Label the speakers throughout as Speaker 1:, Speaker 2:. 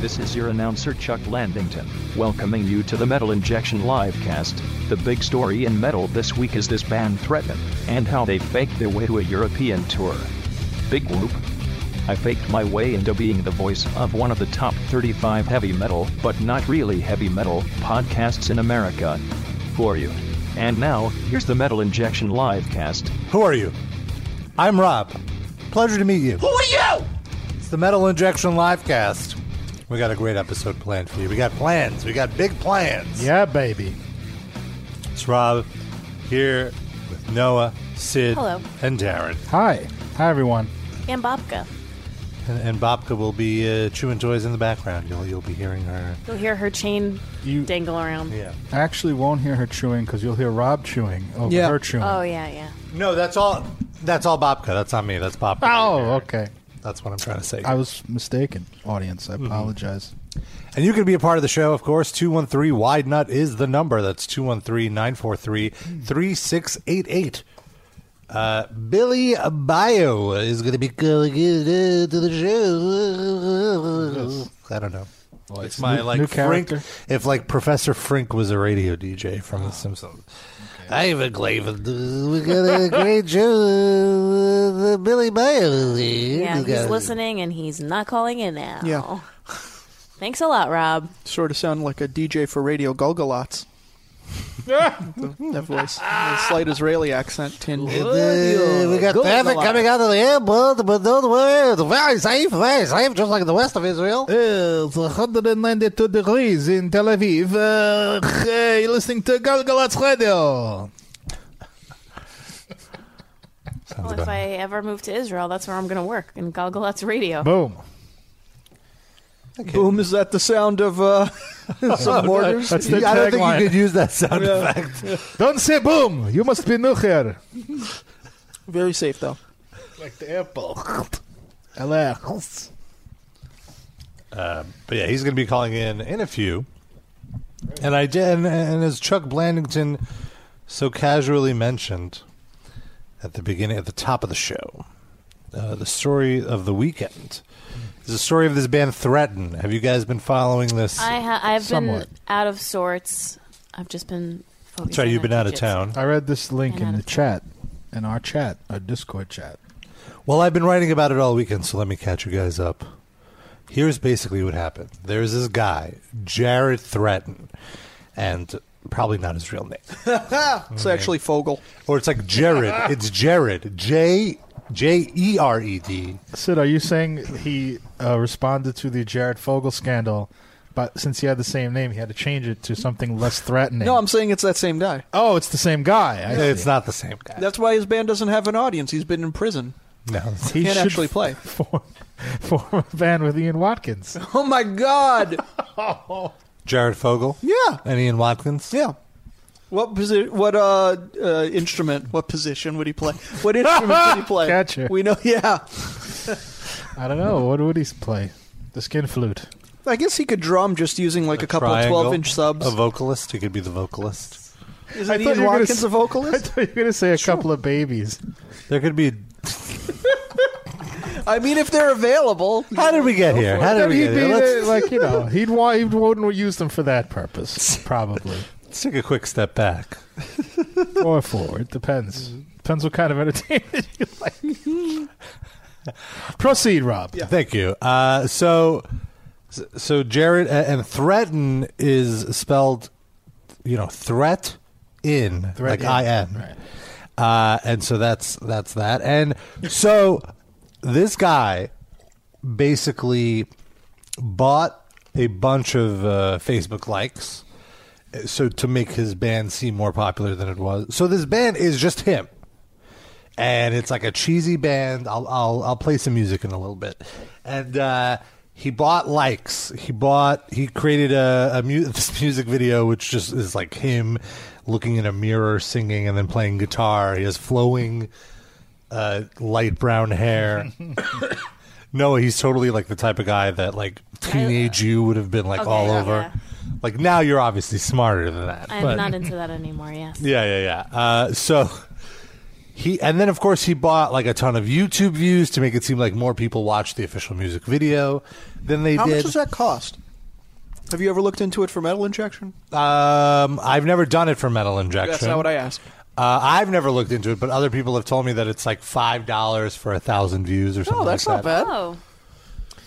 Speaker 1: This is your announcer Chuck Landington, welcoming you to the Metal Injection Livecast. The big story in metal this week is this band Threaten, and how they faked their way to a European tour. Big whoop. I faked my way into being the voice of one of the top 35 heavy metal, but not really heavy metal, podcasts in America. For you. And now, here's the Metal Injection Livecast.
Speaker 2: Who are you? I'm Rob. Pleasure to meet you.
Speaker 3: Who are you?
Speaker 2: It's the Metal Injection Livecast. We got a great episode planned for you. We got plans. We got big plans.
Speaker 4: Yeah, baby.
Speaker 2: It's Rob here with Noah, Sid,
Speaker 5: Hello.
Speaker 2: and Darren.
Speaker 4: Hi. Hi, everyone.
Speaker 5: And Bobka.
Speaker 2: And, and Bobka will be uh, chewing toys in the background. You'll you'll be hearing her.
Speaker 5: You'll hear her chain
Speaker 4: You-
Speaker 5: dangle around.
Speaker 2: Yeah.
Speaker 4: I actually won't hear her chewing because you'll hear Rob chewing over
Speaker 2: Yeah.
Speaker 4: her chewing.
Speaker 5: Oh, yeah, yeah.
Speaker 2: No, that's all. That's all Bobka. That's not me. That's Bobka.
Speaker 4: oh, okay.
Speaker 2: That's what I'm trying to say.
Speaker 4: I was mistaken, audience. I apologize.
Speaker 2: And you can be a part of the show, of course. 213 Wide Nut is the number. That's 213 943 3688. Uh, Billy Bio is going to be calling in to the show. I don't know. it's my
Speaker 4: new-
Speaker 2: like
Speaker 4: new
Speaker 2: Frink.
Speaker 4: character.
Speaker 2: If like Professor Frink was a radio DJ from The Simpsons. Ivan Glavin, we got a great show. Uh, Billy Bio.
Speaker 5: Yeah, he's listening and he's not calling in now.
Speaker 2: Oh.
Speaker 6: Yeah.
Speaker 5: Thanks a lot, Rob.
Speaker 6: Sort of sound like a DJ for Radio Golgolots. that voice. A slight Israeli accent tinge.
Speaker 2: Uh, we got traffic coming out of the airport, but don't worry, it's very safe, very safe, just like the west of Israel.
Speaker 4: It's 192 degrees in Tel Aviv. Uh, hey, you're listening to Galgalatz Radio.
Speaker 5: Well, if I ever move to Israel, that's where I'm going to work in Galgalatz Radio.
Speaker 4: Boom.
Speaker 6: Boom, is that the sound of uh, some mortars?
Speaker 4: That's the
Speaker 2: I don't think
Speaker 4: tagline.
Speaker 2: you could use that sound
Speaker 6: Yeah.
Speaker 2: effect.
Speaker 4: Don't say boom. You must be new here.
Speaker 6: Very safe, though.
Speaker 4: like the airport. Hello.
Speaker 2: Um, But yeah, he's going to be calling in in a few. And I did, and, and as Chuck Blandington so casually mentioned at the beginning, at the top of the show, uh, the story of the weekend is the story of this band Threaten. Have you guys been following this?
Speaker 5: I ha- I've
Speaker 4: Somewhat.
Speaker 5: been out of sorts. I've just been focused
Speaker 2: Sorry,
Speaker 5: on
Speaker 2: you've been out of
Speaker 5: jujitsu.
Speaker 2: town.
Speaker 4: I read this link
Speaker 5: And
Speaker 4: in
Speaker 5: out
Speaker 4: the
Speaker 5: of
Speaker 4: chat, in our chat, our Discord chat.
Speaker 2: Well, I've been writing about it all weekend, so let me catch you guys up. Here's basically what happened. There's this guy, Jared Threaten, and probably not his real name.
Speaker 6: It's actually Fogel.
Speaker 2: Or it's like Jared. It's Jared. J J E R E D.
Speaker 4: Sid, are you saying he uh, responded to the Jared Fogle scandal, but since he had the same name, he had to change it to something less threatening?
Speaker 6: No, I'm saying it's that same guy.
Speaker 4: oh, it's the same guy. I
Speaker 2: It's
Speaker 4: see.
Speaker 2: not the same guy.
Speaker 6: That's why his band doesn't have an audience. He's been in prison.
Speaker 2: No.
Speaker 4: He
Speaker 6: Can't
Speaker 4: should
Speaker 6: actually play.
Speaker 4: Form, form a band with Ian Watkins.
Speaker 6: Oh, my God.
Speaker 2: Jared Fogle.
Speaker 6: Yeah.
Speaker 2: And Ian Watkins.
Speaker 6: Yeah. What posi- What uh, uh, instrument? What position would he play? What instrument would he play?
Speaker 4: Catcher.
Speaker 6: We know. Yeah.
Speaker 4: I don't know. What would he play? The skin flute.
Speaker 6: I guess he could drum just using like a, couple of
Speaker 2: Triangle.
Speaker 6: twelve-inch subs.
Speaker 2: A vocalist. He could be the vocalist.
Speaker 6: Is
Speaker 4: I thought
Speaker 6: it Ian
Speaker 4: you were gonna s-
Speaker 6: Watkins a
Speaker 4: I
Speaker 6: vocalist?
Speaker 4: thought you were going to say a couple of babies.
Speaker 2: There could be.
Speaker 6: I mean, if they're available.
Speaker 2: How did we get here? How did
Speaker 4: Then
Speaker 2: we
Speaker 4: he'd
Speaker 2: get
Speaker 4: be
Speaker 2: here?
Speaker 4: the-
Speaker 2: Let's,
Speaker 4: like you know he'd want he wouldn't use them for that purpose probably
Speaker 2: let's take a quick step back.
Speaker 4: or forward depends depends what kind of entertainment you like. Proceed, Rob.
Speaker 2: Thank you. Uh, so, so Jared a- and threaten is spelled, you know, threat in like
Speaker 4: in.
Speaker 2: I N, uh, and so that's that's that. And so this guy basically bought a bunch of uh, Facebook likes, uh, so to make his band seem more popular than it was. So this band is just him and it's like a cheesy band. I'll I'll, I'll play some music in a little bit. And uh, he bought likes. He bought. He created a, a mu- this music video, which just is like him looking in a mirror, singing, and then playing guitar. He has flowing, uh, light brown hair. no, he's totally like the type of guy that like teenage you would have been like
Speaker 5: uh, Okay,
Speaker 2: all
Speaker 5: yeah.
Speaker 2: over. Like now, you're obviously smarter than that.
Speaker 5: I'm
Speaker 2: but-
Speaker 5: not into that anymore, yes.
Speaker 2: yeah, yeah, yeah. Uh, so He and then of course he bought like a ton of YouTube views to make it seem like more people watched the official music video than they
Speaker 6: How
Speaker 2: did.
Speaker 6: much does that cost? Have you ever looked into it for metal injection?
Speaker 2: Um, I've never done it for metal injection.
Speaker 6: That's not what I asked.
Speaker 2: Uh, I've never looked into it, but other people have told me that it's like five dollars for a thousand views or something.
Speaker 6: that's
Speaker 2: like
Speaker 6: not
Speaker 2: that.
Speaker 6: bad.
Speaker 5: Oh,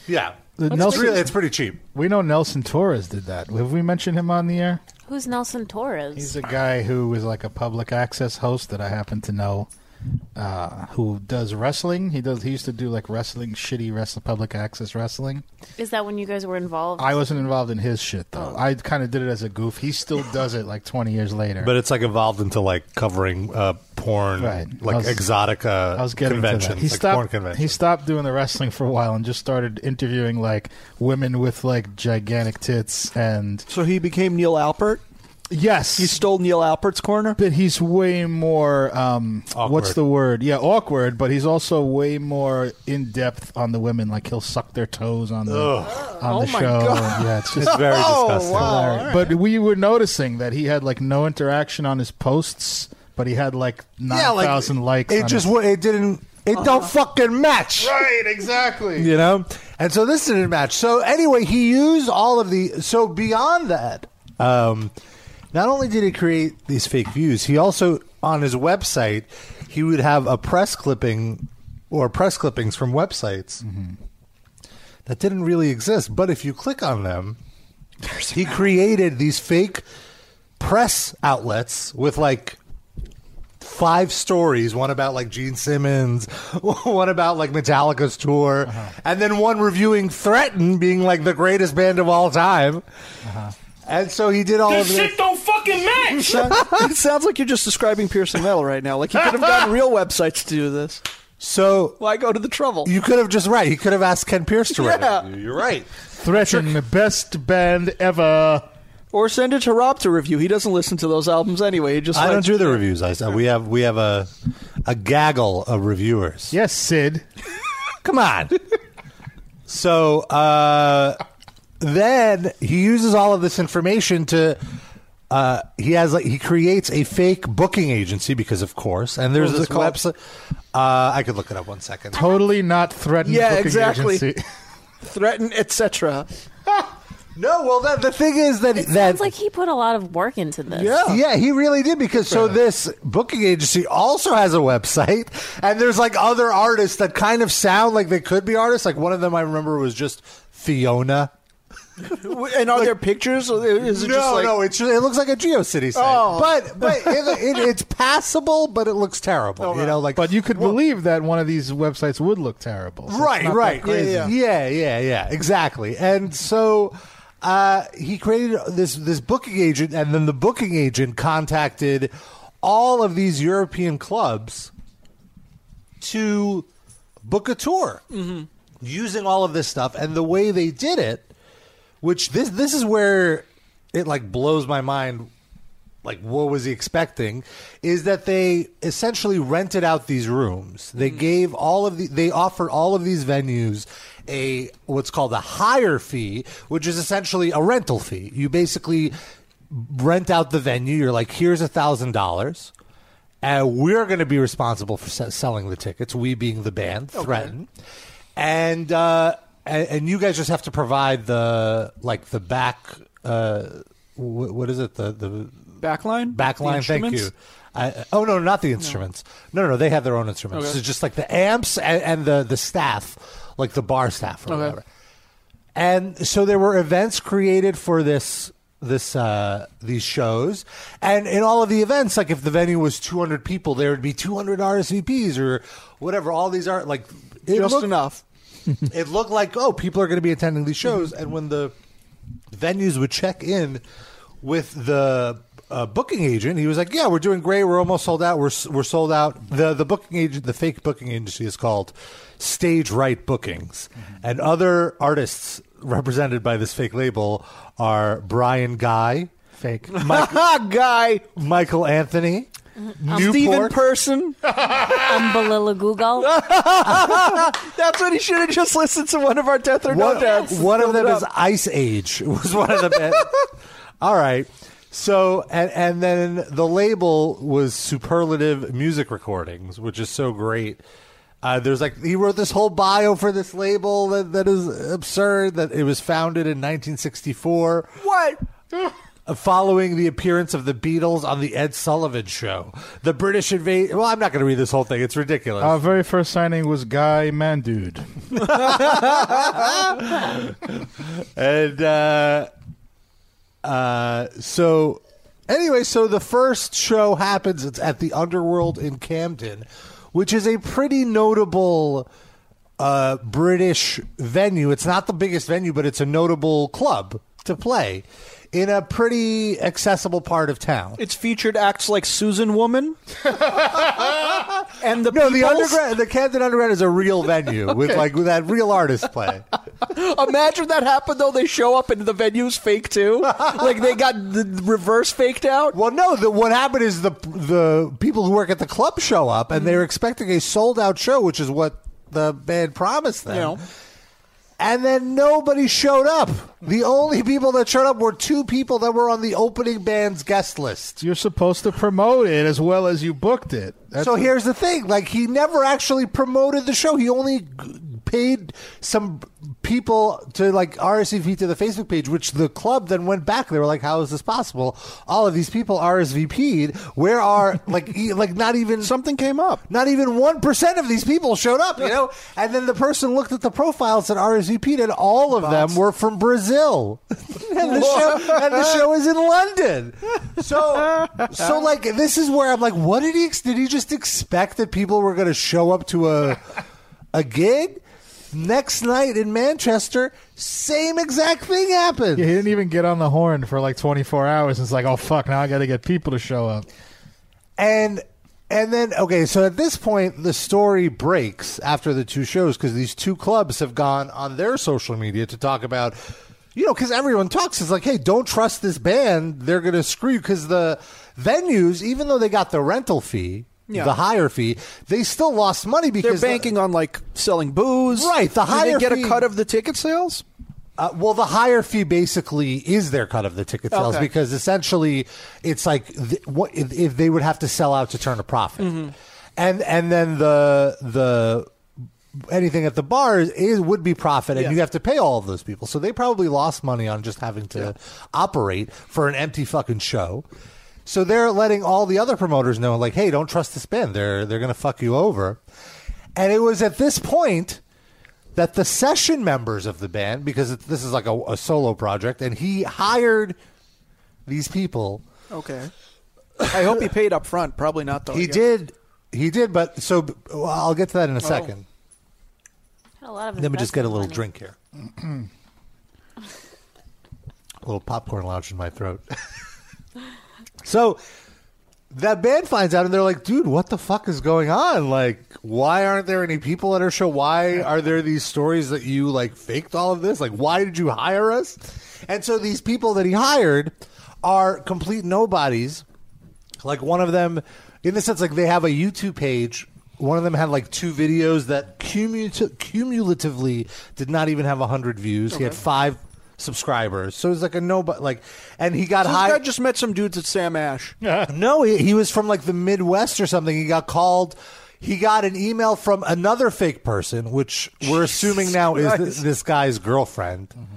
Speaker 2: Yeah,
Speaker 4: The
Speaker 2: it's
Speaker 4: Nelson-
Speaker 2: really it's pretty cheap.
Speaker 4: We know Nelson Torres did that. Have we mentioned him on the air?
Speaker 5: who's Nelson Torres?
Speaker 4: He's a guy who is like a public access host that I happen to know, uh, who does wrestling. He does. He used to do like wrestling, shitty wrestling, public access wrestling.
Speaker 5: Is that when you guys were involved?
Speaker 4: I wasn't involved in his shit though.
Speaker 2: Oh.
Speaker 4: I kind of did it as a goof. He still does it like twenty years later.
Speaker 2: But it's like evolved into like covering uh, porn,
Speaker 4: Right.
Speaker 2: like
Speaker 4: I was-
Speaker 2: exotic uh,
Speaker 4: I was getting to that.
Speaker 2: conventions,
Speaker 4: He
Speaker 2: like porn
Speaker 4: stopped.
Speaker 2: conventions.
Speaker 4: He stopped doing the wrestling for a while and just started interviewing like women with like gigantic tits and
Speaker 6: So he became Neil Alpert.
Speaker 4: yes,
Speaker 6: He stole Neil Alpert's corner.
Speaker 4: but he's way more um what's
Speaker 2: Awkward.
Speaker 4: the word yeah awkward but he's also way more in depth on the women like he'll suck their toes on the on
Speaker 6: Oh
Speaker 4: the
Speaker 6: my
Speaker 4: show
Speaker 6: God.
Speaker 4: yeah it's just
Speaker 2: It's very
Speaker 6: Oh,
Speaker 2: disgusting.
Speaker 6: wow.
Speaker 4: hilarious. but we were noticing that he had like no interaction on his posts but he had like 9000 likes
Speaker 2: It
Speaker 4: on
Speaker 2: just
Speaker 4: his-
Speaker 2: wa- it didn't. It
Speaker 6: Uh-huh.
Speaker 2: don't fucking match.
Speaker 4: right exactly
Speaker 2: you know and so this didn't match so anyway he used all of the so beyond that um not only did he create these fake views he also on his website he would have a press clipping or press clippings from websites that didn't really exist but if you click on them he created these fake press outlets with like five stories one about like Gene Simmons, one about like Metallica's tour, and then one reviewing Threaten being like the greatest band of all time. And so he did all of this.
Speaker 3: don't fucking match.
Speaker 6: it sounds like you're just describing Pearson Metal right now. Like you could have gotten real websites to do this.
Speaker 2: So
Speaker 6: Why go to the trouble?
Speaker 2: you could have just right. He could have asked Ken Pierce to write
Speaker 6: Yeah.
Speaker 2: it. You're right.
Speaker 4: threatening the best band ever
Speaker 6: Or send it to Rob to review. He doesn't listen to those albums anyway. He just
Speaker 2: I don't
Speaker 6: likes-
Speaker 2: do the reviews. I said we have we have a a gaggle of reviewers.
Speaker 4: yes sid
Speaker 2: Come on. so uh, then he uses all of this information to. Uh, he has like he creates a fake booking agency because of course, and there's
Speaker 6: What was
Speaker 2: this
Speaker 6: it called?
Speaker 2: website. Uh, I could look it up one second.
Speaker 4: totally not threatened
Speaker 6: Yeah,
Speaker 4: booking
Speaker 6: exactly.
Speaker 4: agency.
Speaker 6: threaten, etc.
Speaker 2: No, well, that, the thing is that
Speaker 5: it
Speaker 2: that
Speaker 5: sounds like he put a lot of work into this.
Speaker 6: Yeah.
Speaker 2: yeah, he really did because so this booking agency also has a website, and there's like other artists that kind of sound like they could be artists. Like one of them I remember was just Fiona.
Speaker 6: And are there pictures? Or is it
Speaker 2: no,
Speaker 6: just like
Speaker 2: no, it's just, it looks like a GeoCity site,
Speaker 6: Oh.
Speaker 2: but but it, it, it's passable, but it looks terrible. you know, like
Speaker 4: But you could believe that one of these websites would look terrible. So it's
Speaker 2: right,
Speaker 4: not that
Speaker 2: right,
Speaker 4: crazy.
Speaker 2: yeah, yeah, yeah, yeah, exactly. And so uh, he created this this booking agent, and then the booking agent contacted all of these European clubs to book a tour using all of this stuff, and the way they did it, which this this is where it like blows my mind like what was he expecting is that they essentially rented out these rooms they gave all of the they offered all of these venues a what's called a hire fee which is essentially a rental fee you basically rent out the venue you're like here's a thousand dollars and we're going to be responsible for se- selling the tickets we being the band threaten and uh and, and you guys just have to provide the like the back uh wh- what is it the the
Speaker 6: backline?
Speaker 2: backline.
Speaker 6: The
Speaker 2: Thank you.
Speaker 6: instruments?
Speaker 2: I, oh no, not the instruments. No, no, no they have their own instruments.
Speaker 6: Okay.
Speaker 2: It's just like the amps and, and the the staff, like the bar staff or
Speaker 6: Okay.
Speaker 2: whatever. And so there were events created for this this uh these shows and in all of the events like if the venue was 200 people there would be 200 RSVPs or whatever all these are like it
Speaker 6: Just
Speaker 2: looked-
Speaker 6: enough. Mm-hmm.
Speaker 2: it looked like oh people are going to be attending these shows and when the venues would check in with the uh, booking agent he was like yeah we're doing great we're almost sold out we're, s- we're sold out the the booking agent the fake booking agency is called stage right bookings and other artists represented by this fake label are brian guy
Speaker 4: Fake.
Speaker 6: Ha guy.
Speaker 2: michael anthony
Speaker 6: Steven
Speaker 2: Newport.
Speaker 6: Person.
Speaker 5: Umbalilla Google.
Speaker 6: That's what he should have just listened to one of our Death or
Speaker 2: one,
Speaker 6: No Deaths.
Speaker 2: one of
Speaker 6: Build
Speaker 2: them
Speaker 6: it
Speaker 2: is
Speaker 6: up.
Speaker 2: Ice Age. Was one of the best. All right. So and and then the label was superlative music recordings, which is so great. Uh, there's like he wrote this whole bio for this label that, that is absurd. That it was founded in 1964
Speaker 6: What?
Speaker 2: following the appearance of the Beatles on the Ed Sullivan Show. The British invade. Well, I'm not going to read this whole thing. It's ridiculous.
Speaker 4: Our very first signing was Guy Mandude.
Speaker 2: and uh, uh, so anyway, so the first show happens. It's at the Underworld in Camden, which is a pretty notable uh, British venue. It's not the biggest venue, but it's a notable club to play in a pretty accessible part of town.
Speaker 6: It's featured acts like Susan Woman and the
Speaker 2: No, the
Speaker 6: Peoples.
Speaker 2: underground, the Camden Underground is a real venue with like with that real artists play.
Speaker 6: Imagine that happened though. They show up and the venue's fake too. like they got the reverse faked out.
Speaker 2: Well, no, the what happened is the the people who work at the club show up and
Speaker 6: Mm-hmm.
Speaker 2: they're expecting a sold out show, which is what the band promised them.
Speaker 6: You know.
Speaker 2: And then nobody showed up. The only people that showed up were two people that were on the opening band's guest list.
Speaker 4: You're supposed to promote it as well as you booked it. That's
Speaker 2: so here's the thing: like he never actually promoted the show. He only g- paid some people to like RSVP to the Facebook page, which the club then went back. They were like, "How is this possible? All of these people RSVP'd. Where are like e- like not even
Speaker 6: Something came up.
Speaker 2: not even one percent of these people showed up, you know. And then the person looked at the profiles and RSVP'd, and all of them were from Brazil, and, the show, and the show is in London. So, so like this is where I'm like, what did he ex- did he just expect that people were going to show up to a a gig? Next night in Manchester, same exact thing happened.
Speaker 4: Yeah, he didn't even get on the horn for like 24 hours. It's like, oh fuck, now I got to get people to show up.
Speaker 2: and and then okay so at this point the story breaks after the two shows because these two clubs have gone on their social media to talk about you know because everyone talks it's like hey don't trust this band they're gonna screw you because the venues even though they got the rental fee
Speaker 6: Yeah.
Speaker 2: the higher fee they still lost money
Speaker 6: They're
Speaker 2: because
Speaker 6: banking on like selling booze.
Speaker 2: Right, the
Speaker 6: Did
Speaker 2: higher
Speaker 6: they get
Speaker 2: fee-
Speaker 6: a cut of the ticket sales.
Speaker 2: Uh, well, the higher fee basically is their cut of the ticket sales
Speaker 6: Okay.
Speaker 2: because essentially it's like th- what if, if they would have to sell out to turn a profit, and and then the the anything at the bars is would be profit, and
Speaker 6: Yeah.
Speaker 2: you have to pay all of those people. So they probably lost money on just having to operate for an empty fucking show. So they're letting all the other promoters know, like, hey, don't trust this band. They're they're gonna fuck you over. And it was at this point that the session members of the band, because it, this is like a, a solo project, and he hired these people.
Speaker 6: Okay. I hope he paid up front. Probably not though.
Speaker 2: he
Speaker 6: Oh, Yeah. Oh.
Speaker 2: did, he did, but so well, I'll get to that in a second.
Speaker 5: Had a lot of
Speaker 2: Let me just get a little
Speaker 5: investment money.
Speaker 2: drink here. a little popcorn lounge in my throat. so that band finds out and they're like, dude, what the fuck is going on? Like, why aren't there any people at our show? Why are there these stories that you like faked all of this? Like, why did you hire us? And so these people that he hired are complete nobodies. Like one of them, in the sense, like they have a YouTube page. One of them had like two videos that cumulati- cumulatively did not even have hundred views. He had five subscribers, so it's like a nobody. Like, and he got
Speaker 6: This
Speaker 2: hired.
Speaker 6: guy just met some dudes at Sam Ash.
Speaker 2: No, he, he was from like the Midwest or something. He got called. He got an email from another fake person, which we're assuming now is this, this guy's girlfriend.
Speaker 6: he has-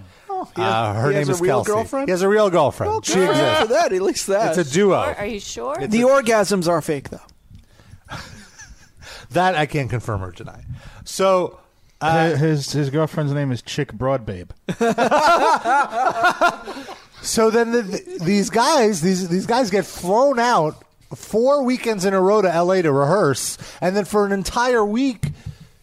Speaker 2: Mm-hmm. uh, her
Speaker 6: he
Speaker 2: name
Speaker 6: has a
Speaker 2: is
Speaker 6: real
Speaker 2: Kelsey.
Speaker 6: girlfriend?
Speaker 2: He has a real girlfriend. she
Speaker 6: Good for
Speaker 2: exists.
Speaker 6: that, at least that.
Speaker 2: It's a duo.
Speaker 5: Are, are you sure?
Speaker 6: the orgasms are fake though.
Speaker 2: That I can't confirm or deny. So Uh,
Speaker 4: his his girlfriend's name is Chick Broadbabe.
Speaker 2: So then the, th these guys, these these guys get flown out four weekends in a row to L.A. to rehearse, and then for an entire week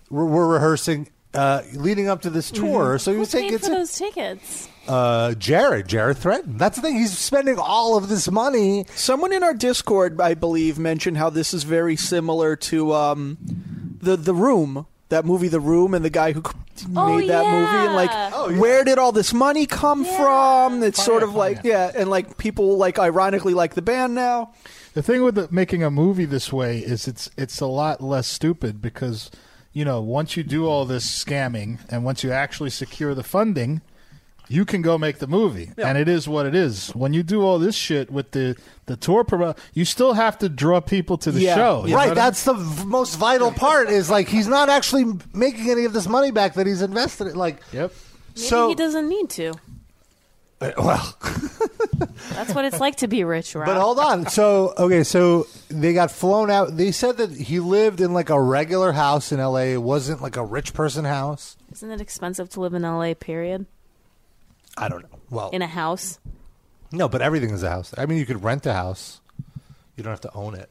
Speaker 2: we're, we're rehearsing uh, leading up to
Speaker 5: Mm-hmm.
Speaker 2: this tour. So you
Speaker 5: Who
Speaker 2: would say
Speaker 5: paid
Speaker 2: it's
Speaker 5: for those tickets?
Speaker 2: uh, Jared, Jared Threaten. That's the thing. He's spending all of this money.
Speaker 6: Someone in our Discord, I believe, mentioned how this is very similar to um, the the Room, that movie, The Room, and the guy who made
Speaker 5: Oh,
Speaker 6: that
Speaker 5: yeah.
Speaker 6: movie, and like,
Speaker 5: Oh,
Speaker 6: where did all this money come
Speaker 5: Yeah.
Speaker 6: from? It's sort of
Speaker 4: fire.
Speaker 6: like, yeah, and like people like ironically like the band now.
Speaker 4: The thing with the, making a movie this way is it's it's a lot less stupid because you know once you do all this scamming and once you actually secure the funding you can go make the movie, and it is what it is. When you do all this shit with the the tour, pro- you still have to draw people to the
Speaker 6: Yeah.
Speaker 4: show. you know
Speaker 2: right,
Speaker 4: what I
Speaker 2: that's the v- most vital part. Is like he's not actually making any of this money back that he's invested. In. Like,
Speaker 4: mean? Yep.
Speaker 5: Maybe
Speaker 2: So-
Speaker 5: he doesn't need to.
Speaker 2: uh, well,
Speaker 5: That's what it's like to be rich, Rob.
Speaker 2: But hold on. So okay, so they got flown out. They said that he lived in like a regular house in L.A. It wasn't like a rich person house.
Speaker 5: Isn't it expensive to live in LA? Period.
Speaker 2: I don't know. Well,
Speaker 5: In a house.
Speaker 2: no, but everything is a house. I mean, you could rent a house. You don't have to own it.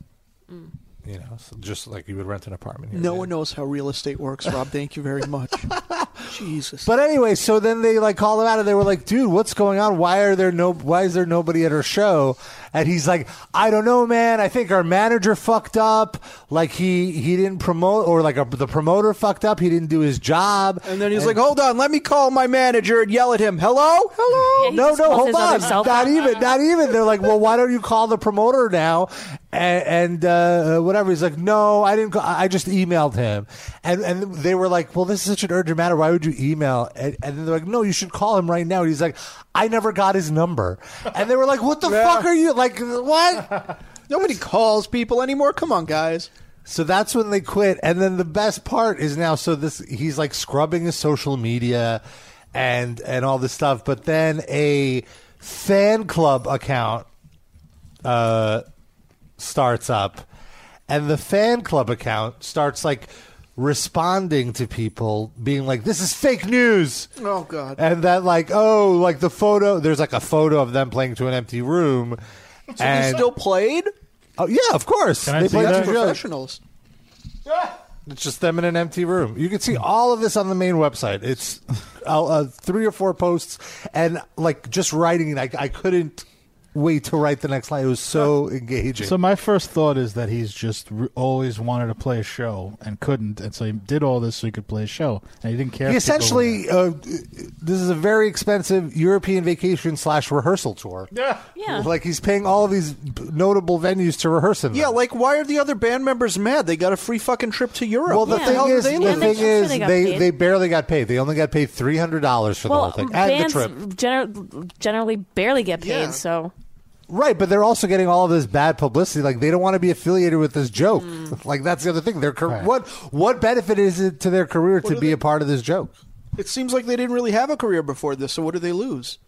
Speaker 5: Mm.
Speaker 2: You know, so just like you would rent an apartment. Here
Speaker 6: No
Speaker 2: too.
Speaker 6: one knows how real estate works, Rob. Thank you very much. Jesus.
Speaker 2: But anyway, so then they like called him out, and they were like, "Dude, what's going on? Why are there no? Why is there nobody at our show?" And he's like, "I don't know, man. I think our manager fucked up. Like he he didn't promote, or like a, the promoter fucked up. He didn't do his job."
Speaker 6: and then he's like, "Hold on, let me call my manager and yell at him. Hello, hello."
Speaker 5: Yeah, he
Speaker 2: no,
Speaker 5: just
Speaker 2: no,
Speaker 5: calls
Speaker 2: hold
Speaker 5: his
Speaker 2: on.
Speaker 5: other cell
Speaker 2: Not
Speaker 5: phone.
Speaker 2: even, not even. They're like, well, why don't you call the promoter now? And, and uh, whatever. He's like, no, I didn't. Call, I I just emailed him. And and they were like, well, this is such an urgent matter. Why would you email? And, and then they're like, no, you should call him right now. And he's like, I never got his number. And they were like, what the fuck are you like? What?
Speaker 6: Nobody calls people anymore. Come on, guys.
Speaker 2: So that's when they quit. And then the best part is now so this he's like scrubbing his social media and and all this stuff, but then a fan club account uh starts up and the fan club account starts like responding to people being like this is fake news
Speaker 6: Oh, God.
Speaker 2: and that like oh like the photo there's like a photo of them playing to an empty room
Speaker 6: So
Speaker 2: and
Speaker 6: he still played.
Speaker 2: oh yeah of course
Speaker 4: Can I see
Speaker 2: play
Speaker 4: that?
Speaker 2: to
Speaker 6: That's
Speaker 2: each other.
Speaker 6: professionals.
Speaker 2: It's just them in an empty room. You can see all of this on the main website. It's uh, uh, three or four posts, and like just writing. it, I, I couldn't wait to write the next line. It was so engaging.
Speaker 4: So my first thought is that he's just re- always wanted to play a show and couldn't, and so he did all this so he could play a show, and he didn't care.
Speaker 2: he
Speaker 4: if people were-
Speaker 2: essentially, uh, this is a very expensive European vacation slash rehearsal tour.
Speaker 4: yeah.
Speaker 5: Yeah.
Speaker 2: Like he's paying all of these notable venues to rehearse in. them.
Speaker 6: Yeah, like why are the other band members mad? They got a free fucking trip to Europe.
Speaker 2: well, the
Speaker 5: Yeah.
Speaker 6: What
Speaker 2: thing
Speaker 6: hell do
Speaker 2: is,
Speaker 6: they
Speaker 2: the
Speaker 5: Yeah,
Speaker 6: live
Speaker 5: they-
Speaker 2: thing
Speaker 5: sure
Speaker 2: is,
Speaker 5: they got
Speaker 2: they,
Speaker 5: paid.
Speaker 2: they barely got paid. They only got paid three hundred dollars for the
Speaker 5: well,
Speaker 2: whole thing and the
Speaker 5: bands
Speaker 2: trip.
Speaker 5: gener- generally barely get paid,
Speaker 6: Yeah.
Speaker 5: so
Speaker 2: Right, but they're also getting all of this bad publicity. Like they don't want to be affiliated with this joke.
Speaker 5: Mm.
Speaker 2: Like that's the other thing. Their car-
Speaker 4: Right.
Speaker 2: what what benefit is it to their career to
Speaker 6: do
Speaker 2: be
Speaker 6: they-
Speaker 2: a part of this joke?
Speaker 6: It seems like they didn't really have a career before this, so what do they lose?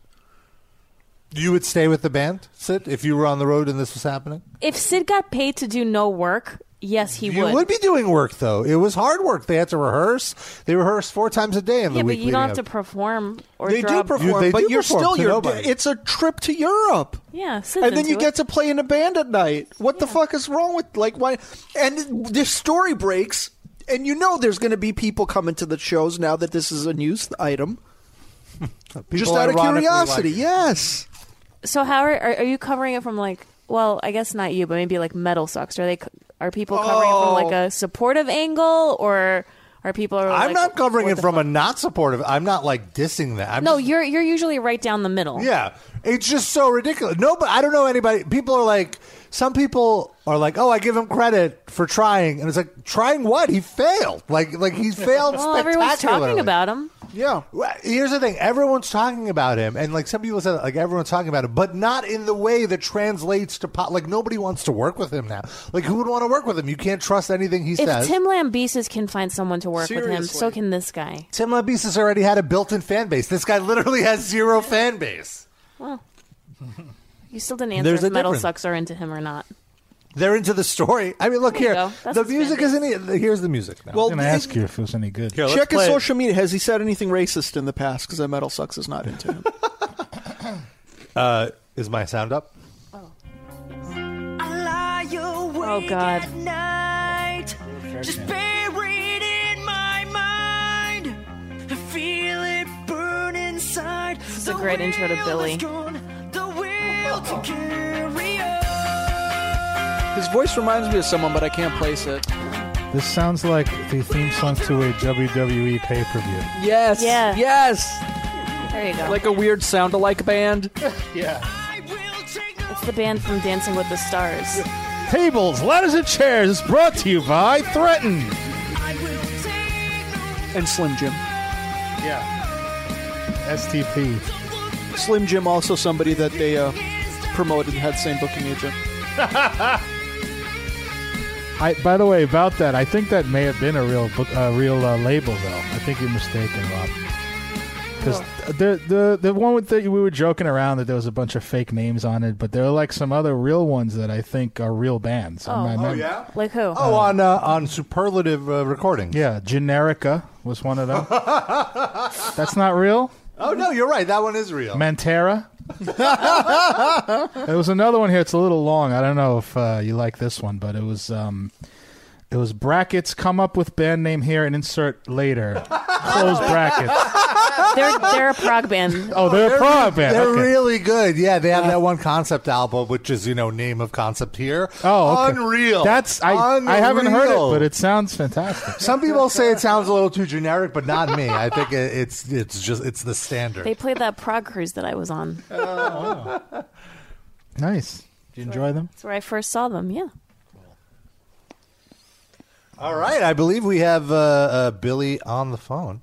Speaker 2: You would stay with the band, Sid, if you were on the road and this was happening.
Speaker 5: if Sid got paid to do no work, yes, he
Speaker 2: You would. be doing work though. It was hard work. They had to rehearse. They rehearsed four times a day in
Speaker 5: yeah,
Speaker 2: the
Speaker 5: but
Speaker 2: week.
Speaker 5: you don't
Speaker 2: leading
Speaker 5: have to
Speaker 2: up.
Speaker 5: perform or
Speaker 6: They
Speaker 5: draw.
Speaker 6: do perform,
Speaker 2: they
Speaker 6: but
Speaker 2: do
Speaker 6: you're
Speaker 2: perform
Speaker 6: still
Speaker 2: to
Speaker 6: you're
Speaker 2: nobody.
Speaker 6: it's a trip to Europe.
Speaker 5: Yeah, Sid's
Speaker 6: And then
Speaker 5: into
Speaker 6: you
Speaker 5: it.
Speaker 6: get to play in a band at night. What the fuck is wrong with like why and this story breaks and you know there's going to be people coming to the shows now that this is a news item.
Speaker 2: People
Speaker 6: just out of
Speaker 2: ironically
Speaker 6: curiosity.
Speaker 2: like it.
Speaker 6: yes.
Speaker 5: So how are, are are you covering it from like? Well, I guess not you, but maybe like metal sucks. Are they co- are people covering it
Speaker 6: Oh.
Speaker 5: from like a supportive angle, or are people?
Speaker 2: I'm
Speaker 5: like,
Speaker 2: not covering
Speaker 5: what
Speaker 2: it
Speaker 5: the
Speaker 2: from
Speaker 5: fuck?
Speaker 2: a not supportive. I'm not like dissing that. I'm
Speaker 5: No,
Speaker 2: just-
Speaker 5: you're you're usually right down the middle.
Speaker 2: Yeah, it's just so ridiculous. No, but I don't know anybody. People are like, some people are like, oh, I give him credit for trying, and it's like, trying what? He failed. Like, like he failed.
Speaker 5: Well, everyone's talking
Speaker 2: spectacularly.
Speaker 5: about him.
Speaker 2: Yeah. Well, Here's the thing: everyone's talking about him, and like some people said, like everyone's talking about him, but not in the way that translates to pop. Like nobody wants to work with him now. Like who would want to work with him? You can't trust anything he
Speaker 5: If
Speaker 2: says.
Speaker 5: Tim Lambesis can find someone to work with him, so
Speaker 6: Seriously.
Speaker 5: can this guy.
Speaker 2: Tim Labis has already had a built-in fan base. This guy literally has zero fan base.
Speaker 5: You still didn't answer
Speaker 2: There's a
Speaker 5: if metal
Speaker 2: difference.
Speaker 5: sucks are into him or not.
Speaker 2: They're into the story. I mean, look
Speaker 5: you
Speaker 2: here.
Speaker 5: go. That's
Speaker 2: The
Speaker 5: his
Speaker 2: music
Speaker 5: fan
Speaker 2: isn't. e- Here's the music now.
Speaker 6: Well,
Speaker 4: I'm gonna
Speaker 6: it-
Speaker 4: ask you if it was any good.
Speaker 2: let's
Speaker 6: check his
Speaker 2: play it.
Speaker 6: social media. Has he said anything racist in the past cuz that metal sucks is not into him.
Speaker 2: Uh, is my sound up?
Speaker 3: I lie awake
Speaker 5: Oh, God.
Speaker 3: at night, just buried in my mind. I feel it burn inside. This
Speaker 5: is a great intro to Billy.
Speaker 3: the will to carry on.
Speaker 6: His voice reminds me of someone but I can't place it.
Speaker 4: This sounds like the theme song to a E WWE pay per view.
Speaker 6: Yes.
Speaker 5: Yeah.
Speaker 6: Yes.
Speaker 5: There you go.
Speaker 6: Like a weird sound alike band.
Speaker 3: I will take no
Speaker 5: it's the band from Dancing with the Stars.
Speaker 4: Tables, ladders, and chairs is brought to you by Threaten.
Speaker 3: I will take no
Speaker 6: and Slim Jim.
Speaker 4: Yeah. STP.
Speaker 6: Slim Jim also somebody that they uh, promoted and had same booking agent.
Speaker 4: Oh, I, by the way, about that, I think that may have been a real book, a real uh, label, though. I think you're mistaken, Rob. Because the the the one with the, we were joking around that there was a bunch of fake names on it, but there are like some other real ones that I think are real bands.
Speaker 5: Oh.
Speaker 4: I
Speaker 5: Oh,
Speaker 4: yeah,
Speaker 5: Like who?
Speaker 2: Oh, on uh, on superlative uh, recordings.
Speaker 4: yeah. Generica was one of them. That's not real.
Speaker 2: Oh no, you're right. That one is real.
Speaker 4: Mantera. there was another one here. It's a little long. I don't know if uh, you like this one, but it was um, it was brackets. Come up with band name here and insert later. Close brackets.
Speaker 5: They're they're a prog band.
Speaker 4: Oh, they're, a prog band.
Speaker 2: They're
Speaker 4: Okay. Uh,
Speaker 2: really good. Yeah, they have that one concept album, which is you know name of concept here.
Speaker 4: Oh, okay.
Speaker 2: unreal.
Speaker 4: That's I. I haven't heard
Speaker 2: Unreal.
Speaker 4: it, but it sounds fantastic.
Speaker 2: Some people say it sounds a little too generic, but not me. I think it, it's it's just it's the standard.
Speaker 5: They played that prog cruise that I was on.
Speaker 4: Nice. Do you enjoy them?
Speaker 5: That's where I first saw them. Yeah.
Speaker 2: All right, I believe we have uh, uh, Billy on the phone,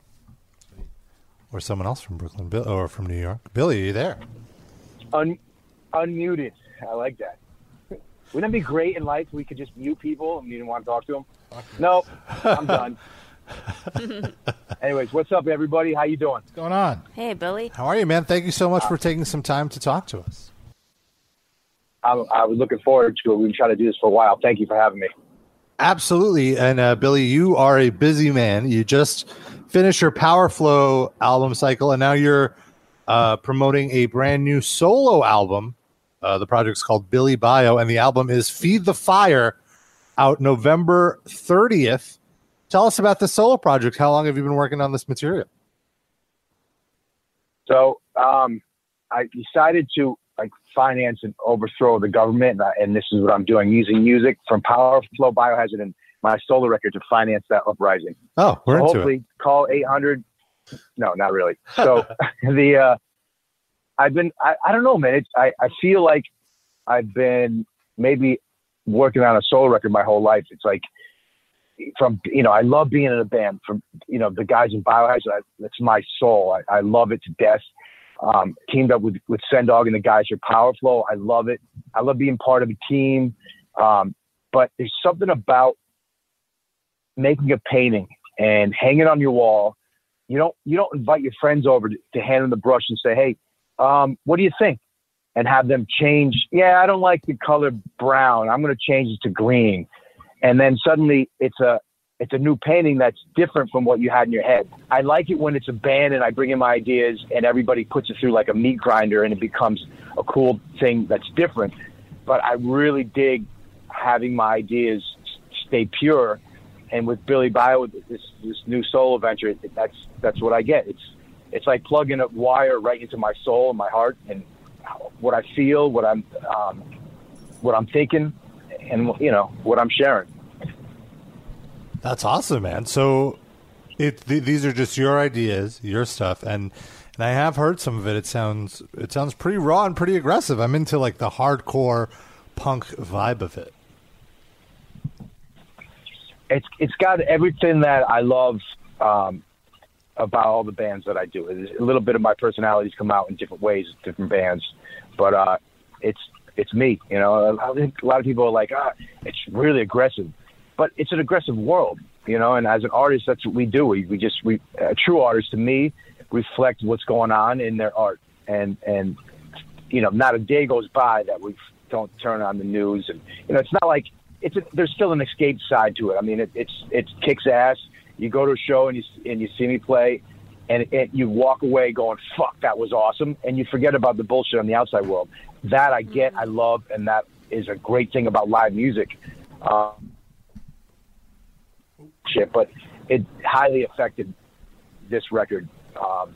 Speaker 2: or someone else from Brooklyn, Bill, or from New York. Billy, are you there?
Speaker 7: Un- unmuted. I like that. Wouldn't it be great in life if we could just mute people and you didn't want to talk to them? No, I'm done. Anyways, what's up, everybody? How you doing?
Speaker 4: What's going on?
Speaker 5: Hey, Billy.
Speaker 2: How are you, man? Thank you so much for taking some time to talk to us.
Speaker 7: I, I was looking forward to it. We've been trying to do this for a while. Thank you for having me.
Speaker 2: Absolutely. And uh, Billy, you are a busy man. You just finished your Power Flow album cycle, and now you're uh, promoting a brand new solo album. Uh, the project's called Billy Bio, and the album is Feed the Fire, out November 30th. Tell us about the solo project. How long have you been working on this material?
Speaker 7: So um, I decided to like finance and overthrow the government, and, I, and this is what I'm doing: using music from Power Flow Biohazard and my solo record to finance that uprising.
Speaker 2: Oh, we're
Speaker 7: So
Speaker 2: into
Speaker 7: hopefully
Speaker 2: it.
Speaker 7: call 800 no not really so the uh i've been i, I don't know man it's, I, I feel like i've been maybe working on a solo record my whole life it's like from you know i love being in a band from you know the guys in biohazard I, that's my soul I, I love it to death um, teamed up with with Sendog and the guys at Power Flow. I love it. I love being part of a team. Um, but there's something about making a painting and hanging on your wall. You don't you don't invite your friends over to, to hand them the brush and say, hey, um, what do you think? And have them change. Yeah, I don't like the color brown. I'm going to change it to green. And then suddenly it's a it's a new painting that's different from what you had in your head. I like it when it's a band and I bring in my ideas and everybody puts it through like a meat grinder and it becomes a cool thing that's different. But I really dig having my ideas s- stay pure. And with Billy Bio, with this this new solo venture, it- that's that's what I get. It's it's like plugging a wire right into my soul and my heart and how- what I feel, what I'm um, what I'm thinking, and you know what I'm sharing.
Speaker 2: That's awesome, man. So it th- these are just your ideas, your stuff, and and I have heard some of it. It sounds it sounds pretty raw and pretty aggressive. I'm into like the hardcore punk vibe of it.
Speaker 7: it's it's got everything that I love um, about all the bands that I do. It's- A little bit of my personalities come out in different ways, different bands, but uh, it's it's me. You know, I think a lot of people are like, ah, it's really aggressive, but it's an aggressive world. You know, and as an artist, that's what we do. We, we just we a true artist to me reflect what's going on in their art, and and you know, not a day goes by that we don't turn on the news. And you know, it's not like it's a, there's still an escape side to it. I mean, it, it's it kicks ass. You go to a show and you and you see me play, and it, you walk away going, "Fuck, that was awesome," and you forget about the bullshit on the outside world. That I get, I love, and that is a great thing about live music. Um, shit, but it highly affected this record. Um,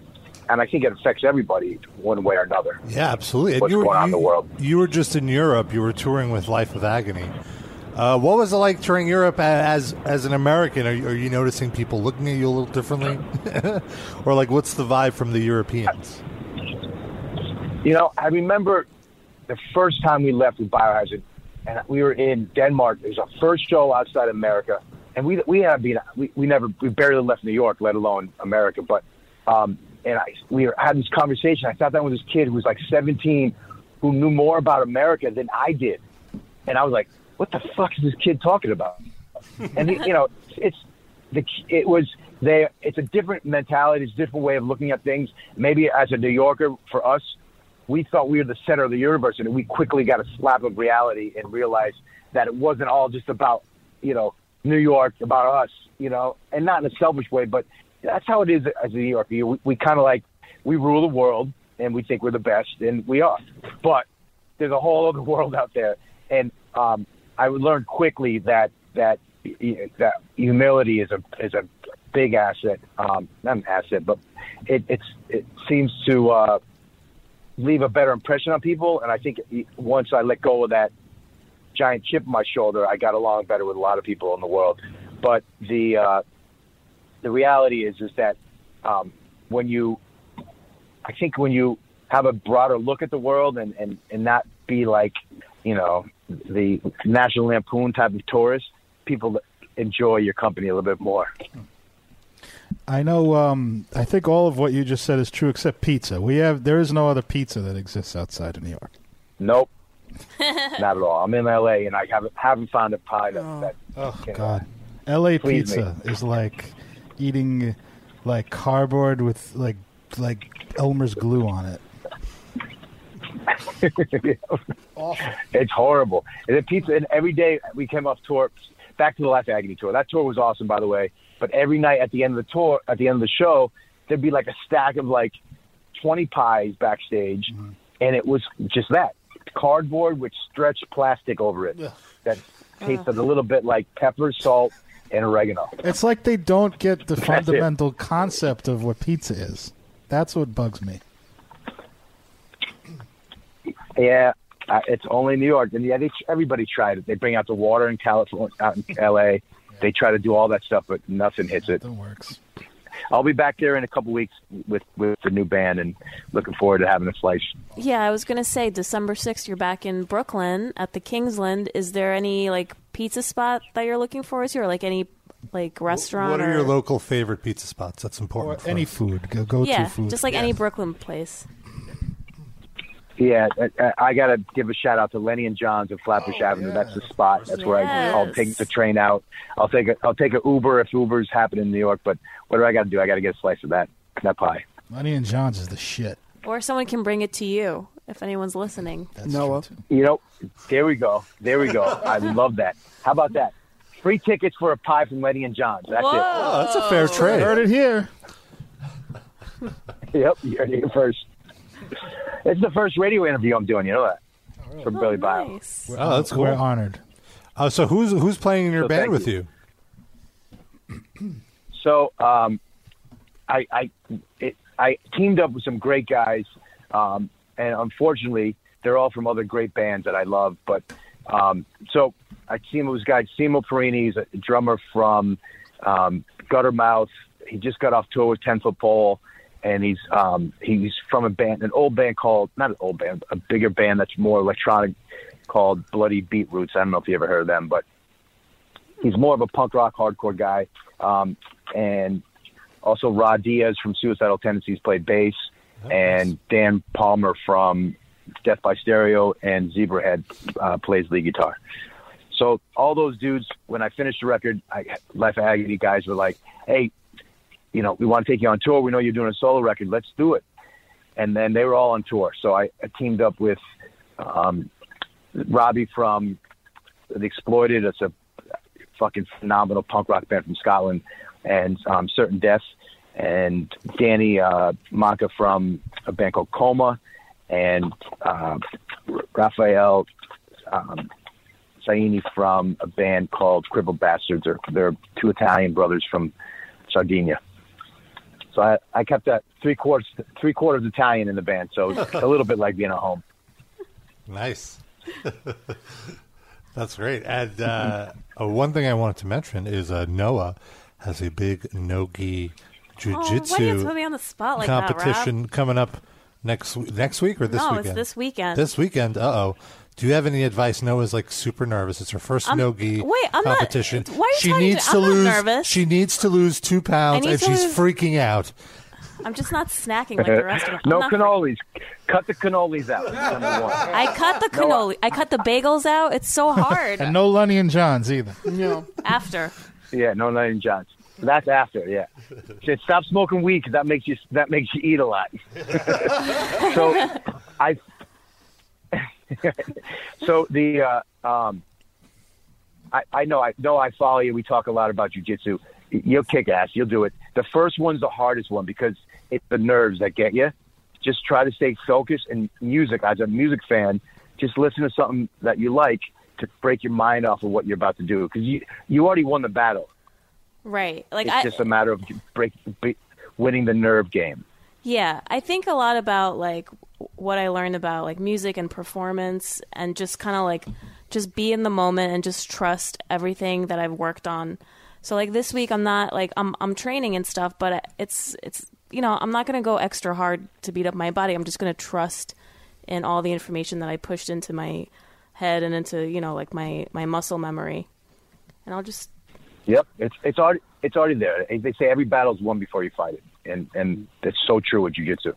Speaker 7: and I think it affects everybody one way or another.
Speaker 2: Yeah, absolutely. And
Speaker 7: What's
Speaker 2: were-
Speaker 7: going on in the world.
Speaker 2: You were just in Europe. You were touring with Life of Agony. Uh, what was it like touring Europe a- as as an American? Are you, are you noticing people looking at you a little differently, or like what's the vibe from the Europeans?
Speaker 7: You know, I remember the first time we left with Biohazard, and we were in Denmark. It was our first show outside America, and we we have been we, we never we barely left New York, let alone America. But um, and I we were, had this conversation. I sat down with this kid who was like 17, who knew more about America than I did, and I was like, "What the fuck is this kid talking about?" and he- you know, it's the it was they. It's a different mentality. It's a different way of looking at things. Maybe as a New Yorker, for us, we thought we were the center of the universe, and we quickly got a slap of reality and realized that it wasn't all just about you know New York, about us, you know, and not in a selfish way, but that's how it is as a New Yorker. We, we kind of like we rule the world, and we think we're the best, and we are, but there's a whole other world out there, and um, I learned quickly that that that humility is a is a big asset, um, not an asset, but it it's it seems to uh, leave a better impression on people, and I think once I let go of that giant chip on my shoulder, I got along better with a lot of people in the world, but the uh, the reality is is that um, when you I think when you have a broader look at the world and, and, and not be like, you know, the National Lampoon type of tourist, people enjoy your company a little bit more.
Speaker 4: I know. Um, I think all of what you just said is true, except pizza. We have there is no other pizza that exists outside of New York.
Speaker 7: Nope. not at all. I'm in LA and I haven't, haven't found a pie that, that
Speaker 4: Oh
Speaker 7: can- uh,
Speaker 4: God, L.A.
Speaker 7: Please
Speaker 4: pizza is like eating like cardboard with like like Elmer's glue on it.
Speaker 7: It's horrible. And the pizza, and every day we came off tour, back to the Last Agony tour. That tour was awesome, by the way. But every night at the end of the tour, at the end of the show, there'd be like a stack of like 20 pies backstage. And it was just that cardboard with stretched plastic over it that tasted a little bit like pepper, salt, and oregano.
Speaker 4: It's like they don't get the
Speaker 7: That's it.
Speaker 4: fundamental concept of what pizza is. That's what bugs me.
Speaker 7: Yeah, uh, it's only New York, and yeah, they, everybody tried it. They bring out the water in California, out in L.A. They try to do all that stuff, but nothing hits it.
Speaker 4: That works.
Speaker 7: I'll be back there in a couple weeks with with the new band, and looking forward to having a slice.
Speaker 5: Yeah, I was gonna say December sixth. You're back in Brooklyn at the Kingsland. Is there any like pizza spot that you're looking for? Is there like any like restaurant?
Speaker 2: What are
Speaker 5: or,
Speaker 2: your local favorite pizza spots? That's important.
Speaker 4: Or
Speaker 2: for
Speaker 4: any
Speaker 2: us.
Speaker 4: food, go go
Speaker 5: Yeah,
Speaker 4: to food.
Speaker 5: just like any Brooklyn place.
Speaker 7: Yeah, I- I, I gotta give a shout out to Lenny and John's at Flatbush Avenue. That's the spot. That's where I, I'll
Speaker 5: Yes.
Speaker 7: take the train out. I'll take a I'll take a Uber if Ubers happen in New York. But what do I gotta do? I gotta get a slice of that that pie.
Speaker 4: Money and John's is the shit.
Speaker 5: Or someone can bring it to you if anyone's listening. Oh,
Speaker 6: Noah.
Speaker 7: You know, there we go. There we go. I love that. How about that? Free tickets for a pie from Lenny and John's. That's
Speaker 5: Whoa.
Speaker 2: Oh, that's a fair trade.
Speaker 4: Heard it here.
Speaker 7: it. Yep, you heard it here first. It's the first radio interview I'm doing. You know that from Billy Bio.
Speaker 5: nice.
Speaker 2: Oh, that's
Speaker 4: We're
Speaker 2: cool.
Speaker 4: honored.
Speaker 2: Uh, so who's who's playing in your
Speaker 7: So
Speaker 2: band
Speaker 7: thank
Speaker 2: with you?
Speaker 7: So um, I I, it, I teamed up with some great guys, um, and unfortunately, they're all from other great bands that I love. But um, so I teamed with this guy Simo Perini, he's a drummer from um, Guttermouth. He just got off tour with Ten Foot Pole, and he's um, he's from a band, an old band called not an old band, a bigger band that's more electronic called Bloody Beetroots. I don't know if you ever heard of them, but he's more of a punk rock hardcore guy. Um, and also Rod Diaz from Suicidal Tendencies played bass, and Dan Palmer from Death by Stereo and Zebrahead uh, plays lead guitar. So all those dudes, when I finished the record, I, Life of Agony guys were like, "Hey, you know, we want to take you on tour. We know you're doing a solo record. Let's do it." And then they were all on tour, so I, I teamed up with um, Robbie from The Exploited. It's a fucking phenomenal punk rock band from Scotland, and um, Certain Death, and Danny uh, Manca from a band called Coma, and uh, Raphael um, Saini from a band called Crippled Bastards. They're, they're two Italian brothers from Sardinia. So I, I kept that three quarters three quarters Italian in the band, so it's a little bit like being at home.
Speaker 2: Nice. That's great. And uh, uh, one thing I wanted to mention is uh, Noah has a big nogi
Speaker 5: Oh, why do you have to put me
Speaker 2: jujitsu
Speaker 5: on the spot like that,
Speaker 2: competition coming up next w- next week or this
Speaker 5: Rob? No,
Speaker 2: weekend.
Speaker 5: it's this weekend.
Speaker 2: This weekend. Uh oh. Do you have any advice? Noah's like super nervous. It's her 1st
Speaker 5: I'm-
Speaker 2: nogi
Speaker 5: wait, I'm not-
Speaker 2: competition.
Speaker 5: why are you
Speaker 2: she
Speaker 5: talking to-
Speaker 2: needs
Speaker 5: I'm not
Speaker 2: lose.
Speaker 5: nervous.
Speaker 2: She needs to lose two pounds,
Speaker 5: need
Speaker 2: and
Speaker 5: to
Speaker 2: she's
Speaker 5: lose-
Speaker 2: freaking out.
Speaker 5: I'm just not snacking like the rest of them. I'm
Speaker 7: no
Speaker 5: not-
Speaker 7: cannolis. Cut the cannolis out. That's number one.
Speaker 5: I cut the cannoli. I cut the bagels out. It's so hard
Speaker 4: And no Lunny and Johns either.
Speaker 6: No.
Speaker 5: after.
Speaker 7: Yeah, no nine Johns. That's after, yeah. Said stop smoking weed 'cause that makes you that makes you eat a lot. so I so the uh, um I, I know I know I follow you. We talk a lot about jujitsu. Y- You'll kick ass. You'll do it. The first one's the hardest one because it's the nerves that get you. Just try to stay focused and music. As a music fan, just listen to something that you like to break your mind off of what you're about to do because you you already won the battle.
Speaker 5: Right. Like
Speaker 7: It's
Speaker 5: I
Speaker 7: just a matter of break, be, winning the nerve game.
Speaker 5: Yeah, I think a lot about like what I learned about like music and performance and just kind of like just be in the moment and just trust everything that I've worked on. So like this week I'm not like I'm I'm training and stuff, but it's it's you know, I'm not going to go extra hard to beat up my body. I'm just going to trust in all the information that I pushed into my head and into, you know, like my my muscle memory. And I'll just
Speaker 7: Yep, it's it's already it's already there. They say every battle's won before you fight it, and and that's so true with jujitsu.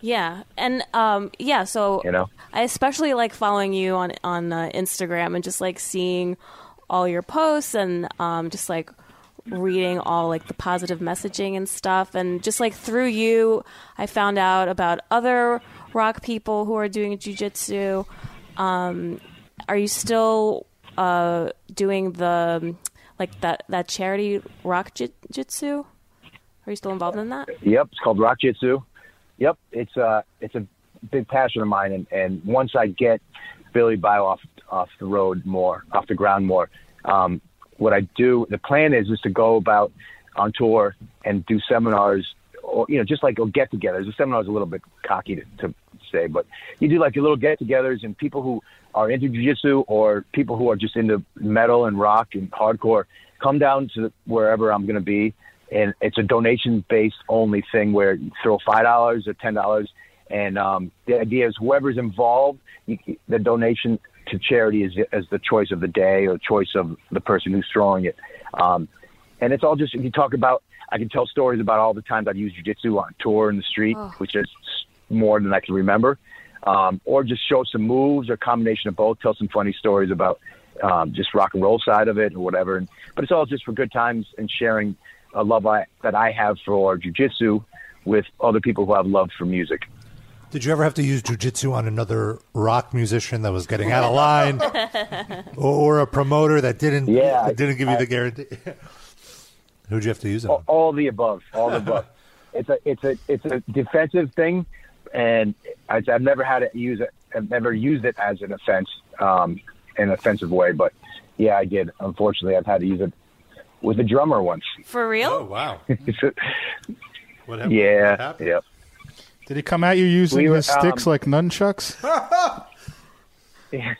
Speaker 5: Yeah, and um, yeah. So
Speaker 7: You know?
Speaker 5: I especially like following you on on uh, Instagram and just like seeing all your posts and um, just like reading all like the positive messaging and stuff. And just like through you, I found out about other rock people who are doing jujitsu. Um, are you still uh, doing the like that that charity rock Jit- jitsu? Are you still involved in that?
Speaker 7: Yep, it's called Rock Jitsu. Yep, it's a it's a big passion of mine, and, and once I get Billy Bio off off the road more, off the ground more, um, what I do, the plan is is to go about on tour and do seminars, or you know, just like get-togethers. The seminar is a little bit cocky to, to say, but you do like your little get-togethers, and people who are into jiu-jitsu or people who are just into metal and rock and hardcore come down to wherever I'm going to be and it's a donation based only thing where you throw five dollars or ten dollars and um, the idea is whoever's involved you, the donation to charity is, is the choice of the day or choice of the person who's throwing it um, and it's all just you talk about i can tell stories about all the times i've used jiu-jitsu on tour in the street which is more than i can remember um, or just show some moves or combination of both tell some funny stories about um, just rock and roll side of it or whatever and, but it's all just for good times and sharing a love I, that I have for jujitsu with other people who have love for music.
Speaker 2: Did you ever have to use jujitsu on another rock musician that was getting out of line, or, or a promoter that didn't
Speaker 7: Yeah, I-
Speaker 2: that didn't give you
Speaker 7: I-
Speaker 2: the guarantee? Who'd you have to use it?
Speaker 7: All,
Speaker 2: on?
Speaker 7: all the above, all the above. It's a it's a it's a defensive thing, and I, I've never had it use it. I've never used it as an offense, um, in an offensive way. But yeah, I did. Unfortunately, I've had to use it with a drummer once.
Speaker 5: For real?
Speaker 2: Oh wow! What happened? What
Speaker 7: yeah,
Speaker 2: happened?
Speaker 7: yeah.
Speaker 4: Did he come at you using
Speaker 7: We were,
Speaker 4: his sticks
Speaker 7: um,
Speaker 4: like nunchucks?
Speaker 7: he,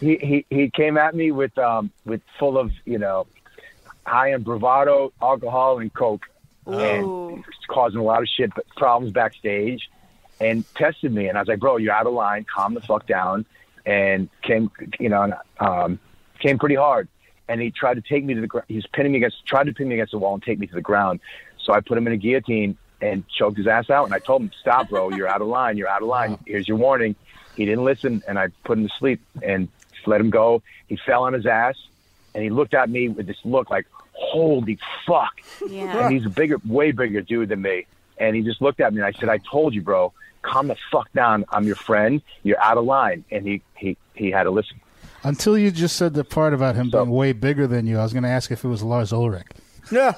Speaker 7: he he came at me with um with full of you know high in bravado, alcohol, and coke,
Speaker 5: Ooh.
Speaker 7: and causing a lot of shit but problems backstage, and tested me. And I was like, bro, you're out of line. Calm the fuck down. And came you know and, um, came pretty hard. And he tried to take me to the ground. He was pinning me against, tried to pin me against the wall and take me to the ground. So I put him in a guillotine and choked his ass out. And I told him, stop, bro. You're out of line. You're out of line. Here's your warning. He didn't listen. And I put him to sleep and let him go. He fell on his ass and he looked at me with this look like, holy fuck.
Speaker 5: Yeah.
Speaker 7: And he's a bigger, way bigger dude than me. And he just looked at me and I said, I told you, bro, calm the fuck down. I'm your friend. You're out of line. And he, he, he had to listen.
Speaker 4: Until you just said the part about him being way bigger than you, I was going to ask if it was Lars Ulrich.
Speaker 6: Yeah.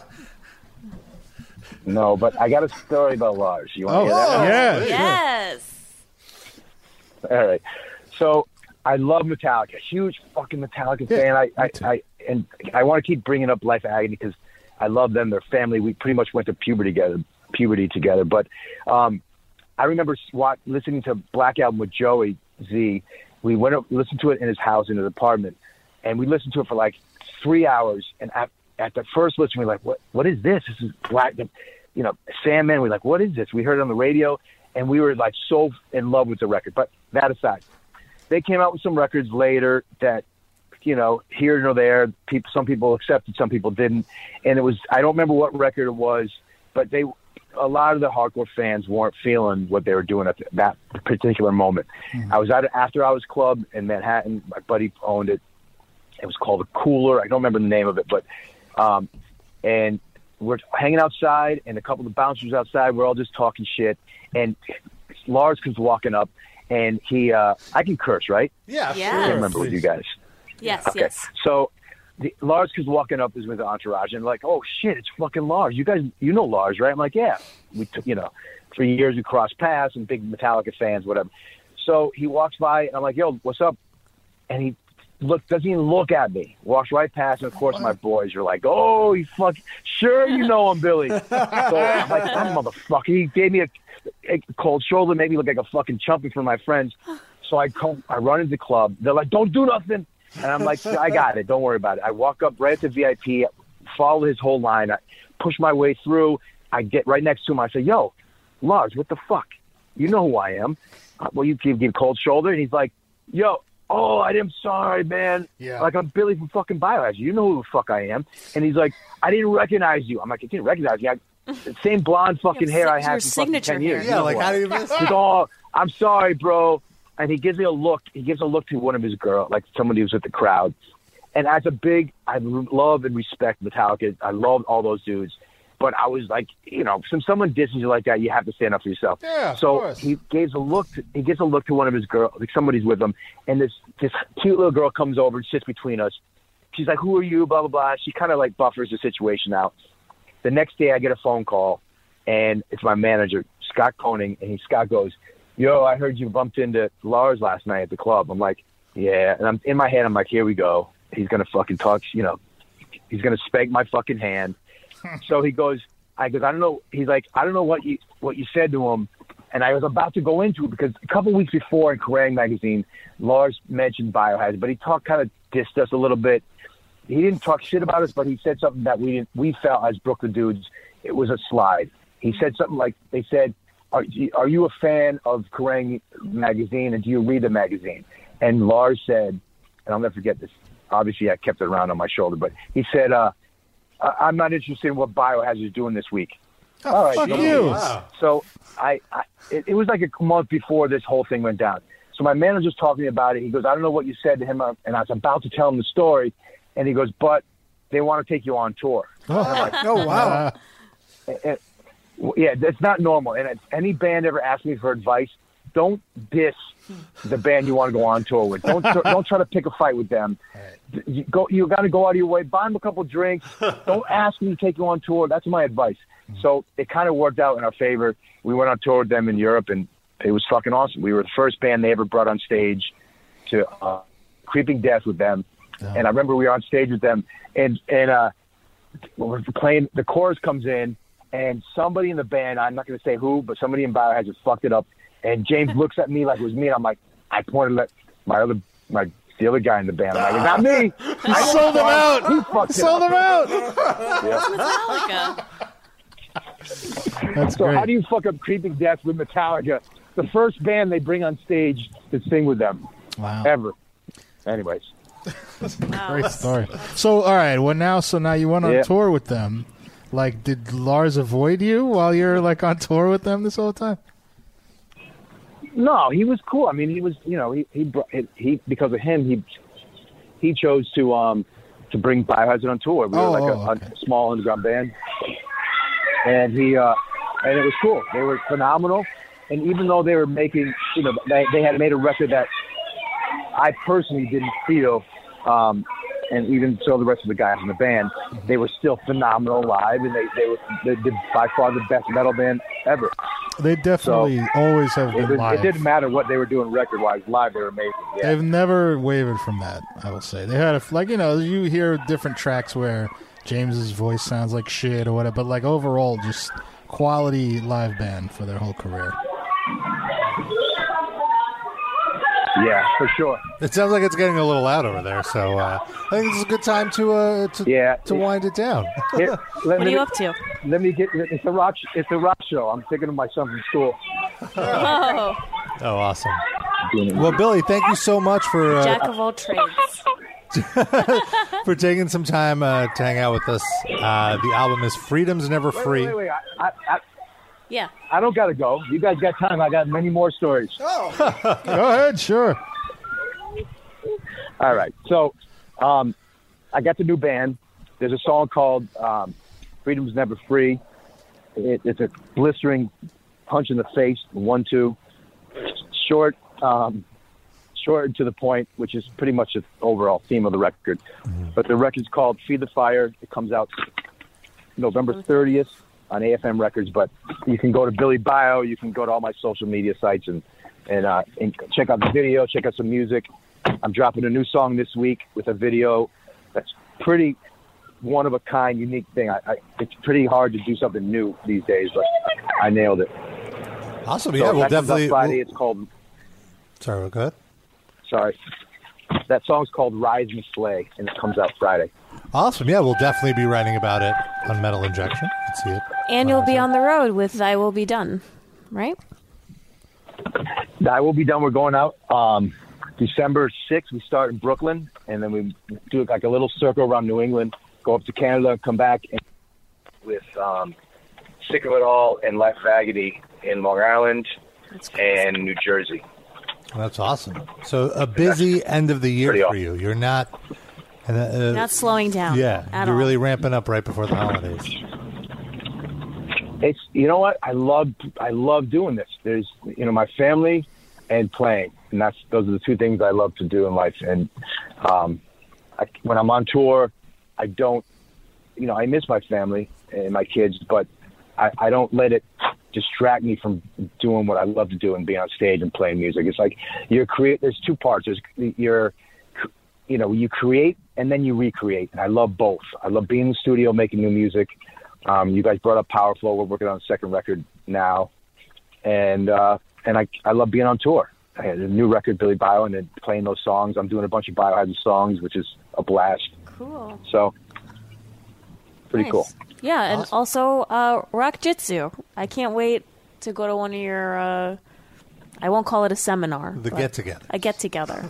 Speaker 7: No, but I got a story about Lars. You want to hear that?
Speaker 4: Oh, yeah.
Speaker 5: Yes.
Speaker 7: All right. So I love Metallica. Huge fucking Metallica
Speaker 4: Yeah,
Speaker 7: fan. I,
Speaker 4: me
Speaker 7: I,
Speaker 4: too.
Speaker 7: I and I want to keep bringing up Life Agony because I love them. Their family. We pretty much went to puberty together. Puberty together. But um, I remember swat, listening to Black Album with Joey Z. We went up, listened to it in his house in his apartment, and we listened to it for like three hours. And at, at the first listen, we were like, "What? What is this? This is Black, you know, Sandman." We're like, "What is this?" We heard it on the radio, and we were like so in love with the record. But that aside, they came out with some records later that you know here nor there people some people accepted some people didn't and it was i don't remember what record it was but they a lot of the hardcore fans weren't feeling what they were doing at that particular moment. I was at an after hours club in Manhattan. My buddy owned it. It was called the Cooler. I don't remember the name of it, but um, and we're hanging outside, and a couple of the bouncers outside. We're all just talking shit, and Lars comes walking up, and he uh, I can curse, right?
Speaker 2: Yeah,
Speaker 5: Yeah.
Speaker 2: sure,
Speaker 7: I can't remember with
Speaker 2: please.
Speaker 7: you guys.
Speaker 5: Yes,
Speaker 7: Okay.
Speaker 5: yes.
Speaker 7: So the, Lars is walking up is with the entourage and like, oh shit, it's fucking Lars. You guys, you know Lars, right? I'm like, yeah. We took, you know, for years we crossed paths and big Metallica fans, whatever. So he walks by and I'm like, yo, what's up? And he look doesn't even look at me. Walks right past, and of course my boys are like, oh, you fuck, sure you know him, Billy. so I'm like, that motherfucker. He gave me a, a cold shoulder, made me look like a fucking chump in front of my friends. So I come, I run into the club. They're like, don't do nothing. And I'm like, I got it. Don't worry about it. I walk up right to VIP, follow his whole line. I push my way through. I get right next to him. I say, yo, Lars, what the fuck? You know who I am. Uh, Well, you give give cold shoulder. And he's like, yo, oh, I am sorry, man.
Speaker 4: Yeah.
Speaker 7: Like, I'm Billy from fucking Biohazard. You know who the fuck I am. And he's like, I didn't recognize you. I'm like, I didn't recognize you. I, same blonde fucking
Speaker 5: Your
Speaker 7: hair
Speaker 5: si-
Speaker 7: I had
Speaker 5: your
Speaker 7: for fucking
Speaker 5: signature
Speaker 7: 10 years.
Speaker 5: hair.
Speaker 7: You
Speaker 2: yeah.
Speaker 7: know
Speaker 2: Like
Speaker 7: who I
Speaker 2: how
Speaker 7: am.
Speaker 2: do you miss?
Speaker 7: He's all, "Oh, I'm sorry, bro. And he gives me a look. He gives a look to one of his girl, like somebody who's with the crowd. And as a big, I love and respect Metallica. I love all those dudes. But I was like, you know, since someone disses you like that, you have to stand up for yourself.
Speaker 4: Yeah, of
Speaker 7: So
Speaker 4: course.
Speaker 7: he gives a look. To, he gives a look to one of his girl, like somebody's with him, and this this cute little girl comes over and sits between us. She's like, "Who are you?" Blah blah blah. She kind of like buffers the situation out. The next day, I get a phone call, and it's my manager, Scott Koning, and he, Scott goes, "Yo, I heard you bumped into Lars last night at the club." I'm like, "Yeah," and I'm in my head, I'm like, "Here we go. He's gonna fucking talk. You know, he's gonna spank my fucking hand." so he goes, "I goes, I don't know." He's like, "I don't know what you what you said to him." And I was about to go into it because a couple weeks before in Kerrang! magazine, Lars mentioned Biohazard, but he talked kind of dissed us a little bit he didn't talk shit about us, but he said something that we didn't, we felt as Brooklyn dudes, it was a slide. He said something like, they said, are, you- are you a fan of Kerrang! magazine and do you read the magazine? And Lars said, and I'll never forget this, obviously I kept it around on my shoulder, but he said, uh, I- I'm not interested in what Biohazard is doing this week. All right,
Speaker 4: Fuck
Speaker 7: don't
Speaker 4: you.
Speaker 7: worry. So I, I it, it was like a month before this whole thing went down. So my manager's talking about it. He goes, I don't know what you said to him, uh, and I was about to tell him the story, and he goes, but they want to take you on tour.
Speaker 6: Oh wow.
Speaker 4: Uh,
Speaker 7: Well, yeah, that's not normal. And if any band ever asks me for advice, don't diss the band you want to go on tour with. Don't tr- don't try to pick a fight with them. You go, you got to go out of your way. Buy them a couple drinks. Don't ask me to take you on tour. That's my advice. So it kind of worked out in our favor. We went on tour with them in Europe, and it was fucking awesome. We were the first band they ever brought on stage to uh, Creeping Death with them. And I remember we were on stage with them, and and uh, when we're playing, the chorus comes in, and somebody in the band, I'm not going to say who, but somebody in bio has just fucked it up. And James looks at me like it was me, and I'm like, I pointed at my other, my the other guy in the band. I'm like, it's not me. I sold them out. He fucked
Speaker 4: sold
Speaker 7: it
Speaker 4: them
Speaker 7: up.
Speaker 4: out.
Speaker 5: Metallica.
Speaker 4: That's
Speaker 7: So
Speaker 4: great.
Speaker 7: how do you fuck up Creeping Death with Metallica, the first band they bring on stage to sing with them
Speaker 4: wow.
Speaker 7: ever? Anyways,
Speaker 4: Great story. So, all right. Well, now, so now you went on
Speaker 7: Yeah.
Speaker 4: tour with them. Like, did Lars avoid you while you're like on tour with them this whole time?
Speaker 7: no, he was cool. I mean, he was, you know, he he br- he, he because of him, he he chose to um to bring Biohazard on tour. We
Speaker 4: Oh,
Speaker 7: were like a,
Speaker 4: oh, okay.
Speaker 7: a small underground band, and he uh, and it was cool. They were phenomenal, and even though they were making, you know, they, they had made a record that I personally didn't feel, um, and even so, the rest of the guys in the band, they were still phenomenal live, and they they were they, did by far the best metal band ever.
Speaker 4: They definitely always have been
Speaker 7: It, was,
Speaker 4: live.
Speaker 7: it didn't matter what they were doing record wise, live they were amazing. Yeah.
Speaker 4: They've never wavered from that. I will say they had a like you know you hear different tracks where James's voice sounds like shit or whatever, but like overall just quality live band for their whole career.
Speaker 7: Yeah, for sure.
Speaker 2: It sounds like it's getting a little loud over there, so uh, I think this is a good time to uh, to,
Speaker 7: Yeah.
Speaker 2: to wind it down.
Speaker 7: Here, let
Speaker 5: What are
Speaker 7: me,
Speaker 5: you up to?
Speaker 7: Let me get. It's a rock. It's a rock show. I'm thinking of my son from school.
Speaker 5: Oh,
Speaker 2: Oh, awesome! Well, Billy, thank you so much for uh,
Speaker 5: jack of all trades.
Speaker 2: for taking some time uh, to hang out with us. Uh, the album is "Freedom's Never Free."
Speaker 7: Wait, wait, wait. I, I, I,
Speaker 5: Yeah.
Speaker 7: I don't got to go. You guys got time. I got many more stories.
Speaker 8: Oh,
Speaker 4: Go ahead, sure.
Speaker 7: All right. So um, I got the new band. There's a song called um, Freedom's Never Free. It, it's a blistering punch in the face, one, two. Short, um, short and to the point, which is pretty much the overall theme of the record. But the record's called Feed the Fire. It comes out November 30th on AFM Records. But you can go to Billy Bio, you can go to all my social media sites and and, uh, and check out the video, check out some music. I'm dropping a new song this week with a video that's pretty one of a kind, unique thing. I, I, it's pretty hard to do something new these days, but I nailed it.
Speaker 2: Awesome. Yeah, we'll
Speaker 7: that comes out
Speaker 2: definitely.
Speaker 7: Friday.
Speaker 2: we'll-
Speaker 7: It's called
Speaker 2: sorry, go ahead.
Speaker 7: sorry. That song's called Rise and Slay, and it comes out Friday.
Speaker 2: Awesome. Yeah, we'll definitely be writing about it on Metal Injection. Let's see it.
Speaker 5: And you'll be on the road with I Will Be Done, right?
Speaker 7: I will be done. We're going out um, December 6th. We start in Brooklyn, and then we do like a little circle around New England, go up to Canada, come back and with um, Sick of It All and Life Vagity in Long Island and New Jersey.
Speaker 2: That's awesome. So a busy end of the year
Speaker 7: Pretty
Speaker 2: for
Speaker 7: awesome.
Speaker 2: you. You're not. And, uh,
Speaker 5: Not slowing down.
Speaker 2: yeah,
Speaker 5: At
Speaker 2: you're
Speaker 5: all.
Speaker 2: really ramping up right before the holidays.
Speaker 7: It's you know what I love. I love doing this. There's you know my family and playing, and that's those are the two things I love to do in life. And um, I, when I'm on tour, I don't, you know, I miss my family and my kids, but I, I don't let it distract me from doing what I love to do and being on stage and playing music. It's like you're create. There's two parts. There's your, you know, you create and then you recreate. And I love both. I love being in the studio making new music. Um, you guys brought up Powerful. We're working on a second record now, and uh, and I I love being on tour. I had a new record, Billy Bio, and then playing those songs. I'm doing a bunch of Biohazard songs, which is a blast.
Speaker 5: cool.
Speaker 7: So pretty
Speaker 5: Nice.
Speaker 7: cool.
Speaker 5: Yeah, and also uh, Rock Jitsu. I can't wait to go to one of your. Uh, I won't call it a seminar.
Speaker 2: The
Speaker 5: but
Speaker 2: get together,
Speaker 5: A get together.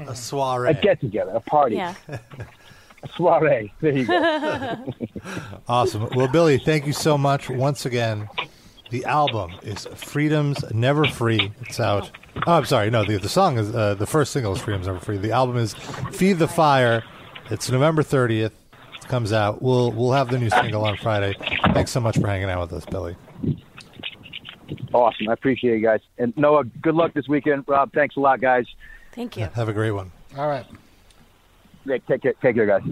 Speaker 2: a soiree.
Speaker 7: A get together, a party,
Speaker 5: Yeah.
Speaker 7: a soiree. There you go.
Speaker 2: Awesome. Well, Billy, thank you so much once again. The album is "Freedom's Never Free." It's out. Oh, I'm sorry. No, the the song is uh, the first single is "Freedom's Never Free." The album is "Feed the Fire." It's November 30th. It comes out. We'll we'll have the new single on Friday. Thanks so much for hanging out with us, Billy.
Speaker 7: awesome. I appreciate you guys. And Noah, good luck this weekend. Rob, thanks a lot, guys.
Speaker 5: Thank you.
Speaker 2: Have a great one.
Speaker 4: All right.
Speaker 7: Yeah, take care, take care, guys.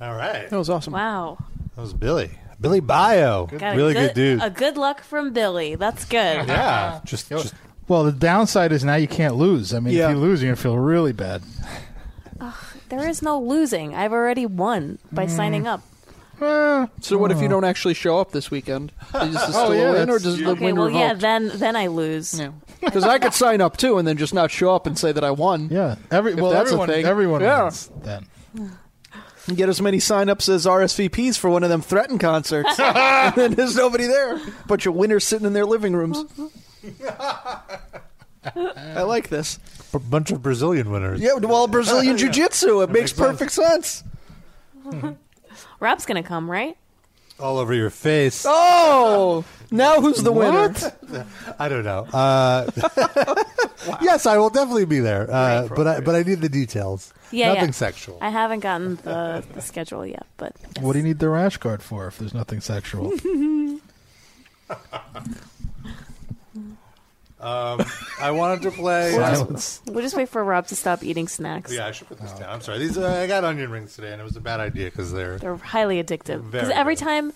Speaker 2: All right.
Speaker 6: That was awesome.
Speaker 5: Wow.
Speaker 2: That was Billy. Billy Bio.
Speaker 5: Got a
Speaker 2: really good, dude.
Speaker 5: A good luck from Billy. That's good.
Speaker 2: yeah. Just, just
Speaker 4: Well, the downside is now you can't lose. I mean,
Speaker 6: Yeah.
Speaker 4: if you lose, you're gonna feel really bad.
Speaker 5: There is no losing. I've already won by
Speaker 2: Hmm.
Speaker 5: signing up.
Speaker 6: So what if
Speaker 4: Uh.
Speaker 6: you don't actually show up this weekend? Is this still
Speaker 4: yeah,
Speaker 6: a win, or
Speaker 4: that's-
Speaker 6: does the
Speaker 5: Okay,
Speaker 6: win
Speaker 5: well, yeah,
Speaker 6: revolt?
Speaker 5: then then I lose.
Speaker 6: Because I could sign up too and then just not show up and say that I won.
Speaker 4: Yeah. Every well,
Speaker 6: that's a
Speaker 4: everyone,
Speaker 6: thing.
Speaker 4: everyone
Speaker 6: Yeah.
Speaker 4: wins then.
Speaker 6: And get as many sign-ups as RSVPs for one of them threatened concerts, and then there's nobody there. Bunch of winners sitting in their living rooms. I like this.
Speaker 2: a bunch of Brazilian winners.
Speaker 6: Yeah, well, Brazilian jiu-jitsu. It makes perfect sense.
Speaker 5: Rob's gonna come, right?
Speaker 2: All over your face.
Speaker 6: Oh, now who's the winner?
Speaker 2: I don't know. Uh, Yes, I will definitely be there. Uh, but I, but I need the details.
Speaker 5: Yeah,
Speaker 2: Nothing
Speaker 5: yeah.
Speaker 2: sexual.
Speaker 5: I haven't gotten the, the schedule yet, but
Speaker 4: What do you need the rash guard for if there's nothing sexual?
Speaker 2: Um, I wanted to play. uh,
Speaker 5: we'll just wait for Rob to stop eating snacks.
Speaker 2: yeah, I should put this down. I'm sorry. These uh, I got onion rings today, and it was a bad idea because they're
Speaker 5: They're highly addictive. Because
Speaker 2: Very
Speaker 5: every
Speaker 2: good.
Speaker 5: time,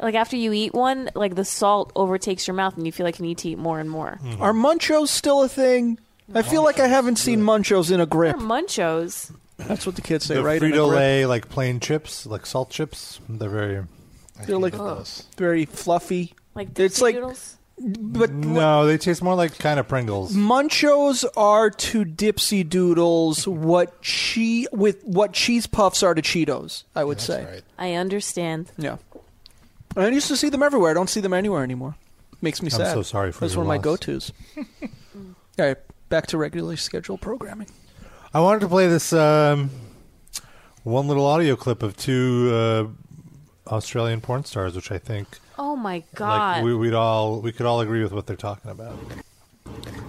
Speaker 5: like after you eat one, like the salt overtakes your mouth, and you feel like you need to eat more and more.
Speaker 2: Mm-hmm.
Speaker 6: Are munchos still a thing? I feel like I haven't seen munchos in a
Speaker 5: Or
Speaker 6: grip.
Speaker 5: Munchos.
Speaker 6: That's what the kids say,
Speaker 2: the
Speaker 6: right? In a
Speaker 2: Frito
Speaker 6: grip.
Speaker 2: Lay like plain chips, like salt chips. They're very
Speaker 6: They're like very fluffy.
Speaker 5: Oh. Like
Speaker 6: It's
Speaker 5: Dipsy
Speaker 6: like-
Speaker 5: Doodles.
Speaker 6: But
Speaker 2: no. They taste more like kind of Pringles.
Speaker 6: Munchos are to Dipsy Doodles what she with what cheese puffs are to Cheetos. I would say.
Speaker 5: I understand.
Speaker 6: Yeah. I used to see them everywhere. I don't see them anywhere anymore. Makes me
Speaker 2: I'm
Speaker 6: sad.
Speaker 2: so sorry for
Speaker 6: That's
Speaker 2: your
Speaker 6: one
Speaker 2: loss.
Speaker 6: of my go-tos. All right, back to regularly scheduled programming.
Speaker 2: I wanted to play this um, one little audio clip of two uh, Australian porn stars, which I think
Speaker 5: Oh my
Speaker 2: like
Speaker 5: god.
Speaker 2: we, we'd all we could all agree with what they're talking about.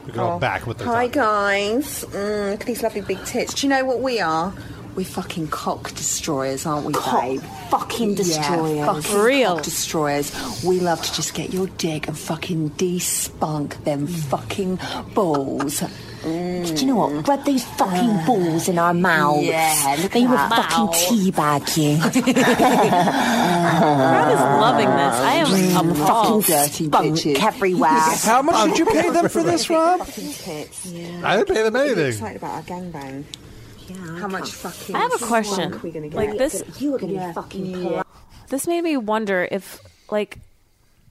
Speaker 2: We could all back what they're
Speaker 9: Oh. Hi
Speaker 2: talking.
Speaker 9: guys, mm, look at these lovely big tits. Do you know what we are? We're fucking cock destroyers, aren't we, babe?
Speaker 10: fucking destroyers.
Speaker 9: Yeah, fucking
Speaker 5: Real.
Speaker 9: cock destroyers. We love to just get your dick and fucking de-spunk them fucking balls. Mm. Ah.
Speaker 10: Do you know what? Rub these fucking balls in our mouths.
Speaker 9: yeah, look
Speaker 10: they
Speaker 9: at
Speaker 10: will
Speaker 9: that.
Speaker 10: fucking teabag you.
Speaker 5: Brad is loving this. I am
Speaker 9: Fucking
Speaker 5: appalled.
Speaker 9: dirty
Speaker 10: Bunk
Speaker 9: bitches.
Speaker 10: everywhere.
Speaker 11: How much did you pay them for this, Rob?
Speaker 9: Fucking tits. Yeah.
Speaker 2: I didn't pay them anything.
Speaker 9: Excited about our gangbang. Yeah. How much fucking?
Speaker 5: I have a question.
Speaker 9: We're gonna get
Speaker 5: Like this
Speaker 10: You are going to
Speaker 9: Yeah.
Speaker 10: be fucking polite.
Speaker 5: this made me wonder if like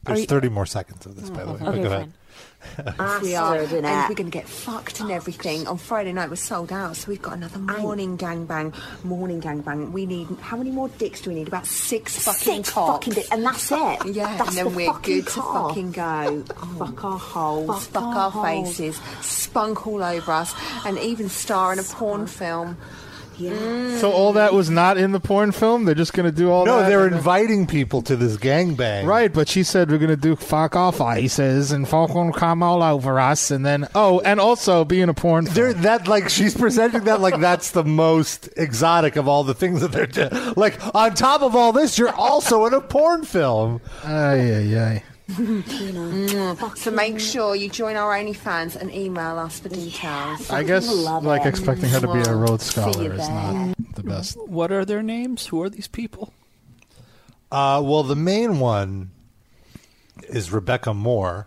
Speaker 2: There's
Speaker 5: you-
Speaker 2: 30 more seconds of this, by the way. but
Speaker 5: okay,
Speaker 2: go ahead.
Speaker 5: fine.
Speaker 9: We are,
Speaker 10: Bastard,
Speaker 9: and
Speaker 10: innit?
Speaker 9: we're going to get fucked and everything. On Friday night, we're sold out, so we've got another morning gangbang. Morning gangbang. We need how many more dicks do we need? About six fucking
Speaker 10: Six
Speaker 9: cocks.
Speaker 10: fucking di- and that's it.
Speaker 9: yeah,
Speaker 10: that's
Speaker 9: and then
Speaker 10: the
Speaker 9: we're
Speaker 10: fucking
Speaker 9: good
Speaker 10: car.
Speaker 9: to fucking go. fuck our holes, fuck,
Speaker 10: Fuck
Speaker 9: our,
Speaker 10: our holes.
Speaker 9: faces, spunk all over us, and even star in a porn film. Mm.
Speaker 4: So all that was not in the porn film. They're just gonna do all
Speaker 2: No,
Speaker 4: that.
Speaker 2: they're inviting people to this gangbang.
Speaker 4: Right, but she said we're gonna do fuck off ices and fuck will come all over us, and then oh, and also be in a porn. film.
Speaker 2: They're, that like she's presenting that like that's the most exotic of all the things that they're doing. Like on top of all this, you're also in a porn film.
Speaker 4: Ay, ay, ay.
Speaker 9: Mm-hmm. So make sure you join our OnlyFans and email us for details.
Speaker 4: I guess
Speaker 10: love
Speaker 4: like
Speaker 10: it.
Speaker 4: expecting her to be a Rhodes
Speaker 9: you
Speaker 4: scholar is not the best.
Speaker 11: What are their names? Who are these people?
Speaker 2: Uh, well, the main one is Rebecca Moore.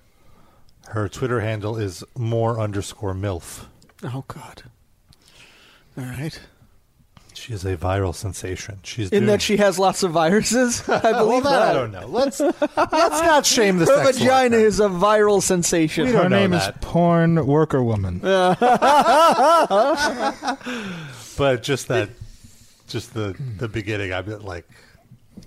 Speaker 2: Her Twitter handle is Moore underscore milf.
Speaker 11: Oh God. All right.
Speaker 2: She is a viral sensation. She's
Speaker 11: In
Speaker 2: doing-
Speaker 11: that she has lots of viruses. I
Speaker 2: Well,
Speaker 11: believe
Speaker 2: that
Speaker 11: that.
Speaker 2: I don't know. Let's let's not shame this.
Speaker 11: Her
Speaker 2: sex
Speaker 11: vagina
Speaker 2: worker.
Speaker 11: is a viral sensation.
Speaker 2: We don't
Speaker 4: Her
Speaker 2: know
Speaker 4: name is
Speaker 2: that.
Speaker 4: Porn Worker Woman.
Speaker 2: but just that, just the the beginning. I've been like,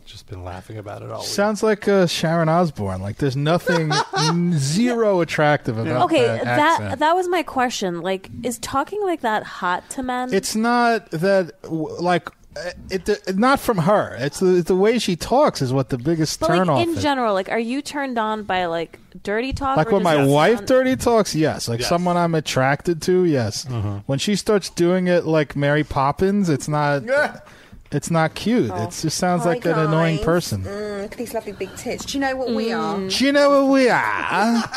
Speaker 2: just been laughing about it all. week.
Speaker 4: Sounds like uh, Sharon Osbourne. Like there's nothing, n- zero attractive about
Speaker 5: Okay,
Speaker 4: that,
Speaker 5: that
Speaker 4: accent.
Speaker 5: that was my question. Like, is talking like that hot to men?
Speaker 4: it's not that w- like uh, it. it- Not from her. It's the, the way she talks is what the biggest
Speaker 5: but
Speaker 4: turn
Speaker 5: like
Speaker 4: off.
Speaker 5: in
Speaker 4: is.
Speaker 5: general, like, are you turned on by like dirty talk?
Speaker 4: Like
Speaker 5: or
Speaker 4: when
Speaker 5: does
Speaker 4: my
Speaker 5: it
Speaker 4: wife
Speaker 5: sound-
Speaker 4: dirty talks, yes. Like
Speaker 2: Yes. Uh-huh.
Speaker 4: someone I'm attracted to, yes. When she starts doing it like Mary Poppins, it's not. It's not cute. It just sounds like
Speaker 9: Oh. Hi,
Speaker 4: an annoying
Speaker 9: guys.
Speaker 4: person.
Speaker 9: Mm, look at these lovely big tits. Do you know what we are?
Speaker 4: Do you know where we are?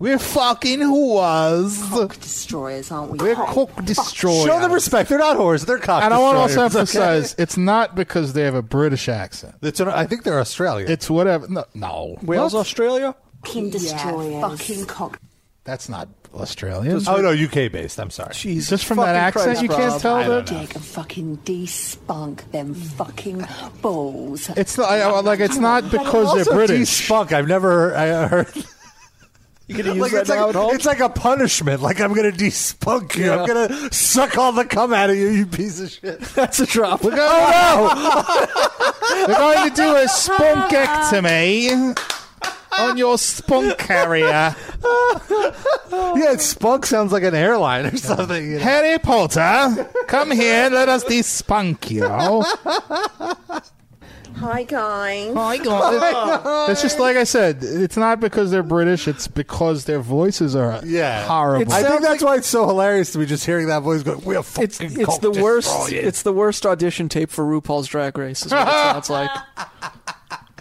Speaker 4: We're fucking whores.
Speaker 9: Cock destroyers, aren't we?
Speaker 4: We're
Speaker 9: babe?
Speaker 4: cook destroyers.
Speaker 2: Show them respect. They're not whores. They're cock.
Speaker 4: And I want to also
Speaker 2: destroyers,
Speaker 4: emphasize it's not because they have a British accent.
Speaker 2: okay? It's an- I think they're Australian.
Speaker 4: It's whatever. No, no.
Speaker 11: Wales, Australia.
Speaker 10: Fucking destroyers.
Speaker 9: Yeah, fucking cock
Speaker 4: that's not Australian.
Speaker 2: oh no, UK based. I'm sorry.
Speaker 11: Jesus.
Speaker 4: Just from that
Speaker 11: fucking
Speaker 4: accent,
Speaker 11: Christ,
Speaker 4: you can't
Speaker 11: Rob.
Speaker 4: tell
Speaker 2: I don't
Speaker 4: that
Speaker 2: know.
Speaker 9: dick and fucking de-spunk them fucking balls.
Speaker 4: Mm. It's not I, I- like it's not because they're
Speaker 2: Also,
Speaker 4: British.
Speaker 2: de-spunk. I've never I heard.
Speaker 11: You gonna use
Speaker 2: Like,
Speaker 11: that
Speaker 2: it's,
Speaker 11: now at
Speaker 2: like,
Speaker 11: home?
Speaker 2: it's like a punishment. Like I'm gonna despunk you. I'm gonna suck all the cum out of you. You piece of shit.
Speaker 11: That's a drop.
Speaker 4: We're going, oh no! We're going to do a spunkectomy on your spunk carrier,
Speaker 2: Yeah, it spunk sounds like an airline or something. you know?
Speaker 4: Harry Potter. Come here, let us despunk you.
Speaker 9: Hi guys.
Speaker 4: It's just like I said. It's not because they're British. It's because their voices are
Speaker 2: Yeah.
Speaker 4: horrible.
Speaker 2: I think
Speaker 11: sounds
Speaker 2: that's why it's so hilarious to me just hearing that voice going, "We're fucking." Oh,
Speaker 11: It's it's
Speaker 2: cult
Speaker 11: the worst.
Speaker 2: destroyers."
Speaker 11: It's the worst audition tape for RuPaul's Drag Race. Is what it sounds like.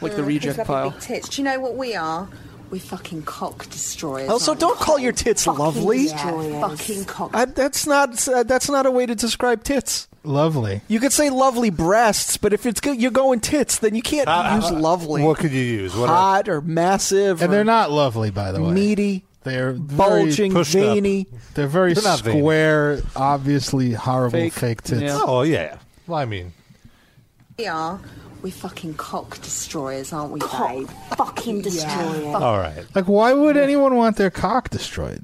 Speaker 11: Like the
Speaker 9: These
Speaker 11: reject
Speaker 9: lovely
Speaker 11: pile.
Speaker 9: big tits. Do you know what we are? We're fucking cock destroyers.
Speaker 11: Also,
Speaker 9: aren't we?
Speaker 11: don't call your tits lovely.
Speaker 9: Yeah, fucking cock.
Speaker 11: I, that's not uh, that's not a way to describe tits.
Speaker 4: Lovely.
Speaker 11: You could say lovely breasts, but if it's go- you're going tits, then you can't
Speaker 2: Uh,
Speaker 11: use
Speaker 2: uh,
Speaker 11: lovely,
Speaker 2: What could you use? What are-
Speaker 11: hot, or massive,
Speaker 4: And
Speaker 11: or
Speaker 4: they're not lovely, by the way.
Speaker 11: meaty,
Speaker 4: They're very-
Speaker 11: bulging,
Speaker 2: pushed up.
Speaker 11: veiny.
Speaker 4: They're very
Speaker 2: They're not veiny.
Speaker 4: square, obviously horrible fake,
Speaker 11: Fake.
Speaker 4: tits.
Speaker 11: Yeah.
Speaker 2: Oh yeah. Well, I mean,
Speaker 9: We are. We're fucking cock destroyers, aren't we, babe?
Speaker 10: Fucking destroyers.
Speaker 2: all right.
Speaker 4: Like, why would anyone want their cock destroyed?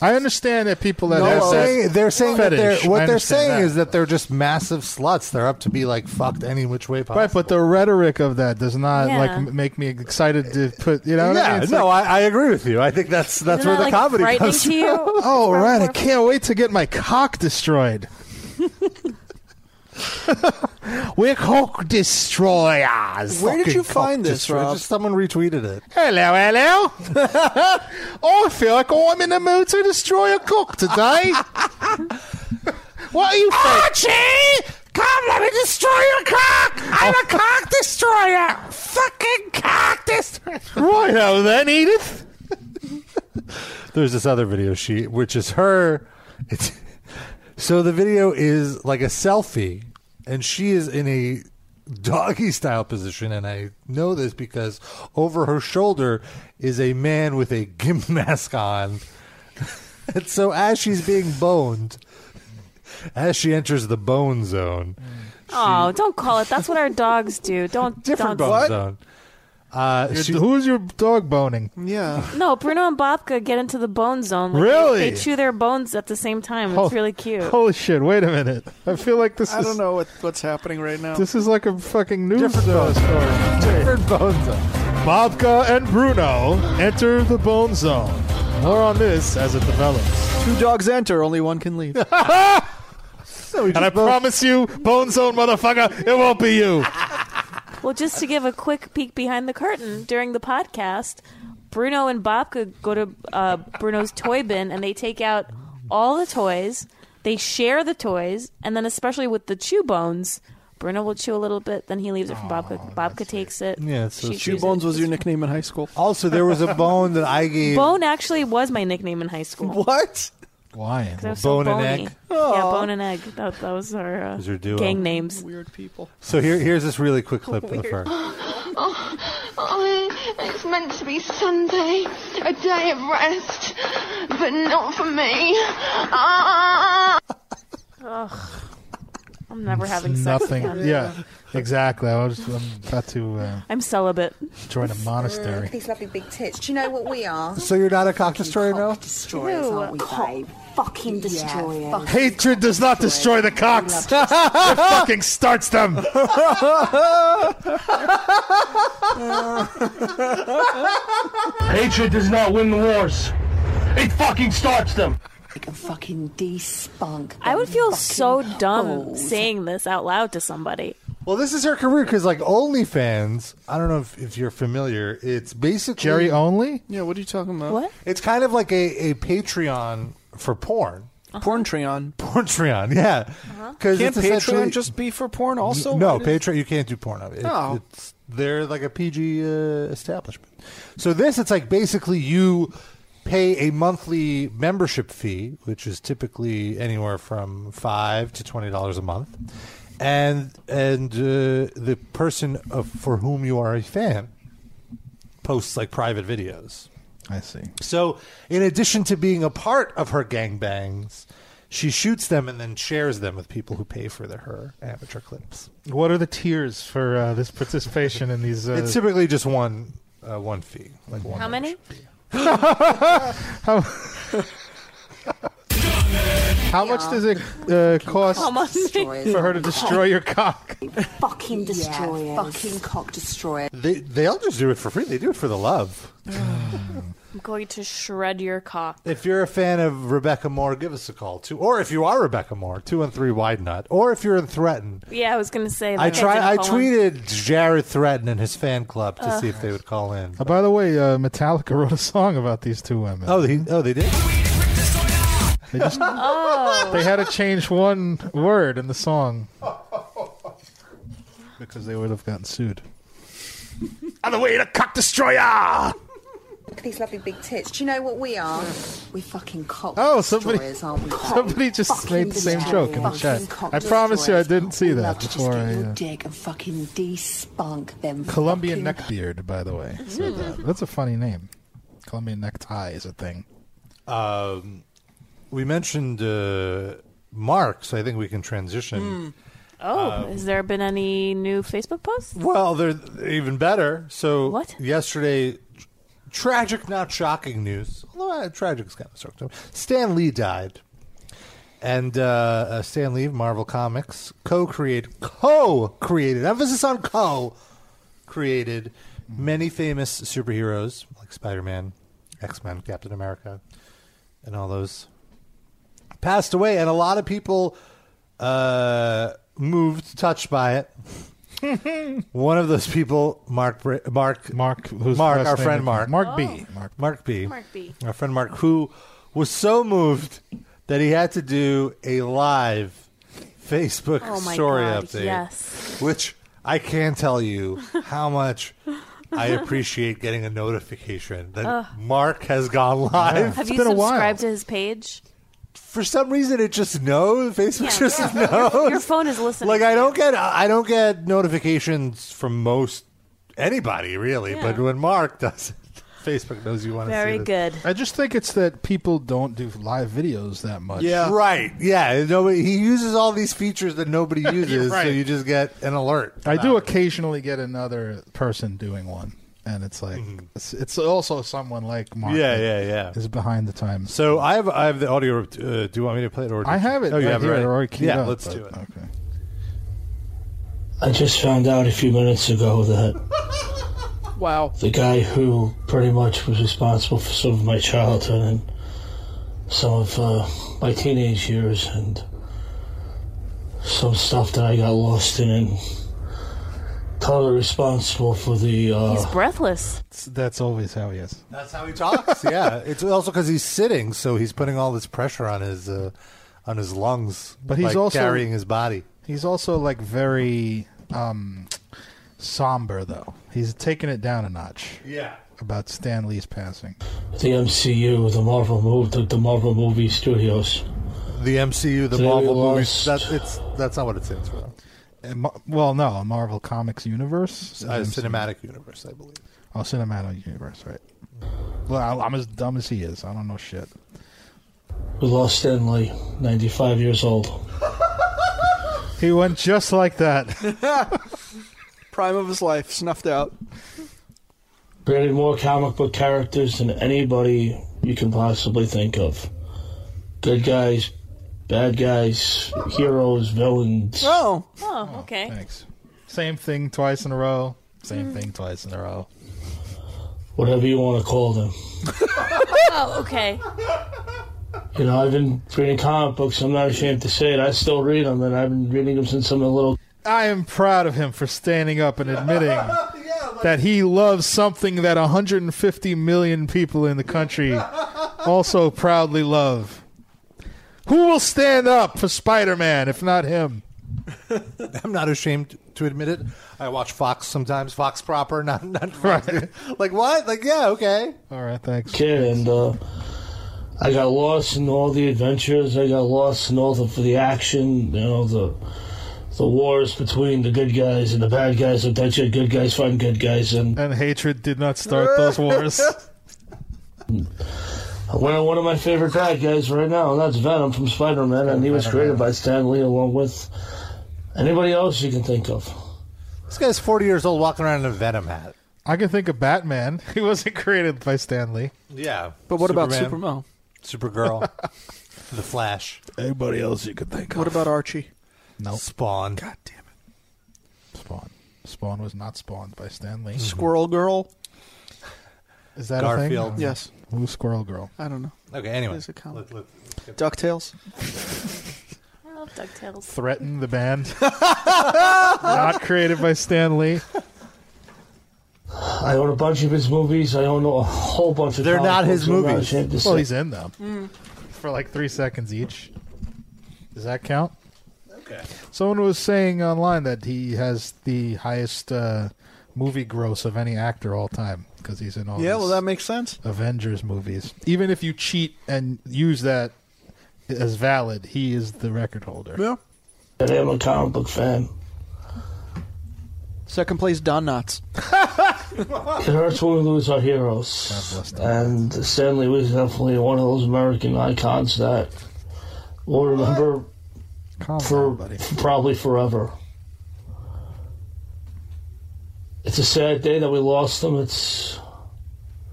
Speaker 4: I understand that people that
Speaker 2: They're
Speaker 4: have that
Speaker 2: saying, they're saying that they're
Speaker 4: fetish, I
Speaker 2: what they're
Speaker 4: understand
Speaker 2: saying
Speaker 4: that.
Speaker 2: is that they're just massive sluts. They're up to be like fucked any which way possible.
Speaker 4: Right, but the rhetoric of that does not
Speaker 5: Yeah.
Speaker 4: like m- make me excited to put. You know what I mean?
Speaker 2: yeah,
Speaker 4: It's
Speaker 2: no,
Speaker 4: like,
Speaker 2: I, I agree with you. I think that's that's
Speaker 5: Isn't
Speaker 2: where the
Speaker 5: that, like,
Speaker 2: comedy
Speaker 5: frightening
Speaker 2: comes.
Speaker 5: to you?
Speaker 4: oh right, I can't wait to get my cock destroyed. We're Hulk destroyers.
Speaker 11: Where did you
Speaker 4: Fucking Hulk
Speaker 11: find this,
Speaker 4: destroyers.
Speaker 11: Rob?
Speaker 4: Just-
Speaker 2: Someone retweeted it.
Speaker 4: Hello, hello. Oh, I feel like I'm in the mood to destroy a cook today. what are you Archie! Come, let me destroy your cock! I'm a cock destroyer! Fucking cock destroyer! Righto then, Edith.
Speaker 2: there's this other video she which is her it's so the video is like a selfie and she is in a doggy style position and i know this because over her shoulder is a man with a gimp mask on and so as she's being boned as she enters the bone zone
Speaker 5: Oh, don't call it. That's what our dogs do. Don't
Speaker 2: different
Speaker 5: don't,
Speaker 2: bone zone uh, she-
Speaker 4: who's your dog boning
Speaker 11: Yeah.
Speaker 5: No, Bruno and Bobka get into the bone zone. Like, they-
Speaker 4: Really?
Speaker 5: They, chew their bones at the same time. It's
Speaker 4: Hol-
Speaker 5: really cute.
Speaker 4: Holy shit, wait a minute. I feel like this
Speaker 11: I
Speaker 4: is
Speaker 11: don't know what, what's happening right now.
Speaker 4: this is like a fucking news show story.
Speaker 2: different bone zone
Speaker 4: Bobka and Bruno enter the bone zone. More on this as it develops.
Speaker 11: Two dogs enter, only one can leave.
Speaker 4: And I promise you, bone zone motherfucker, it won't be you.
Speaker 5: Well, just to give a quick peek behind the curtain during the podcast, Bruno and Bobka go to uh, Bruno's toy bin and they take out all the toys. They share the toys, and then especially with the chew bones, Bruno will chew a little bit, then he leaves it for Bobka. Bobka takes it.
Speaker 2: Yeah, it's so
Speaker 5: she
Speaker 2: chew
Speaker 5: chews
Speaker 11: Shoe
Speaker 5: it.
Speaker 11: Bones was your nickname in high school.
Speaker 2: also there was a bone that i gave
Speaker 5: Bone actually was my nickname in high school.
Speaker 11: What?
Speaker 4: Why?
Speaker 5: 'Cause I was
Speaker 2: Bone
Speaker 5: so
Speaker 2: and
Speaker 5: bony.
Speaker 2: egg?
Speaker 5: Yeah, bone and egg. That, that was our uh,
Speaker 2: Those are duo.
Speaker 5: gang names.
Speaker 11: Weird people.
Speaker 2: so here, here's this really quick clip of her
Speaker 8: Oh, it's meant to be Sunday, a day of rest, but not for me. Ah.
Speaker 5: I'm never having sex.
Speaker 4: Nothing. Yeah.
Speaker 5: again.
Speaker 4: exactly. I was I'm about to uh,
Speaker 5: I'm celibate.
Speaker 4: join a monastery.
Speaker 9: Mm, These lovely big tits. Do you know what we are?
Speaker 2: So you're not a cock destroyer now?
Speaker 9: Cock destroyers, aren't we, babe?
Speaker 10: Fucking destroyer.
Speaker 9: Yeah, fuck
Speaker 4: Hatred does not destroy the cocks. it fucking starts them.
Speaker 3: Hatred does not win the wars. It fucking starts them.
Speaker 10: I can fucking despunk.
Speaker 5: I would feel
Speaker 10: fucking
Speaker 5: so dumb
Speaker 10: holes.
Speaker 5: saying this out loud to somebody.
Speaker 2: Well, this is her career because, like, OnlyFans. I don't know if, if you're familiar. It's basically
Speaker 4: Jerry only?
Speaker 11: Yeah, what are you talking about?
Speaker 5: What?
Speaker 2: It's kind of like a, a Patreon for porn.
Speaker 11: Uh-huh. Porn Treon. Uh-huh.
Speaker 2: Porntreon, yeah. Because
Speaker 11: Can't
Speaker 2: it's essentially-
Speaker 11: Patreon just be for porn also?
Speaker 2: no
Speaker 11: Why did-
Speaker 2: Patreon. You can't do porn of it.
Speaker 11: Oh.
Speaker 2: It's, they're like a PG uh, establishment. So this, it's like basically you pay a monthly membership fee, which is typically anywhere from five to twenty dollars a month, and and uh, the person of, for whom you are a fan posts like private videos.
Speaker 4: I see.
Speaker 2: So, in addition to being a part of her gangbangs, she shoots them and then shares them with people who pay for their, her amateur clips.
Speaker 4: What are the tiers for uh, this participation in these? Uh,
Speaker 2: It's typically just one uh, one fee, like one.
Speaker 5: How many?
Speaker 4: how much does it uh, cost
Speaker 5: How much?
Speaker 9: destroyers.
Speaker 4: for her to destroy your cock?
Speaker 10: Fucking destroyers.
Speaker 9: Yeah, fucking cock destroyer.
Speaker 2: They they'll just do it for free. They do it for the love.
Speaker 5: I'm going to shred your cock.
Speaker 2: If you're a fan of Rebecca Moore, give us a call too. Or if you are Rebecca Moore, two and three wide nut. Or if you're in Threaten,
Speaker 5: Yeah, I was gonna say.
Speaker 2: I
Speaker 5: Like,
Speaker 2: try. I
Speaker 5: didn't call him.
Speaker 2: tweeted Jared Threaten and his fan club to see if they would call in.
Speaker 4: Uh, by the way, uh, Metallica wrote a song about these two women.
Speaker 2: Oh, they, oh, they did.
Speaker 4: They, just,
Speaker 5: Oh.
Speaker 4: they had to change one word in the song because they would have gotten sued. On the way to cock destroyer.
Speaker 9: Look at these lovely big tits. Do you know what we are? We're fucking cock
Speaker 4: Oh, somebody-
Speaker 9: destroyers, aren't we?
Speaker 4: Somebody just made the same joke in the chat. I promise you, I didn't see that before.
Speaker 10: Just
Speaker 4: I,
Speaker 10: get your
Speaker 4: uh,
Speaker 10: dick and fucking despunk them. Mm.
Speaker 4: Colombian neckbeard, by the way. said that. That's a funny name. Colombian necktie is a thing.
Speaker 2: Um, we mentioned uh, Mark, so I think we can transition.
Speaker 5: Oh,
Speaker 2: Um,
Speaker 5: has there been any new Facebook posts?
Speaker 2: Well, they're even better. So
Speaker 5: What?
Speaker 2: yesterday, tr- tragic, not shocking news. Although uh, tragic's kind of shocking. Stan Lee died, and uh, uh, Stan Lee, of Marvel Comics, co-created, co-created, emphasis on co, created many famous superheroes like Spider-Man, X-Men, Captain America, and all those. Passed away, and a lot of people uh, moved, touched by it. One of those people, Mark, Bra- Mark, Mark,
Speaker 4: whose
Speaker 2: Mark,
Speaker 4: last
Speaker 2: our
Speaker 4: name
Speaker 2: friend
Speaker 4: is-
Speaker 2: Mark,
Speaker 4: Mark B. Oh. Mark-
Speaker 2: Mark B,
Speaker 4: Mark B.
Speaker 2: our friend Mark, who was so moved that he had to do a live Facebook
Speaker 5: Oh my
Speaker 2: story
Speaker 5: God,
Speaker 2: update.
Speaker 5: yes.
Speaker 2: which I can tell you how much I appreciate getting a notification that
Speaker 5: Ugh.
Speaker 2: Mark has gone live.
Speaker 5: Have you subscribed to his page?
Speaker 2: For some reason, it just knows. Facebook
Speaker 5: Yeah.
Speaker 2: just
Speaker 5: Your-
Speaker 2: knows.
Speaker 5: Your phone is listening.
Speaker 2: like I don't get I don't get notifications from most anybody really,
Speaker 5: Yeah.
Speaker 2: but when Mark does it, Facebook knows you want to see this.
Speaker 4: I just think it's that people don't do live videos that much.
Speaker 2: right. Yeah, nobody. He uses all these features that nobody uses, so
Speaker 4: right.
Speaker 2: you just get an alert.
Speaker 4: I do occasionally get another person doing one, and it's like it's, it's also someone like Mark.
Speaker 2: Mm-hmm. Yeah,
Speaker 4: that
Speaker 2: yeah, yeah.
Speaker 4: Is behind the times.
Speaker 2: So I have I have the audio. Uh, do you want me to play it or
Speaker 4: I have it
Speaker 2: Oh, you
Speaker 4: right
Speaker 2: have it
Speaker 4: here,
Speaker 2: right?
Speaker 4: already queued
Speaker 2: yeah,
Speaker 4: up,
Speaker 2: let's
Speaker 4: but-
Speaker 2: do it.
Speaker 4: Okay.
Speaker 12: I just found out a few minutes ago that
Speaker 11: Wow.
Speaker 12: the guy who pretty much was responsible for some of my childhood and some of uh, my teenage years and some stuff that I got lost in and totally responsible for the uh,
Speaker 5: He's breathless.
Speaker 4: That's always how he is.
Speaker 2: That's how he talks. yeah, it's also because he's sitting, so he's putting all this pressure on his uh, on his lungs,
Speaker 4: But he's
Speaker 2: like,
Speaker 4: also-
Speaker 2: carrying his body.
Speaker 4: He's also like very um, somber, though. He's taken it down a notch.
Speaker 2: Yeah.
Speaker 4: About Stan Lee's passing.
Speaker 12: the MCU, the Marvel move, the, the Marvel movie studios.
Speaker 2: The MCU, the
Speaker 12: They
Speaker 2: Marvel movies.
Speaker 12: lost-
Speaker 2: That's it's that's not what it stands for.
Speaker 4: And Mar- well, no, a Marvel Comics universe,
Speaker 2: Uh, cinematic universe, I believe.
Speaker 4: Oh, cinematic universe, right? Well, I- I'm as dumb as he is. I don't know shit.
Speaker 12: We lost Stanley, 95 years old.
Speaker 4: He went just like that.
Speaker 11: Prime of his life, snuffed out.
Speaker 12: created more comic book characters than anybody you can possibly think of. Good guys, bad guys, heroes, villains.
Speaker 4: Oh.
Speaker 5: Oh, okay.
Speaker 4: Thanks. Same thing twice in a row.
Speaker 11: Mm.
Speaker 4: Same thing twice in a row.
Speaker 12: Whatever you want to call them.
Speaker 5: oh, okay.
Speaker 12: You know, I've been reading comic books. I'm not ashamed to say it. I still read them, and I've been reading them since I'm a little.
Speaker 4: I am proud of him for standing up and admitting that he loves something that 150 million people in the country also proudly love. Who will stand up for Spider Man if not him?
Speaker 2: I'm not ashamed to admit it. I watch Fox sometimes, Fox proper, not not Fox. like what? Like yeah, okay.
Speaker 4: All right, thanks.
Speaker 12: Kid, and uh, I got lost in all the adventures. I got lost in all the the action. You know the the wars between the good guys and the bad guys. The Dutch good guys fighting good guys, and
Speaker 4: and hatred did not start those wars.
Speaker 12: One of, one of my favorite bad guys right now, and that's Venom from Spider Man, and he was created by Stan Lee along with anybody else you can think of.
Speaker 2: This guy's 40 years old, walking around in a Venom hat.
Speaker 4: I can think of Batman. He wasn't created by Stanley.
Speaker 2: Yeah,
Speaker 11: But what about Superman?
Speaker 2: Supergirl, The Flash,
Speaker 4: anybody else you could think
Speaker 11: What about Archie?
Speaker 4: No.
Speaker 2: Spawn. God
Speaker 11: damn
Speaker 4: it. Spawn. Spawn was not spawned by Stanley.
Speaker 11: Squirrel Girl?
Speaker 4: Is that a
Speaker 11: Garfield.
Speaker 4: thing?
Speaker 11: Yes.
Speaker 4: Who's Squirrel Girl?
Speaker 11: I don't know.
Speaker 2: Okay, anyway.
Speaker 11: There's a comic.
Speaker 2: Let-
Speaker 11: DuckTales?
Speaker 5: I love DuckTales.
Speaker 4: Threaten the band. not created by Stanley.
Speaker 12: I own a bunch of his movies. I own a whole bunch of.
Speaker 4: They're
Speaker 12: comic
Speaker 4: not
Speaker 12: books.
Speaker 4: his
Speaker 12: I'm not
Speaker 4: movies.
Speaker 12: ashamed to
Speaker 4: Well,
Speaker 12: say.
Speaker 4: he's in them
Speaker 2: Mm.
Speaker 4: for like three seconds each. Does that count?
Speaker 2: Okay.
Speaker 4: Someone was saying online that he has the highest uh, movie gross of any actor all time because he's in all.
Speaker 11: Yeah,
Speaker 4: these
Speaker 11: well, that makes sense.
Speaker 4: Avengers movies. Even if you cheat and use that as valid, he is the record holder.
Speaker 11: Yeah.
Speaker 12: That I am a comic book fan.
Speaker 11: Second place, Don Knotts.
Speaker 12: It hurts when we lose our heroes. And Stanley was definitely one of those American icons that we'll remember for probably forever. It's a sad day that we lost them. It's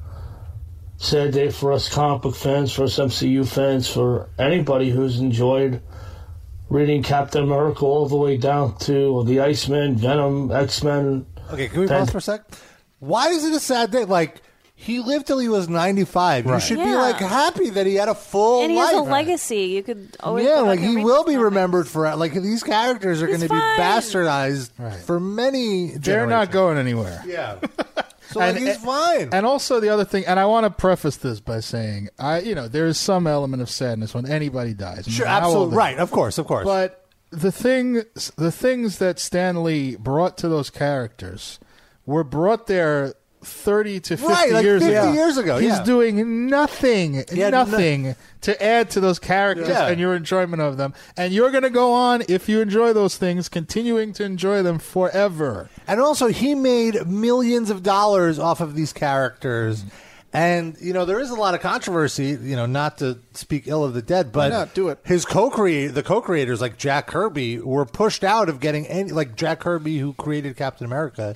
Speaker 12: a sad day for us comic book fans, for us MCU fans, for anybody who's enjoyed reading Captain America all the way down to the Iceman, Venom, X Men.
Speaker 2: Okay, can we
Speaker 12: Then-
Speaker 2: pause for a sec? Why is it a sad day? Like He lived till he was 95. You
Speaker 5: Right.
Speaker 2: should be
Speaker 5: Yeah.
Speaker 2: like happy that he had a full
Speaker 5: and he
Speaker 2: life.
Speaker 5: has a legacy. You could always
Speaker 2: yeah,
Speaker 5: go back
Speaker 2: like
Speaker 5: and
Speaker 2: he
Speaker 5: read
Speaker 2: will be remembered for like these characters are
Speaker 5: He's
Speaker 2: going to be
Speaker 5: fine.
Speaker 2: bastardized for many.
Speaker 4: They're not going anywhere.
Speaker 2: Yeah. So like, he's
Speaker 4: fine. And also the other thing, and I want to preface this by saying, I you know there is some element of sadness when anybody dies. no
Speaker 2: Sure,
Speaker 4: matter how old
Speaker 2: absolutely
Speaker 4: they
Speaker 2: right.
Speaker 4: are.
Speaker 2: Of course, of course.
Speaker 4: But the thing, the things that Stanley brought to those characters were brought there thirty to fifty
Speaker 2: Right, like
Speaker 4: years
Speaker 2: 50
Speaker 4: ago.
Speaker 2: years ago,
Speaker 4: he's
Speaker 2: yeah.
Speaker 4: doing nothing,
Speaker 2: Yeah, no-
Speaker 4: nothing to add to those characters
Speaker 2: Yeah.
Speaker 4: and your enjoyment of them. And you're going to go on if you enjoy those things, continuing to enjoy them forever.
Speaker 2: And also, he made millions of dollars off of these characters. And, you know, there is a lot of controversy, you know, not to speak ill of the dead, but
Speaker 11: not?
Speaker 2: do it. His co creator the co creators like Jack Kirby were pushed out of getting any like Jack Kirby who created Captain America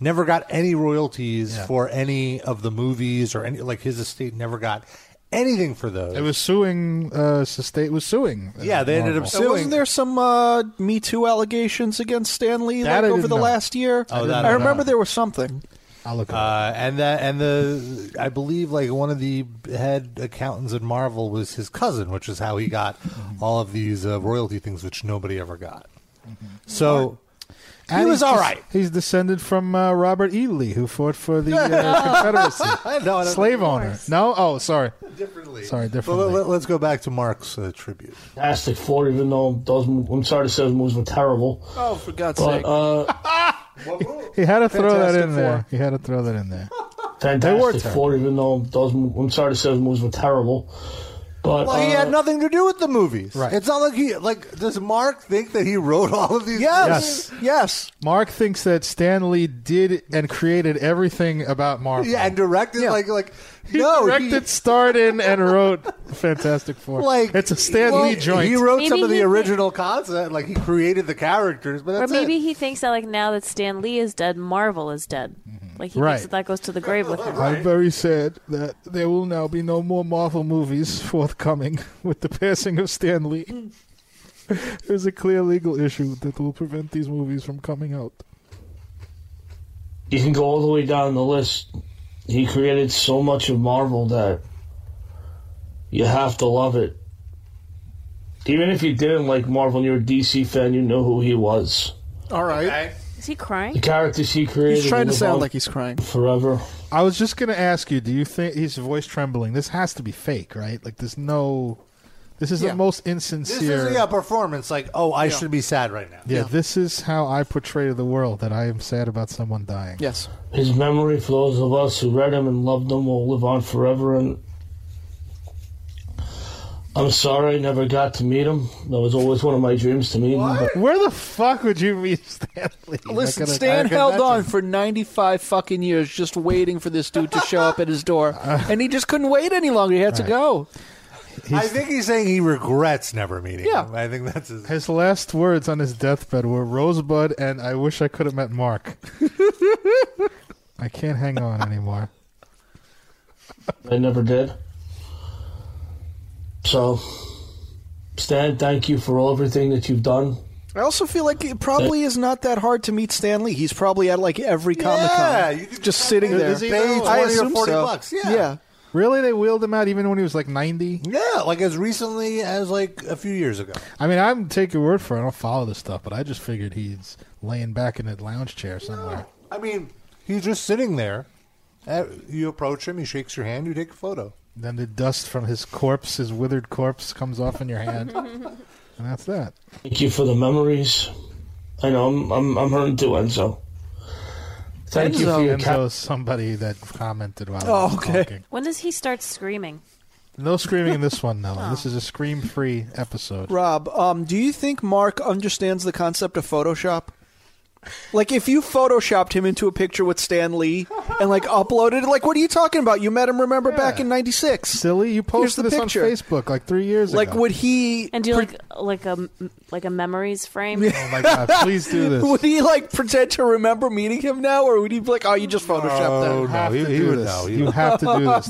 Speaker 2: never got any royalties
Speaker 4: Yeah.
Speaker 2: for any of the movies or any like his estate never got anything for those.
Speaker 4: It was suing. Uh, Sustain was suing. uh,
Speaker 2: Yeah, they ended up
Speaker 4: Marvel.
Speaker 2: suing.
Speaker 11: Wasn't there some uh, Me Too allegations against Stan Lee
Speaker 4: That
Speaker 11: like,
Speaker 4: I
Speaker 11: over
Speaker 4: didn't
Speaker 11: the
Speaker 4: know.
Speaker 11: last year?
Speaker 2: Oh, that I
Speaker 11: I
Speaker 2: don't
Speaker 11: remember
Speaker 2: know.
Speaker 11: there was something.
Speaker 4: I'll look
Speaker 2: uh, and that and the I believe like one of the head accountants at Marvel was his cousin, which is how he got
Speaker 4: Mm-hmm.
Speaker 2: all of these uh, royalty things, which nobody ever got.
Speaker 4: Mm-hmm.
Speaker 2: So he
Speaker 4: And
Speaker 2: was
Speaker 4: he's
Speaker 2: all
Speaker 4: des-
Speaker 2: right.
Speaker 4: He's descended from uh, Robert E. Lee, who fought for the uh, Confederacy.
Speaker 2: No, I don't-
Speaker 4: Slave owner. No? Oh, sorry.
Speaker 2: Differently.
Speaker 4: Sorry,
Speaker 2: But
Speaker 4: differently.
Speaker 2: let, us go back to Mark's uh, tribute.
Speaker 12: Fantastic Four, even though those, I'm sorry to say those movies were terrible.
Speaker 11: Oh, for God's
Speaker 12: But,
Speaker 11: sake.
Speaker 12: uh,
Speaker 4: He had to throw
Speaker 12: Fantastic
Speaker 4: that in there.
Speaker 12: Four.
Speaker 4: He had to throw that in there. They were
Speaker 12: Fantastic
Speaker 4: terrible.
Speaker 12: Four, even though those, I'm sorry to say those movies were terrible. But,
Speaker 2: Well, he
Speaker 12: uh,
Speaker 2: had nothing to do with the movies. Right. It's not like he like. Does Mark think that he wrote all of these? movies?
Speaker 4: Yes.
Speaker 2: Oh, yes.
Speaker 4: Mark thinks that Stan Lee did and created everything about Marvel.
Speaker 2: Yeah, and directed like like
Speaker 4: He
Speaker 2: no, Oh, he-
Speaker 4: directed, starred in, and wrote Fantastic Four.
Speaker 2: like
Speaker 4: it's a Stan
Speaker 2: well,
Speaker 4: Lee joint.
Speaker 2: He wrote some
Speaker 5: Maybe
Speaker 2: of the
Speaker 5: he-
Speaker 2: original concept, like he created the characters, but
Speaker 5: Or
Speaker 2: that's
Speaker 5: maybe
Speaker 2: it.
Speaker 5: he thinks that like now that Stan Lee is dead, Marvel is dead. Like he
Speaker 4: Right.
Speaker 5: thinks that that goes to the grave with him.
Speaker 4: I'm very sad that there will now be no more Marvel movies forthcoming with the passing of Stan Lee. There's a clear legal issue that will prevent these movies from coming out.
Speaker 12: you can go all the way down the list. He created so much of Marvel that you have to love it. Even if you didn't like Marvel and you're a DC fan, you know who he was.
Speaker 11: All right.
Speaker 5: Is he crying?
Speaker 12: The characters he created.
Speaker 11: He's trying to
Speaker 12: live
Speaker 11: sound
Speaker 12: on
Speaker 11: like he's crying.
Speaker 12: Forever.
Speaker 4: I was just gonna ask you, do you think his voice trembling? This has to be fake, right? Like there's no this is
Speaker 2: Yeah.
Speaker 4: the most
Speaker 2: This
Speaker 4: insincere
Speaker 2: is yeah performance. Like, oh, I should be sad right now.
Speaker 4: yeah, this is how I portray to the world that I am sad about someone dying.
Speaker 11: Yes.
Speaker 12: His memory, for those of us who read him and loved him, will live on forever. And I'm sorry I never got to meet him. That was always one of my dreams to meet him. But
Speaker 4: Where the fuck would you meet Stan Lee?
Speaker 11: Listen,
Speaker 4: I could-
Speaker 11: Stan
Speaker 4: I could
Speaker 11: held
Speaker 4: imagine.
Speaker 11: on for 95 fucking years just waiting for this dude to show up at his door. And he just couldn't wait any longer. He had to go.
Speaker 2: I think he's saying he regrets never meeting.
Speaker 11: Yeah.
Speaker 2: him. I think that's his.
Speaker 4: His last words on his deathbed were Rosebud and I wish I could have met Mark. I can't hang on anymore.
Speaker 12: I never did. So, Stan, thank you for all everything that you've done.
Speaker 11: I also feel like it probably is not that hard to meet Stan Lee. He's probably at like every Comic Con.
Speaker 2: you could
Speaker 11: just sitting
Speaker 4: pay-
Speaker 11: there.
Speaker 4: does he
Speaker 2: pay
Speaker 4: know?
Speaker 11: I
Speaker 2: 20 or
Speaker 11: assume
Speaker 2: 40
Speaker 11: so.
Speaker 2: bucks, yeah.
Speaker 11: yeah.
Speaker 4: Really? They wheeled him out even when he was like 90?
Speaker 2: Yeah, like as recently as like a few years ago.
Speaker 4: I mean, I'm taking your word for it. I don't follow this stuff, but I just figured he's laying back in a lounge chair somewhere.
Speaker 2: I mean, he's just sitting there. Uh, You approach him, he shakes your hand, you take a photo.
Speaker 4: Then the dust from his corpse, his withered corpse, comes off in your hand. and that's that.
Speaker 12: Thank you for the memories. I know I'm I'm, I'm hurting too, Enzo. Thank you for your
Speaker 4: Enzo
Speaker 12: ca-
Speaker 4: is somebody that commented while I
Speaker 12: Oh,
Speaker 4: was
Speaker 12: okay.
Speaker 4: talking.
Speaker 5: When does he start screaming?
Speaker 4: No screaming in this one,
Speaker 12: Oh.
Speaker 4: though. This is a scream-free episode.
Speaker 11: Rob, um, do you think Mark understands the concept of Photoshop? Like, if you photoshopped him into a picture with Stan Lee and like uploaded it, like, what are you talking about? You met him, remember, back in '96.
Speaker 4: Silly, you posted this on Facebook like three years
Speaker 11: Like,
Speaker 4: ago.
Speaker 11: would he?
Speaker 5: And do you like like a like a memories frame?
Speaker 4: Oh my god! Please do this.
Speaker 11: Would he like pretend to remember meeting him now, or would he be like, "Oh, you just photoshopped
Speaker 2: Oh,
Speaker 11: that"?
Speaker 2: no, he, he would know. He
Speaker 4: You
Speaker 2: would-
Speaker 4: have to do this.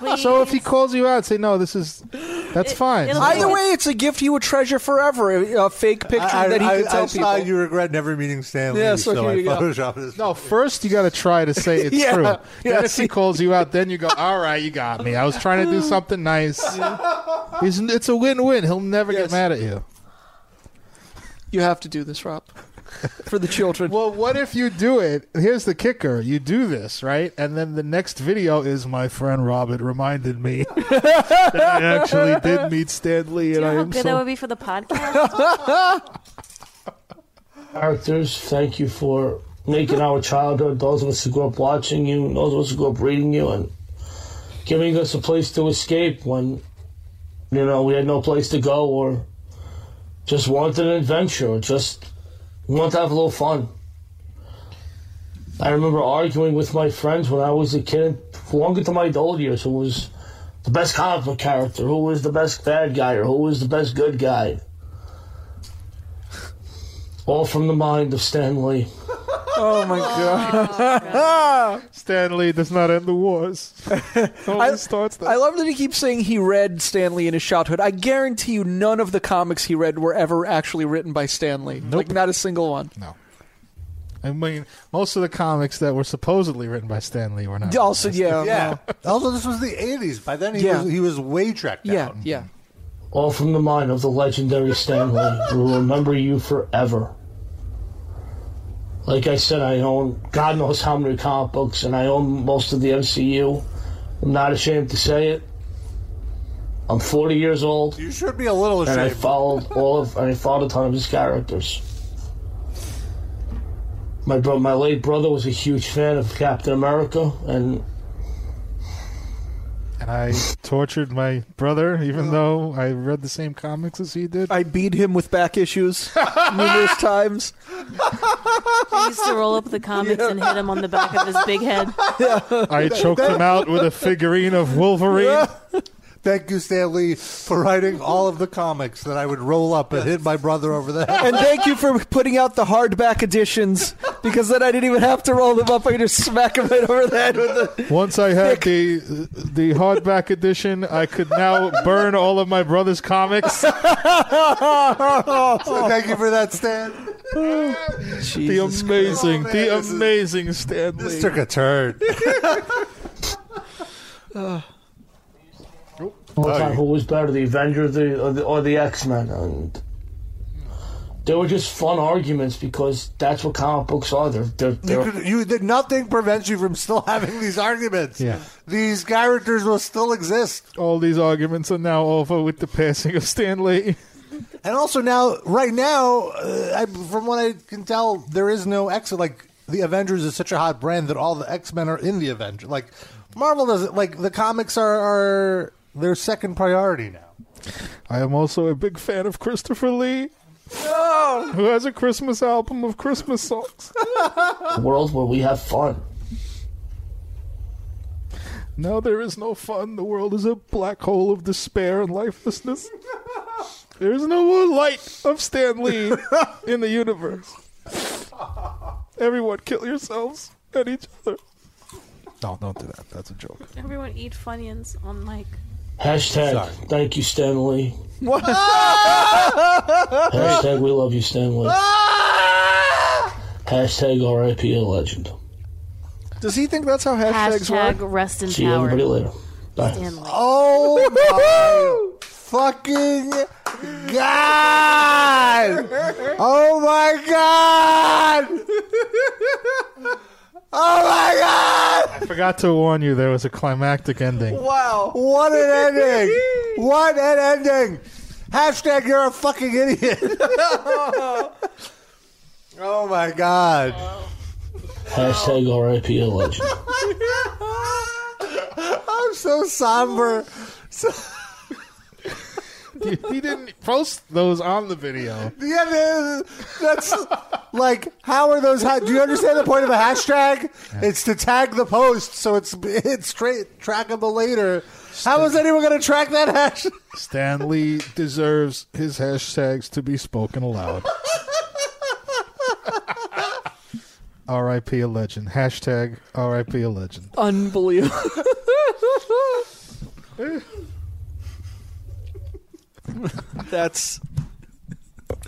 Speaker 4: Though. so if he calls you out, say no. This is That's fine.
Speaker 11: Either way, it's a gift you would treasure forever. A a fake picture
Speaker 2: I,
Speaker 11: that he
Speaker 2: I,
Speaker 11: could
Speaker 2: I
Speaker 11: tell people.
Speaker 2: saw you regret never meeting Stanley.
Speaker 11: Yeah, so
Speaker 2: I
Speaker 11: here you go.
Speaker 2: photoshopped his
Speaker 4: No, first you got to try to say it's
Speaker 2: Yeah,
Speaker 4: true.
Speaker 2: yeah,
Speaker 4: Then if
Speaker 2: see.
Speaker 4: he calls you out, then you go, "All right, you got me. I was trying to do something nice." He's- it's a win-win. He'll never get mad at you.
Speaker 11: You have to do this, Rob, for the children.
Speaker 4: Well, what if you do it? Here's the kicker: you do this right, and then the next video is my friend Robert reminded me that I actually did meet Stanley, and I
Speaker 5: How
Speaker 4: am
Speaker 5: good that
Speaker 4: so
Speaker 5: would be for the podcast.
Speaker 12: characters. Thank you for making our childhood, those of us who grew up watching you, and those of us who grew up reading you, and giving us a place to escape when, you know, we had no place to go or just wanted an adventure or just wanted to have a little fun. I remember arguing with my friends when I was a kid, long into my adult years, who was the best comic book character, who was the best bad guy, or who was the best good guy. All from the mind of Stanley.
Speaker 11: Oh my god.
Speaker 4: Stanley does not end the wars.
Speaker 11: I, I love that he keeps saying he read Stanley in his childhood. I guarantee you, none of the comics he read were ever actually written by Stanley. Like not a single one.
Speaker 4: No. I mean, most of the comics that were supposedly written by Stanley were not.
Speaker 11: Also, yeah,
Speaker 2: yeah. Also, this was the '80s. By then, he
Speaker 4: Yeah.
Speaker 2: was he was way tracked down.
Speaker 11: yeah.
Speaker 12: All from the mind of the legendary Stanley. We'll remember you forever. Like I said, I own God knows how many comic books, and I own most of the MCU. I'm not ashamed to say it. I'm 40 years old.
Speaker 2: You should be a little
Speaker 12: And I
Speaker 2: ashamed.
Speaker 12: followed all of, and I followed a ton of his characters. My bro, my late brother was a huge fan of Captain America, and
Speaker 4: And I tortured my brother, even though I read the same comics as he did.
Speaker 11: I beat him with back issues numerous times.
Speaker 5: I used to roll up the comics and hit him on the back of his big head.
Speaker 4: I choked him out with a figurine of Wolverine.
Speaker 2: Thank you, Stanley, for writing all of the comics that I would roll up and hit my brother over the head.
Speaker 11: And thank you for putting out the hardback editions because then I didn't even have to roll them up. I could just smack him right over the head with the.
Speaker 4: Once I had the the hardback edition, I could now burn all of my brother's comics.
Speaker 2: So thank you for that, Stan.
Speaker 4: the amazing,
Speaker 2: Christ. Oh, man,
Speaker 4: the
Speaker 2: this is-
Speaker 4: amazing Stanley.
Speaker 2: This took a turn.
Speaker 12: all
Speaker 2: Oh,
Speaker 12: the time who was better, the Avenger, the or the, or the X Men, and they were just fun arguments because that's what comic books are. They're they're,
Speaker 2: You,
Speaker 12: they're
Speaker 2: could, you did nothing prevents you from still having these arguments.
Speaker 4: Yeah.
Speaker 2: These characters will still exist.
Speaker 4: All these arguments are now over with the passing of Stanley.
Speaker 2: And also now, right now, uh, I, from what I can tell, there is no exit. Like the Avengers is such a hot brand that all the X Men are in the Avengers. Like Marvel doesn't like the comics are, are their second priority now.
Speaker 4: I am also a big fan of Christopher Lee. Who has a Christmas album of Christmas songs?
Speaker 12: a world where we have fun.
Speaker 4: now there is no fun. The world is a black hole of despair and lifelessness. There is no more light of Stan Lee in the universe. Everyone, kill yourselves and each other. No, don't do that. That's a joke.
Speaker 5: Everyone eat Funyuns on mic.
Speaker 12: Hashtag thank you Stanley.
Speaker 5: What?
Speaker 12: Hashtag we love you Stanley. Hashtag R.I.P. a legend.
Speaker 11: Does he think that's how hashtags
Speaker 5: Hashtag
Speaker 11: work?
Speaker 5: rest in
Speaker 12: See
Speaker 5: power.
Speaker 12: everybody later. Bye.
Speaker 2: Oh my fucking god! Oh my god! Oh my god!
Speaker 4: I forgot to warn you there was a climactic ending.
Speaker 11: Wow.
Speaker 2: What an ending! What an ending! Hashtag you're a fucking idiot. oh my god.
Speaker 12: Hashtag R.I.P. a legend.
Speaker 2: I'm so somber. So,
Speaker 4: he he didn't post those on the video.
Speaker 2: yeah, man, that's like, how are those? Ha- do you understand the point of a hashtag? It's to tag the post so it's it's tra- trackable later. How is anyone going to track that hash?
Speaker 4: Stan Lee deserves his hashtags to be spoken aloud. R.I.P. a legend. Hashtag R.I.P. a legend.
Speaker 11: Unbelievable.
Speaker 6: That's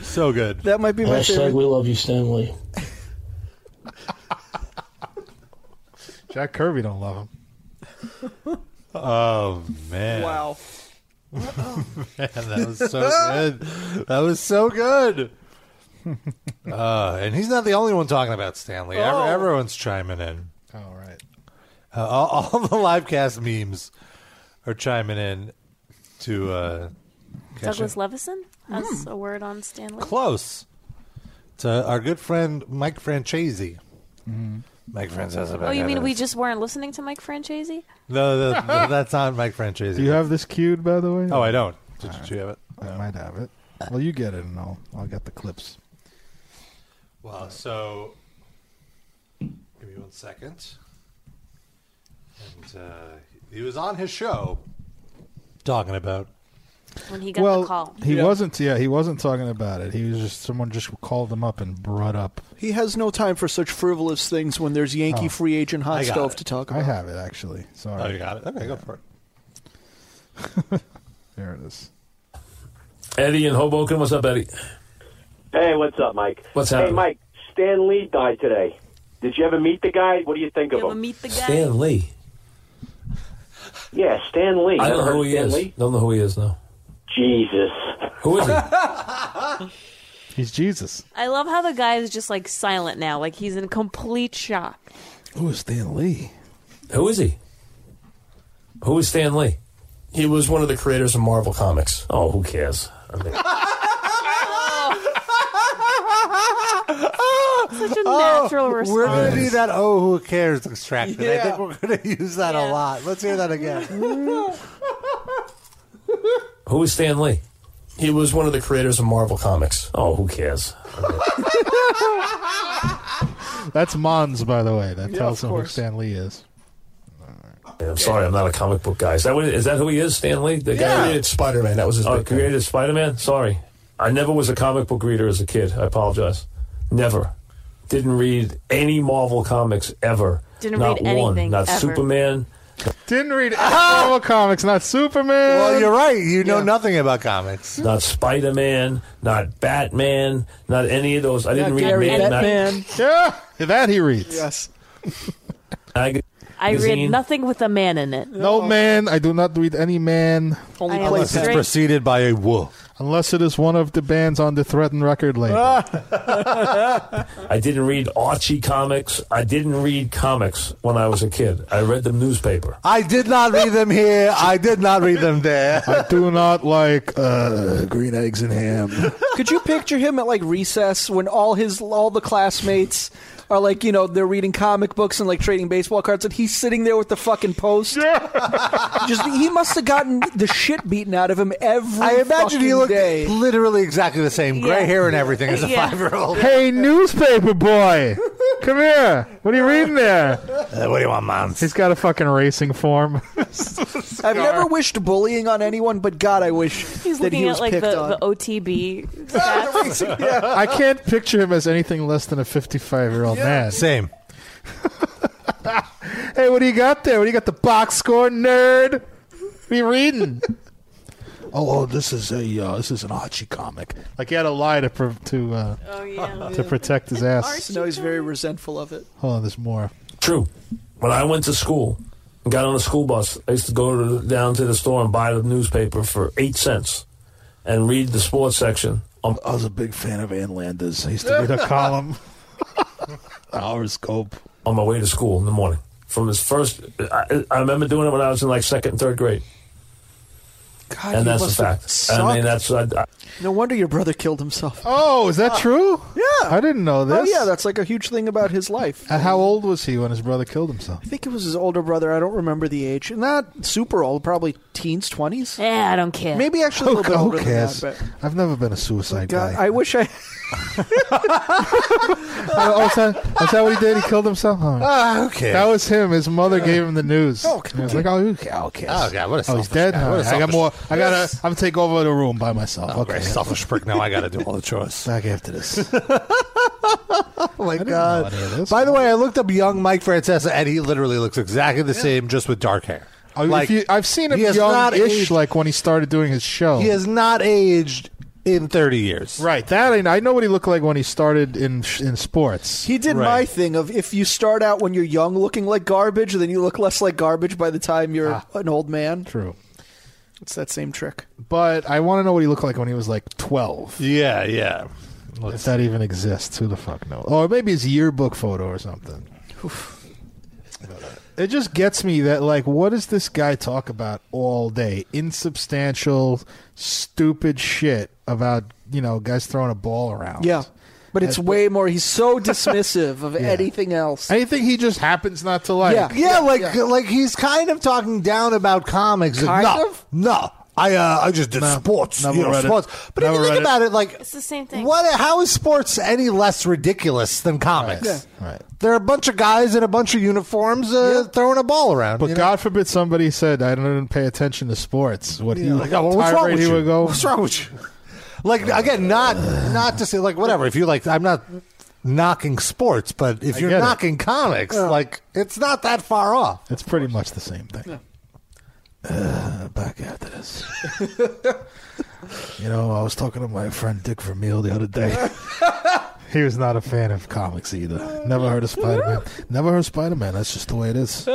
Speaker 2: so good.
Speaker 6: that might be my
Speaker 12: Hashtag
Speaker 6: favorite.
Speaker 12: we love you, Stanley.
Speaker 4: Jack Kirby don't love him.
Speaker 2: Oh man!
Speaker 6: Wow.
Speaker 2: Man, that was so good. That was so good. Uh, and he's not the only one talking about Stanley. Ev-
Speaker 4: Oh.
Speaker 2: Everyone's chiming in.
Speaker 4: All right.
Speaker 2: Uh, all, all the live cast memes are chiming in to uh, catch
Speaker 5: Douglas
Speaker 2: up.
Speaker 5: Levison?
Speaker 11: Hmm.
Speaker 5: That's a word on Stanley.
Speaker 2: close to our good friend Mike Francesi.
Speaker 4: Mm-hmm.
Speaker 2: Mike Francesi.
Speaker 5: Oh, you mean we just weren't listening to Mike Francesi?
Speaker 2: No, no, no, that's not Mike Francesi.
Speaker 4: Do you have this queued, by the way?
Speaker 2: Oh, I don't. Did you- do you have it?
Speaker 4: I might have it. Well, you get it, and I'll I'll get the clips.
Speaker 2: Well, so give me one second. And uh, he was on his show talking about.
Speaker 5: When he got
Speaker 4: well,
Speaker 5: the call.
Speaker 4: he wasn't. Yeah, he wasn't talking about it. He was just someone just called him up and brought up.
Speaker 6: He has no time for such frivolous things when there's Yankee
Speaker 4: Oh.
Speaker 6: free agent hot
Speaker 4: I got
Speaker 6: stove
Speaker 4: it.
Speaker 6: to talk
Speaker 4: I
Speaker 6: about.
Speaker 4: have it actually. Sorry.
Speaker 2: Oh, you got it. Okay, go for it.
Speaker 4: There it is.
Speaker 13: Eddie in Hoboken. What's up, Eddie?
Speaker 14: Hey, what's up, Mike?
Speaker 13: What's
Speaker 14: Hey,
Speaker 13: happening?
Speaker 14: Mike, Stan Lee died today. Did you ever meet the guy? What do you think of him?
Speaker 5: meet the guy?
Speaker 13: Stan Lee.
Speaker 14: Yeah, Stan Lee.
Speaker 13: I don't know
Speaker 14: Never
Speaker 13: who
Speaker 14: heard
Speaker 13: he
Speaker 14: of
Speaker 13: is.
Speaker 14: Stan Lee?
Speaker 13: Don't know who he is now.
Speaker 14: Jesus.
Speaker 13: Who is he?
Speaker 4: He's Jesus.
Speaker 5: I love how the guy is just like silent now. Like he's in complete shock.
Speaker 4: Who is Stan Lee?
Speaker 13: Who is he? Who is Stan Lee?
Speaker 15: He was one of the creators of Marvel Comics.
Speaker 13: Oh, who cares? I mean,
Speaker 5: Such a
Speaker 2: Oh,
Speaker 5: natural
Speaker 2: We're going
Speaker 5: response.
Speaker 2: to be that oh who cares extracted. I
Speaker 5: Yeah.
Speaker 2: think we're going to use that a lot. Let's hear that again.
Speaker 13: who is Stan Lee?
Speaker 15: He was one of the creators of Marvel Comics.
Speaker 13: Oh, who cares?
Speaker 4: That's Mons, by the way. That
Speaker 13: Yeah,
Speaker 4: tells
Speaker 13: of
Speaker 4: him who
Speaker 13: course.
Speaker 4: Stan Lee is.
Speaker 13: I'm sorry, I'm not a comic book guy. Is that, what, is that who he is, Stan Lee? The guy
Speaker 15: Yeah. Created Spider-Man. That was his
Speaker 13: Oh,
Speaker 15: big thing.
Speaker 13: created Spider-Man. Sorry, I never was a comic book reader as a kid. I apologize. Never. Didn't read any Marvel comics ever.
Speaker 4: Didn't
Speaker 13: not
Speaker 4: read
Speaker 13: one.
Speaker 4: anything
Speaker 13: Not
Speaker 4: ever.
Speaker 13: Superman.
Speaker 4: Didn't read any Marvel comics, not Superman.
Speaker 13: Well, you're right. You know
Speaker 2: nothing about comics.
Speaker 13: Not Spider-Man. Not Batman. Not any of those. I didn't
Speaker 4: Not
Speaker 13: read
Speaker 4: Gary
Speaker 13: Man-
Speaker 4: Batman. Yeah, that he reads.
Speaker 6: Yes.
Speaker 13: Mag-
Speaker 5: I read
Speaker 4: Magazine.
Speaker 5: nothing with a man in it.
Speaker 2: Oh.
Speaker 4: No man, I do not read any man.
Speaker 5: Only I am place- straight.
Speaker 2: preceded by a wolf. Ah.
Speaker 4: Unless it is one of the bands on the threatened record label.
Speaker 13: I didn't read Archie comics. I didn't read comics when I was a kid. I read the newspaper.
Speaker 2: I did not read them here. I did not read them there.
Speaker 4: I do not like uh, green eggs and ham.
Speaker 6: Could you picture him at like recess when all his all the classmates are like you know they're reading comic books and like trading baseball cards and he's sitting there with the fucking post. Just he must have gotten the shit beaten out of him every.
Speaker 2: I imagine he
Speaker 6: fucking
Speaker 2: looked
Speaker 6: day.
Speaker 2: literally exactly the same, gray
Speaker 6: Yeah.
Speaker 2: hair and everything as a
Speaker 6: Yeah.
Speaker 2: five-year-old.
Speaker 4: Hey, newspaper boy, come here. What are you reading there?
Speaker 2: Uh, what do you want, man? He's
Speaker 4: got a fucking racing form.
Speaker 6: I've never wished bullying on anyone, but God, I wish
Speaker 5: He's
Speaker 6: that
Speaker 5: looking
Speaker 6: he was
Speaker 5: at like the,
Speaker 6: picked on.
Speaker 5: the OTB. stats.
Speaker 4: I can't picture him as anything less than a 55 year old man.
Speaker 2: Same.
Speaker 4: hey, what do you got there? What do you got? The box score, nerd. What are you reading? oh, oh, this is a uh, this is an Archie comic. Like he had a lie to pro- to uh, to protect his ass.
Speaker 6: No, he's very resentful of it.
Speaker 4: Hold on, there's more.
Speaker 13: True. When I went to school and got on a school bus, I used to go to, down to the store and buy the newspaper for eight cents and read the sports section. Um,
Speaker 4: I was a big fan of Ann Landers. I used to read her column. Horoscope.
Speaker 13: On my way to school in the morning. From his first, I, I remember doing it when I was in like second and third grade.
Speaker 6: God,
Speaker 13: and
Speaker 6: he
Speaker 13: that's a
Speaker 6: must have
Speaker 13: fact. I mean,
Speaker 6: sucked.
Speaker 13: that's. I, I,
Speaker 6: No wonder your brother killed himself. Uh,
Speaker 4: Oh, is that true?
Speaker 6: Yeah.
Speaker 4: I didn't know
Speaker 6: Oh
Speaker 4: this.
Speaker 6: yeah, that's like a huge thing about his life.
Speaker 4: Uh, How old was he when his brother killed himself?
Speaker 6: I think it was his older brother. I don't remember the age. Not super old, probably teens, twenties.
Speaker 5: Yeah, Eh, I don't care.
Speaker 6: Maybe actually a
Speaker 4: Who-
Speaker 6: little bit
Speaker 4: who
Speaker 6: older
Speaker 4: cares?
Speaker 6: than that. But
Speaker 4: I've never been a suicide
Speaker 6: God,
Speaker 4: guy.
Speaker 6: I wish I.
Speaker 4: oh, is that, is that what he did? He killed himself? Oh.
Speaker 2: Ah, okay.
Speaker 4: That was him. His mother gave him the news.
Speaker 2: Oh,
Speaker 4: He was like, oh, okay. okay.
Speaker 2: Oh, God, what a
Speaker 4: Oh, he's
Speaker 2: selfish
Speaker 4: dead.
Speaker 2: guy.
Speaker 4: huh?
Speaker 2: What a
Speaker 4: I got
Speaker 2: selfish- Oh,
Speaker 4: more. I gotta. I'm gonna take over the room by myself. okay,
Speaker 2: great. Selfish prick. Now I gotta do all the chores.
Speaker 4: Back after this.
Speaker 2: Oh my god! By the way, I looked up young Mike Francesa, and he literally looks exactly the same, just with dark hair.
Speaker 4: I- Oh, if
Speaker 2: Like,
Speaker 4: you- I've seen him
Speaker 2: he has not
Speaker 4: young-ish,
Speaker 2: aged-
Speaker 4: like when he started doing his show.
Speaker 2: He has not aged in 30 years.
Speaker 4: Right. That I, I know what he looked like when he started in in sports.
Speaker 6: He did my thing of if you start out when you're young looking like garbage, then you look less like garbage by the time you're an old man.
Speaker 4: Ah. True.
Speaker 6: It's that same trick.
Speaker 4: But I want to know what he looked like when he was like 12.
Speaker 2: Yeah, yeah.
Speaker 4: if that even exists, who the fuck knows? Or maybe his yearbook photo or something. It just gets me that, like, what does this guy talk about all day? Insubstantial, stupid shit about, you know, guys throwing a ball around.
Speaker 6: Yeah. But it's
Speaker 4: That's-
Speaker 6: way more. He's so dismissive of
Speaker 4: Yeah.
Speaker 6: anything else.
Speaker 4: Anything he just happens not to like.
Speaker 2: yeah, yeah, like like he's kind of talking down about comics. Like,
Speaker 4: Kind
Speaker 2: no, no, I uh, I just did sports,
Speaker 4: never
Speaker 2: you know,
Speaker 4: read it.
Speaker 2: sports. But
Speaker 4: Never
Speaker 2: if you
Speaker 4: read
Speaker 2: think
Speaker 4: it.
Speaker 2: about it, like
Speaker 5: it's the same thing.
Speaker 2: what? How is sports any less ridiculous than comics?
Speaker 5: Right.
Speaker 4: Right.
Speaker 2: There are a bunch of guys in a bunch of uniforms uh, throwing a ball around.
Speaker 4: But God forbid somebody said I didn't pay attention to sports. What he
Speaker 2: Yeah, like, oh, what's wrong
Speaker 4: tirade
Speaker 2: with
Speaker 4: he
Speaker 2: you?
Speaker 4: would go?
Speaker 2: What's wrong with you? Like again, not not to say like whatever. If you like, I'm not knocking sports, but if
Speaker 4: I
Speaker 2: you're
Speaker 4: get it.
Speaker 2: knocking comics, like it's not that far off.
Speaker 4: It's pretty much the same thing. Uh, back after this. you know, I was talking to my friend Dick Vermeil the other day. he was not a fan of comics either. Never heard of Spider Man. Never heard of Spider Man. That's just the way it is.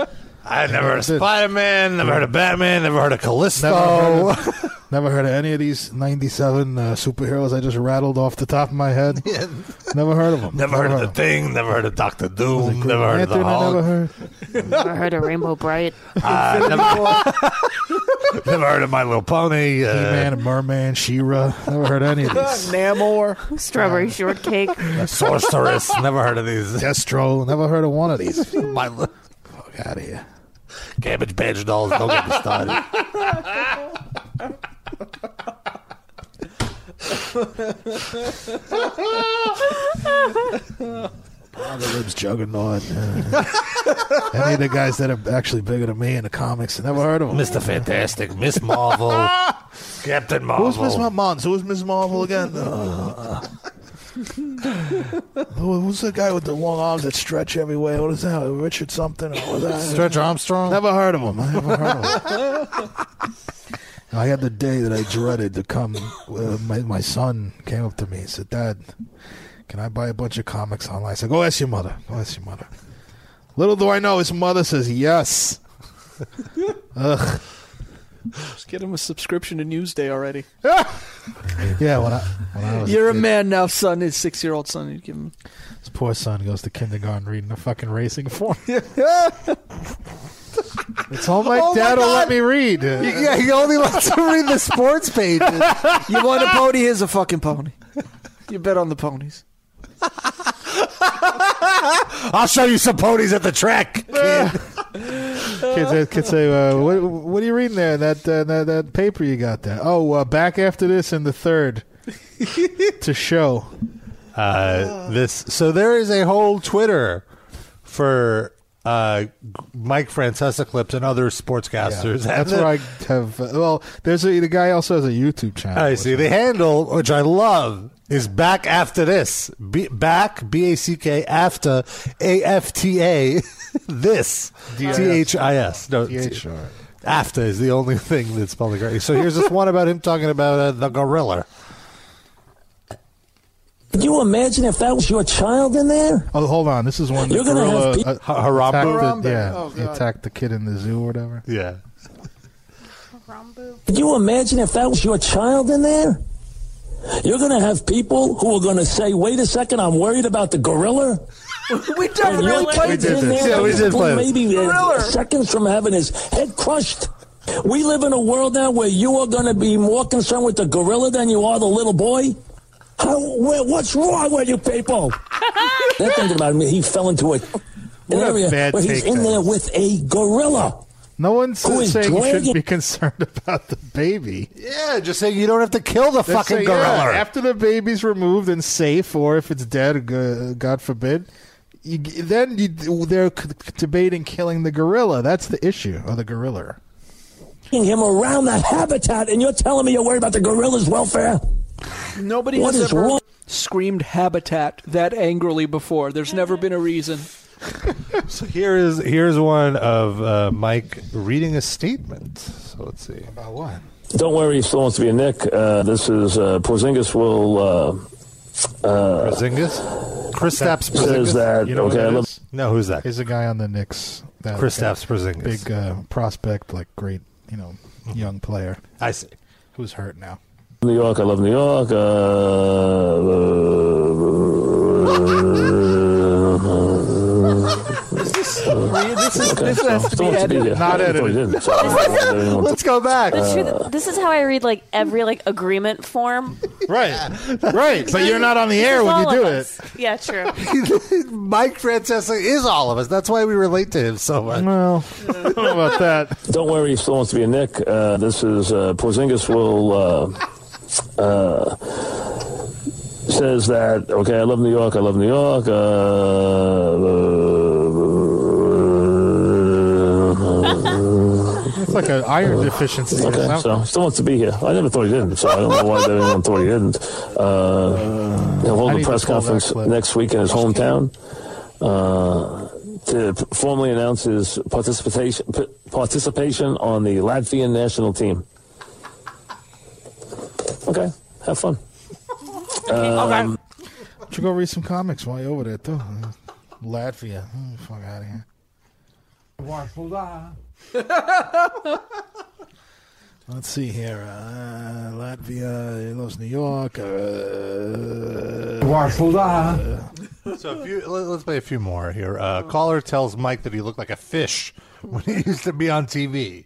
Speaker 2: I never heard of
Speaker 4: That's it.
Speaker 2: Spider Man, never heard of Batman, never heard of Callisto.
Speaker 4: Never heard of, never heard of any of these 97 uh, superheroes I just rattled off the top of my head. Never heard of them.
Speaker 2: Never heard of the Thing. Never heard of Doctor Doom. Never heard of the
Speaker 4: Lantern I never
Speaker 2: Hulk.
Speaker 4: heard.
Speaker 5: Never heard of Rainbow Bright.
Speaker 4: Ah,
Speaker 2: Uh, never, never heard of My Little Pony. Uh,
Speaker 4: Man, Merman, She-Ra. Never heard any of these.
Speaker 6: Namor,
Speaker 4: Ah.
Speaker 5: strawberry shortcake.
Speaker 2: Sorceress. never heard of these.
Speaker 4: Destro. Never heard of one of these.
Speaker 2: My li-
Speaker 4: Fuck out of here.
Speaker 2: Cabbage Patch dolls. Don't get me started.
Speaker 4: All the ribs juggernaut. uh, any of the guys that are actually bigger than me in the comics. I never heard of them.
Speaker 2: Mr. Fantastic, Miss Marvel, Captain Marvel.
Speaker 4: Who's Miss Mons? Who's Miss Marvel again? Uh, who- who's the guy with the long arms that stretch everywhere? What is that? Richard something? Or that?
Speaker 2: Stretch Armstrong?
Speaker 4: Never heard of him. I never heard of him. I had the day that I dreaded to come. Uh, my, my son came up to me and said, Dad, can I buy a bunch of comics online? I said, Go ask your mother. Go ask your mother. Little do I know, his mother says, Yes. Ugh.
Speaker 6: Just get him a subscription to Newsday already.
Speaker 4: Yeah, when I, when I was
Speaker 6: You're a man now, son. His six year old son. You'd give him.
Speaker 4: His poor son goes to kindergarten reading a fucking racing form. It's all my
Speaker 2: Oh, my
Speaker 4: dad will
Speaker 2: God.
Speaker 4: let me read.
Speaker 2: Yeah, he only wants to read the sports pages.
Speaker 6: You want a pony? Here's a fucking pony. You bet on the ponies.
Speaker 2: I'll show you some ponies at the track. kid.
Speaker 4: Kids, uh, kids say, uh, what, "What are you reading there? That uh, that, that paper you got there? Oh, uh, back after this in the third to show."
Speaker 2: Uh, this so there is a whole Twitter for uh, G- Mike Francesa clips and other sportscasters.
Speaker 4: That's
Speaker 2: And
Speaker 4: where I have. Uh, well, there's a, the guy also has a YouTube channel.
Speaker 2: I see the handle, which I love, is back after this. B- back B A C K after A F T A this T
Speaker 4: D I S.
Speaker 2: H I S. No,
Speaker 4: T-H, all right.
Speaker 2: after is the only thing that's spelled correctly. So here's this one about him talking about uh, the gorilla.
Speaker 16: Could you imagine if that was your child in there?
Speaker 4: Oh, hold on. This is one.
Speaker 16: You're gonna have
Speaker 4: gorilla,
Speaker 16: pe-
Speaker 4: uh,
Speaker 16: Ha- Harambe?
Speaker 4: attacked the-
Speaker 16: Harambe.
Speaker 4: Yeah,
Speaker 16: Oh,
Speaker 4: he
Speaker 16: God.
Speaker 4: attacked the kid in the zoo or whatever.
Speaker 2: Yeah.
Speaker 16: Could you imagine if that was your child in there? You're going to have people who are going to say, wait a second, I'm worried about the gorilla.
Speaker 6: we definitely
Speaker 16: And your
Speaker 6: played
Speaker 16: kid's
Speaker 6: this.
Speaker 16: in there
Speaker 6: Yeah, we did play this.
Speaker 16: Maybe uh,
Speaker 6: Gorilla.
Speaker 16: seconds from having his head crushed. We live in a world now where you are going to be more concerned with the gorilla than you are the little boy. How, where, what's wrong with you people? They're thinking about him. He fell into a, an
Speaker 4: What a
Speaker 16: area
Speaker 4: bad
Speaker 16: where he's
Speaker 4: take
Speaker 16: in
Speaker 4: that
Speaker 16: there with a gorilla.
Speaker 4: No one's
Speaker 16: Who is
Speaker 4: saying you shouldn't
Speaker 16: dragging-
Speaker 4: be concerned about the baby.
Speaker 2: Yeah, just saying you don't have to kill the
Speaker 4: They
Speaker 2: fucking
Speaker 4: say,
Speaker 2: gorilla.
Speaker 4: yeah, after the baby's removed and safe, or if it's dead, g- God forbid, you, then you, they're c- debating killing the gorilla. That's the issue, or the gorilla.
Speaker 16: taking him around that habitat, and you're telling me you're worried about the gorilla's welfare?
Speaker 6: Nobody
Speaker 16: What
Speaker 6: has
Speaker 16: is
Speaker 6: ever
Speaker 16: wrong?
Speaker 6: screamed habitat that angrily before. There's never been a reason.
Speaker 2: so here is here's one of uh, Mike reading a statement. So let's see about what.
Speaker 13: Don't worry, he still wants to be a Nick. Uh, this is uh, Porzingis will. Uh, uh,
Speaker 2: Porzingis? Kristaps
Speaker 13: says
Speaker 2: Porzingis?
Speaker 13: that.
Speaker 2: You know who
Speaker 13: okay,
Speaker 2: that
Speaker 13: I love-
Speaker 2: is? No, who's that?
Speaker 4: He's a guy on the Knicks. that-
Speaker 2: Kristaps Porzingis.
Speaker 4: Big uh, prospect, like great, you know, young player.
Speaker 2: I see.
Speaker 4: Who's hurt now?
Speaker 13: New York, I love New York. Uh,
Speaker 6: this is this
Speaker 13: Okay,
Speaker 6: has
Speaker 13: so
Speaker 6: to be
Speaker 13: still wants to be
Speaker 6: edited.
Speaker 13: here. Not edited. Well, he didn't, so I don't know whether anyone-
Speaker 6: Let's go back.
Speaker 5: The truth, this is how I read like every like agreement form.
Speaker 4: Right, right. But you're not on the air when you do it.
Speaker 5: Yeah, true.
Speaker 2: Mike Francesa is all of us. That's why we relate to him so much.
Speaker 4: Well, about that.
Speaker 13: Don't worry, he still wants to be a Nick. Uh, this is uh, Porzingis will uh, uh, says that. Okay, I love New York. I love New York. Uh,
Speaker 4: It's like an iron deficiency. or
Speaker 13: okay,
Speaker 4: something.
Speaker 13: so still wants to be here. I never thought he didn't, so I don't know why anyone thought he didn't. Uh, he'll
Speaker 4: I
Speaker 13: hold
Speaker 4: need
Speaker 13: a
Speaker 4: to
Speaker 13: press
Speaker 4: pull that
Speaker 13: conference
Speaker 4: clip.
Speaker 13: next week in his hometown uh, to p- formally announce his participation p- participation on the Latvian national team. Okay, have fun. Um,
Speaker 4: Why don't you go read some comics while you're over there too? Uh, Latvia. Oh, fuck out of here. Let's see here. Uh, Latvia, Los New York. Uh,
Speaker 2: So if you, let, let's play a few more here. Uh, caller tells Mike that he looked like a fish when he used to be on TV.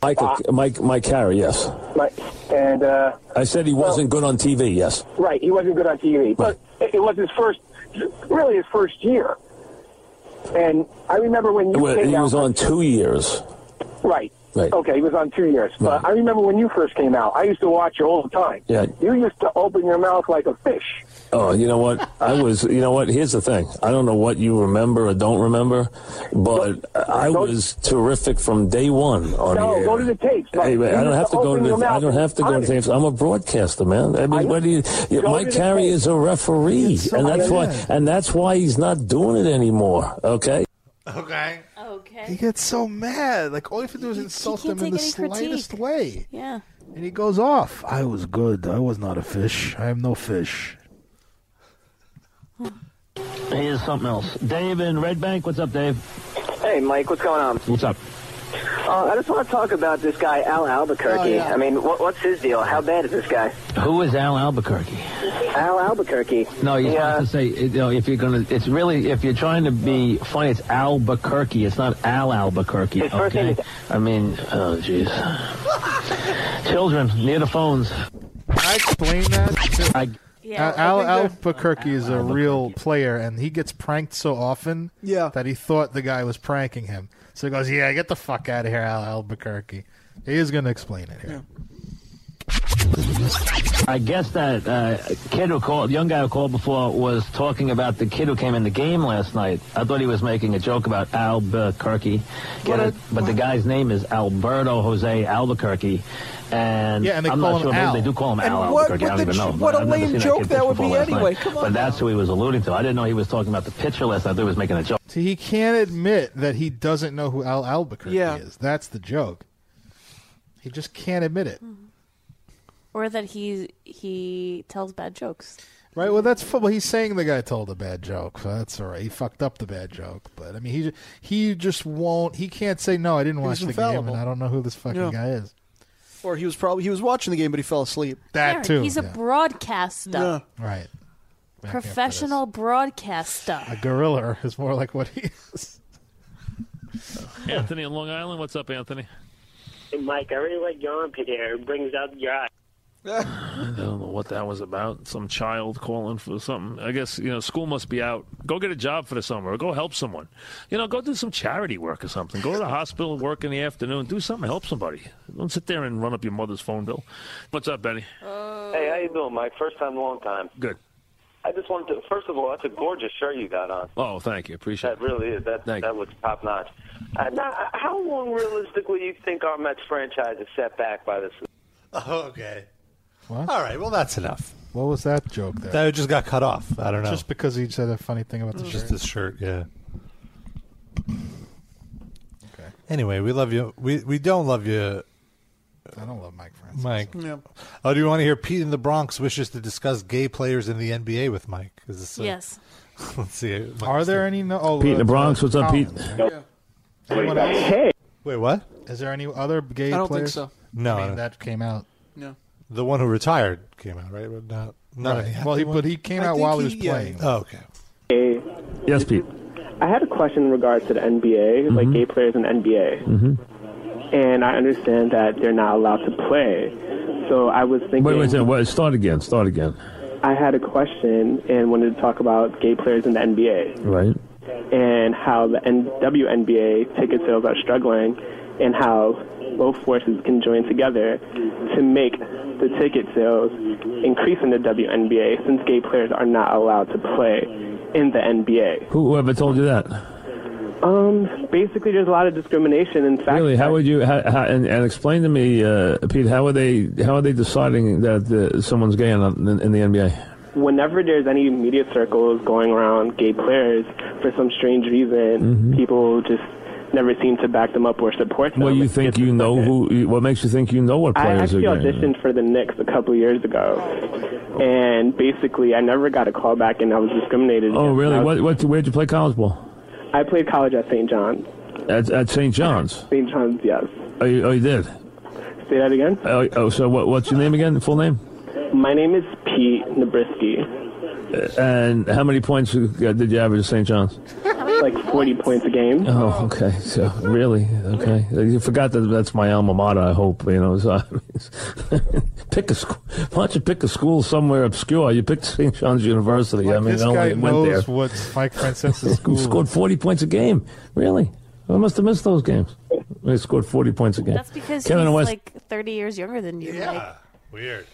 Speaker 13: Mike, Mike, Mike Carey, yes.
Speaker 7: Right. And uh,
Speaker 13: I said he wasn't good on TV, yes.
Speaker 7: right, he wasn't good on
Speaker 14: Hmm.
Speaker 7: TV, but it, it was his first, really his first year. And I remember when you
Speaker 13: Well,
Speaker 7: came
Speaker 13: He
Speaker 7: out.
Speaker 13: was on two years.
Speaker 7: right.
Speaker 13: Right.
Speaker 7: Okay, he was on two years. But I remember when you first came out. I used to watch you all the time.
Speaker 13: Yeah.
Speaker 7: You used to open your mouth like a fish.
Speaker 13: Oh, you know what? I was, you know what? Here's the thing. I don't know what you remember or don't remember, but I was terrific from day one
Speaker 7: No,
Speaker 13: on the air.
Speaker 7: go to the tapes, Mike.
Speaker 13: Hey, man, I
Speaker 7: You
Speaker 13: don't have
Speaker 7: just
Speaker 13: to go
Speaker 7: open
Speaker 13: to the,
Speaker 7: your
Speaker 13: I don't
Speaker 7: mouth.
Speaker 13: have to go to
Speaker 7: Honest.
Speaker 13: tapes. I'm a broadcaster, man. I mean, what do you, yeah,
Speaker 7: Go
Speaker 13: Mike
Speaker 7: to the
Speaker 13: Carey
Speaker 7: tapes.
Speaker 13: is a referee, and that's
Speaker 7: yeah,
Speaker 13: why,
Speaker 7: yeah.
Speaker 13: and that's why he's not doing it anymore. Okay.
Speaker 2: Okay.
Speaker 5: Okay.
Speaker 4: He gets so mad. Like all you have to do is insult
Speaker 5: can't
Speaker 4: him in
Speaker 5: take
Speaker 4: the
Speaker 5: any critique.
Speaker 4: slightest way,
Speaker 5: Yeah.
Speaker 4: and he goes off. I was good. I was not a fish. I am no fish.
Speaker 15: Here's something else. Dave in Red Bank. What's up, Dave?
Speaker 8: Hey, Mike, what's going on?
Speaker 15: What's up?
Speaker 8: Uh, I just want to talk about this guy, Al Albuquerque.
Speaker 15: Oh, yeah.
Speaker 8: I mean, what, what's his deal? How bad is this guy?
Speaker 15: Who is Al Albuquerque?
Speaker 8: Al Albuquerque.
Speaker 15: No, you're
Speaker 8: yeah.
Speaker 15: supposed to say you know, if you're gonna. It's really if you're trying to be funny, it's Albuquerque. It's not Al Albuquerque.
Speaker 8: His first name
Speaker 15: Okay.
Speaker 8: is-
Speaker 15: I mean, oh jeez. Children near the phones.
Speaker 4: I explain that.
Speaker 15: I,
Speaker 4: Al, Al Albuquerque is a real player, and he gets pranked so often yeah. that he thought the guy was pranking him. So he goes, "Yeah, get the fuck out of here, Al Albuquerque." He is going to explain it here.
Speaker 15: I guess that uh, kid who called, young guy who called before, was talking about the kid who came in the game last night. I thought he was making a joke about Albuquerque, get it? But the guy's name is Alberto Jose Albuquerque, and,
Speaker 6: Yeah, and they
Speaker 15: I'm
Speaker 6: call
Speaker 15: not
Speaker 6: him
Speaker 15: sure. Maybe
Speaker 6: Al.
Speaker 15: they do call him
Speaker 6: And
Speaker 15: Al
Speaker 6: what-
Speaker 15: Albuquerque. I don't
Speaker 6: what the-
Speaker 15: even know.
Speaker 6: what a
Speaker 15: I've never
Speaker 6: lame
Speaker 15: seen that
Speaker 6: joke
Speaker 15: kid
Speaker 6: that
Speaker 15: pitch
Speaker 6: would
Speaker 15: before
Speaker 6: be
Speaker 15: last night.
Speaker 6: anyway. Come on
Speaker 15: But that's who he was alluding to. I didn't know he was talking about the pitcher last night. I thought he was making a joke.
Speaker 4: So he can't admit that he doesn't know who Al Albuquerque is. That's the joke. He just can't admit it.
Speaker 5: Mm-hmm. Or that he he tells bad jokes.
Speaker 4: Right. Well, that's fu- well. He's saying the guy told a bad joke, so that's all right. He fucked up the bad joke, but I mean, he he just won't. He can't say no. I didn't watch
Speaker 6: was
Speaker 4: the game,
Speaker 6: infallible.
Speaker 4: and I don't know who this fucking
Speaker 6: Yeah.
Speaker 4: guy is.
Speaker 6: Or he was probably he was watching the game, but he fell asleep.
Speaker 5: Aaron, He's a broadcaster.
Speaker 4: Right. Back after
Speaker 5: Professional broadcaster.
Speaker 4: A gorilla is more like what he is.
Speaker 12: Anthony in Long Island. What's up, Anthony?
Speaker 14: Mike, I really like your armpit hair. It brings out your eye.
Speaker 12: I don't know what that was about. Some child calling for something. I guess, you know, school must be out. Go get a job for the summer or go help someone. You know, go do some charity work or something. Go to the hospital, work in the afternoon, do something, help somebody. Don't sit there and run up your mother's phone bill. What's up, Benny?
Speaker 14: Hey, how you doing, Mike? First time, long time.
Speaker 12: Good.
Speaker 14: I just wanted to. First of all, that's a gorgeous shirt you got on.
Speaker 12: Oh, thank you. Appreciate
Speaker 14: That really is. That
Speaker 12: Thank
Speaker 14: that looks top notch. Uh, now, uh, how long realistically you think our Mets franchise is set back by this?
Speaker 4: Oh,
Speaker 2: okay. All right. Well, that's enough.
Speaker 4: What was that joke there?
Speaker 2: That just got cut off. I don't know.
Speaker 6: Mm.
Speaker 4: Just because he said a funny thing about the
Speaker 2: Just
Speaker 4: shirt.
Speaker 2: this shirt. Yeah. Anyway, we love you. We we don't love you.
Speaker 4: I don't love Mike Francis.
Speaker 2: Mike.
Speaker 4: Yep.
Speaker 2: Oh, do you want to hear Pete in the Bronx wishes to discuss gay players in the NBA with Mike? Is this a-
Speaker 5: Yes.
Speaker 2: Let's see. Mike's
Speaker 4: Are there any? No- oh,
Speaker 2: Pete in the Bronx,
Speaker 4: Todd
Speaker 2: what's up,
Speaker 4: Collins.
Speaker 2: Pete?
Speaker 4: There you go. Anyone else?
Speaker 2: Wait, what?
Speaker 4: Is there any other gay?
Speaker 6: I don't think
Speaker 4: players?
Speaker 6: so.
Speaker 2: No.
Speaker 4: I mean, that came out.
Speaker 6: No.
Speaker 2: The one who retired came out, right? But not not
Speaker 4: Right.
Speaker 2: any
Speaker 4: Well, he-
Speaker 2: active one?
Speaker 4: but he came I out think while he was he- yeah. playing.
Speaker 2: Oh, okay.
Speaker 14: Hey,
Speaker 2: Yes, Pete.
Speaker 14: I had a question in regards to the NBA,
Speaker 13: Mm-hmm.
Speaker 14: like gay players in the NBA. And I understand that they're not allowed to play. So I was thinking.
Speaker 13: Wait, wait, wait, wait. Start again. Start again.
Speaker 14: I had a question and wanted to talk about gay players in the NBA
Speaker 13: Right.
Speaker 14: and how the N- WNBA ticket sales are struggling and how both forces can join together to make the ticket sales increase in the WNBA since gay players are not allowed to play in the NBA.
Speaker 13: Who- Whoever told you that?
Speaker 14: Um, basically, there's a lot of discrimination. In fact,
Speaker 13: Really? How would you? How, how, and, and explain to me, uh, Pete. How are they? How are they deciding that uh, someone's gay in, in the NBA?
Speaker 14: whenever there's any media circles going around gay players, for some strange
Speaker 13: Mm-hmm.
Speaker 14: reason, people just never seem to back them up or support them.
Speaker 13: Well, you think you know who? What makes you think you know what
Speaker 14: I
Speaker 13: players
Speaker 14: actually
Speaker 13: are gay?
Speaker 14: auditioned for the Knicks a couple years ago, and basically, I never got a call back, and I was discriminated.
Speaker 13: Oh,
Speaker 14: against.
Speaker 13: really?
Speaker 14: I,
Speaker 13: What, what? Where'd you play college ball?
Speaker 14: I played college at St. John's.
Speaker 13: At, at St. John's.
Speaker 14: St. John's, yes.
Speaker 13: Oh, you, oh, you did.
Speaker 14: Say that again.
Speaker 13: Oh, oh so what? What's your name again? Full name?
Speaker 14: My name is Pete Nabrisky.
Speaker 13: Uh, And how many points uh, did you average at St. John's?
Speaker 14: Like 40 points a game.
Speaker 13: Oh, okay. So really, okay. You forgot that that's my alma mater. I hope you know. So, I mean, pick a school. Why don't you pick a school somewhere obscure? You picked St. John's University. I mean,
Speaker 4: this
Speaker 13: I only
Speaker 4: guy
Speaker 13: went
Speaker 4: knows
Speaker 13: there.
Speaker 4: what Mike Francis'
Speaker 13: He
Speaker 4: school.
Speaker 13: scored forty points a game. Really? I must have missed those games. He scored forty points a game.
Speaker 5: That's because
Speaker 13: Kevin
Speaker 5: he's
Speaker 13: West.
Speaker 5: like 30 years younger than you. Mike.
Speaker 2: Weird.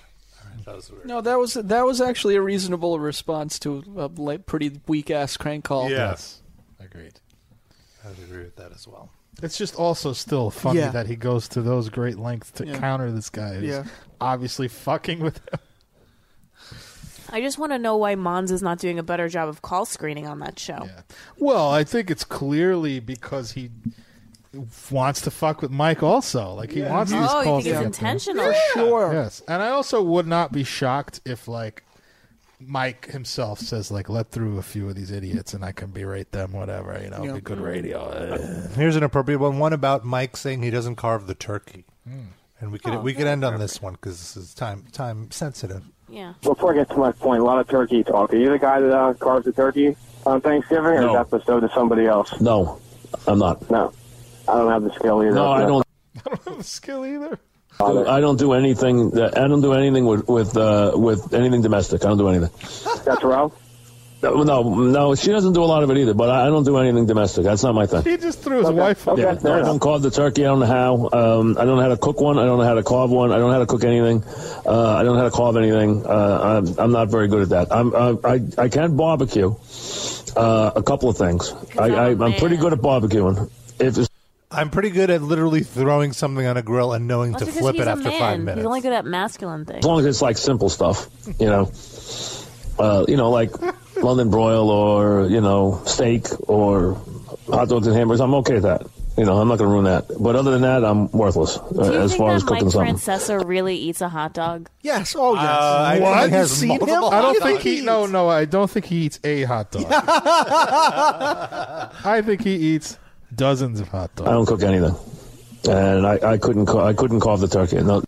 Speaker 2: All right, that was weird.
Speaker 6: No, that was that was actually a reasonable response to a la- pretty weak ass crank call.
Speaker 2: Yes.
Speaker 4: Agreed.
Speaker 2: I would agree with that as well.
Speaker 4: It's just also still funny
Speaker 6: Yeah.
Speaker 4: that he goes to those great lengths to
Speaker 6: Yeah.
Speaker 4: counter this guy. Who's
Speaker 6: Yeah.
Speaker 4: Obviously fucking with him.
Speaker 5: I just want to know why Mons is not doing a better job of call screening on that show.
Speaker 4: Well, I think it's clearly because he wants to fuck with Mike also. Like he wants these
Speaker 5: Oh, you
Speaker 4: calls.
Speaker 5: think
Speaker 4: to
Speaker 5: it's
Speaker 4: get there.
Speaker 5: intentional?
Speaker 4: Yeah.
Speaker 5: Sure.
Speaker 4: Yes. And I also would not be shocked if like Mike himself says like let through a few of these idiots and I can berate them whatever, you know, it'd be good
Speaker 2: Uh,
Speaker 4: radio.
Speaker 2: Here's an appropriate one. One about Mike saying he doesn't carve the turkey,
Speaker 4: Hmm.
Speaker 2: and we could
Speaker 14: Oh,
Speaker 2: we could end on this one because this is time time sensitive.
Speaker 5: Yeah.
Speaker 14: Before I get to my point, a lot of turkey talk. Are you the guy that uh, carves the turkey on Thanksgiving, or is that bestowed to somebody else?
Speaker 13: No, I'm not.
Speaker 14: No, I don't have the skill either.
Speaker 13: No, I don't.
Speaker 4: I don't have the skill either.
Speaker 13: I don't do anything. that- I don't do anything with with uh, with anything domestic. I don't do anything.
Speaker 14: That's Ralph.
Speaker 13: No, no, no, she doesn't do a lot of it either. But I I don't do anything domestic. That's not my thing.
Speaker 4: He just threw his wife up.
Speaker 13: Yeah, no, I don't carve the turkey. I don't know how. Um, I don't know how to cook one. I don't know how to carve one. I don't know how to cook anything. Uh, I don't know how to carve anything. Uh, I'm, I'm not very good at that. I'm, I, I, I can barbecue uh, a couple of things.
Speaker 5: Oh,
Speaker 13: I, I, I'm pretty good at barbecuing. If it's
Speaker 2: I'm pretty good at literally throwing something on a grill and knowing
Speaker 5: That's
Speaker 2: to
Speaker 5: Oh, because
Speaker 2: flip
Speaker 5: he's
Speaker 2: it
Speaker 5: a
Speaker 2: after
Speaker 5: man.
Speaker 2: five minutes.
Speaker 5: He's only good at masculine things.
Speaker 13: as long as it's like simple stuff, you know, uh, you know, like London broil or you know steak or hot dogs and hamburgers. I'm okay with that. You know, I'm not going to ruin that. But other than that, I'm worthless uh,
Speaker 5: Do you
Speaker 13: as
Speaker 5: think
Speaker 13: far
Speaker 5: that
Speaker 13: as cooking
Speaker 5: Mike
Speaker 13: something.
Speaker 5: Francesa really eats a hot dog?
Speaker 6: Yes. Oh, yes.
Speaker 2: Uh,
Speaker 4: What?
Speaker 2: I think he has
Speaker 4: I
Speaker 2: multiple hot
Speaker 4: don't think
Speaker 2: dogs.
Speaker 4: he. No, no, I don't think he eats a hot dog. I think he eats dozens of hot dogs.
Speaker 13: I don't cook anything, and I, I couldn't ca- I couldn't carve the turkey. No,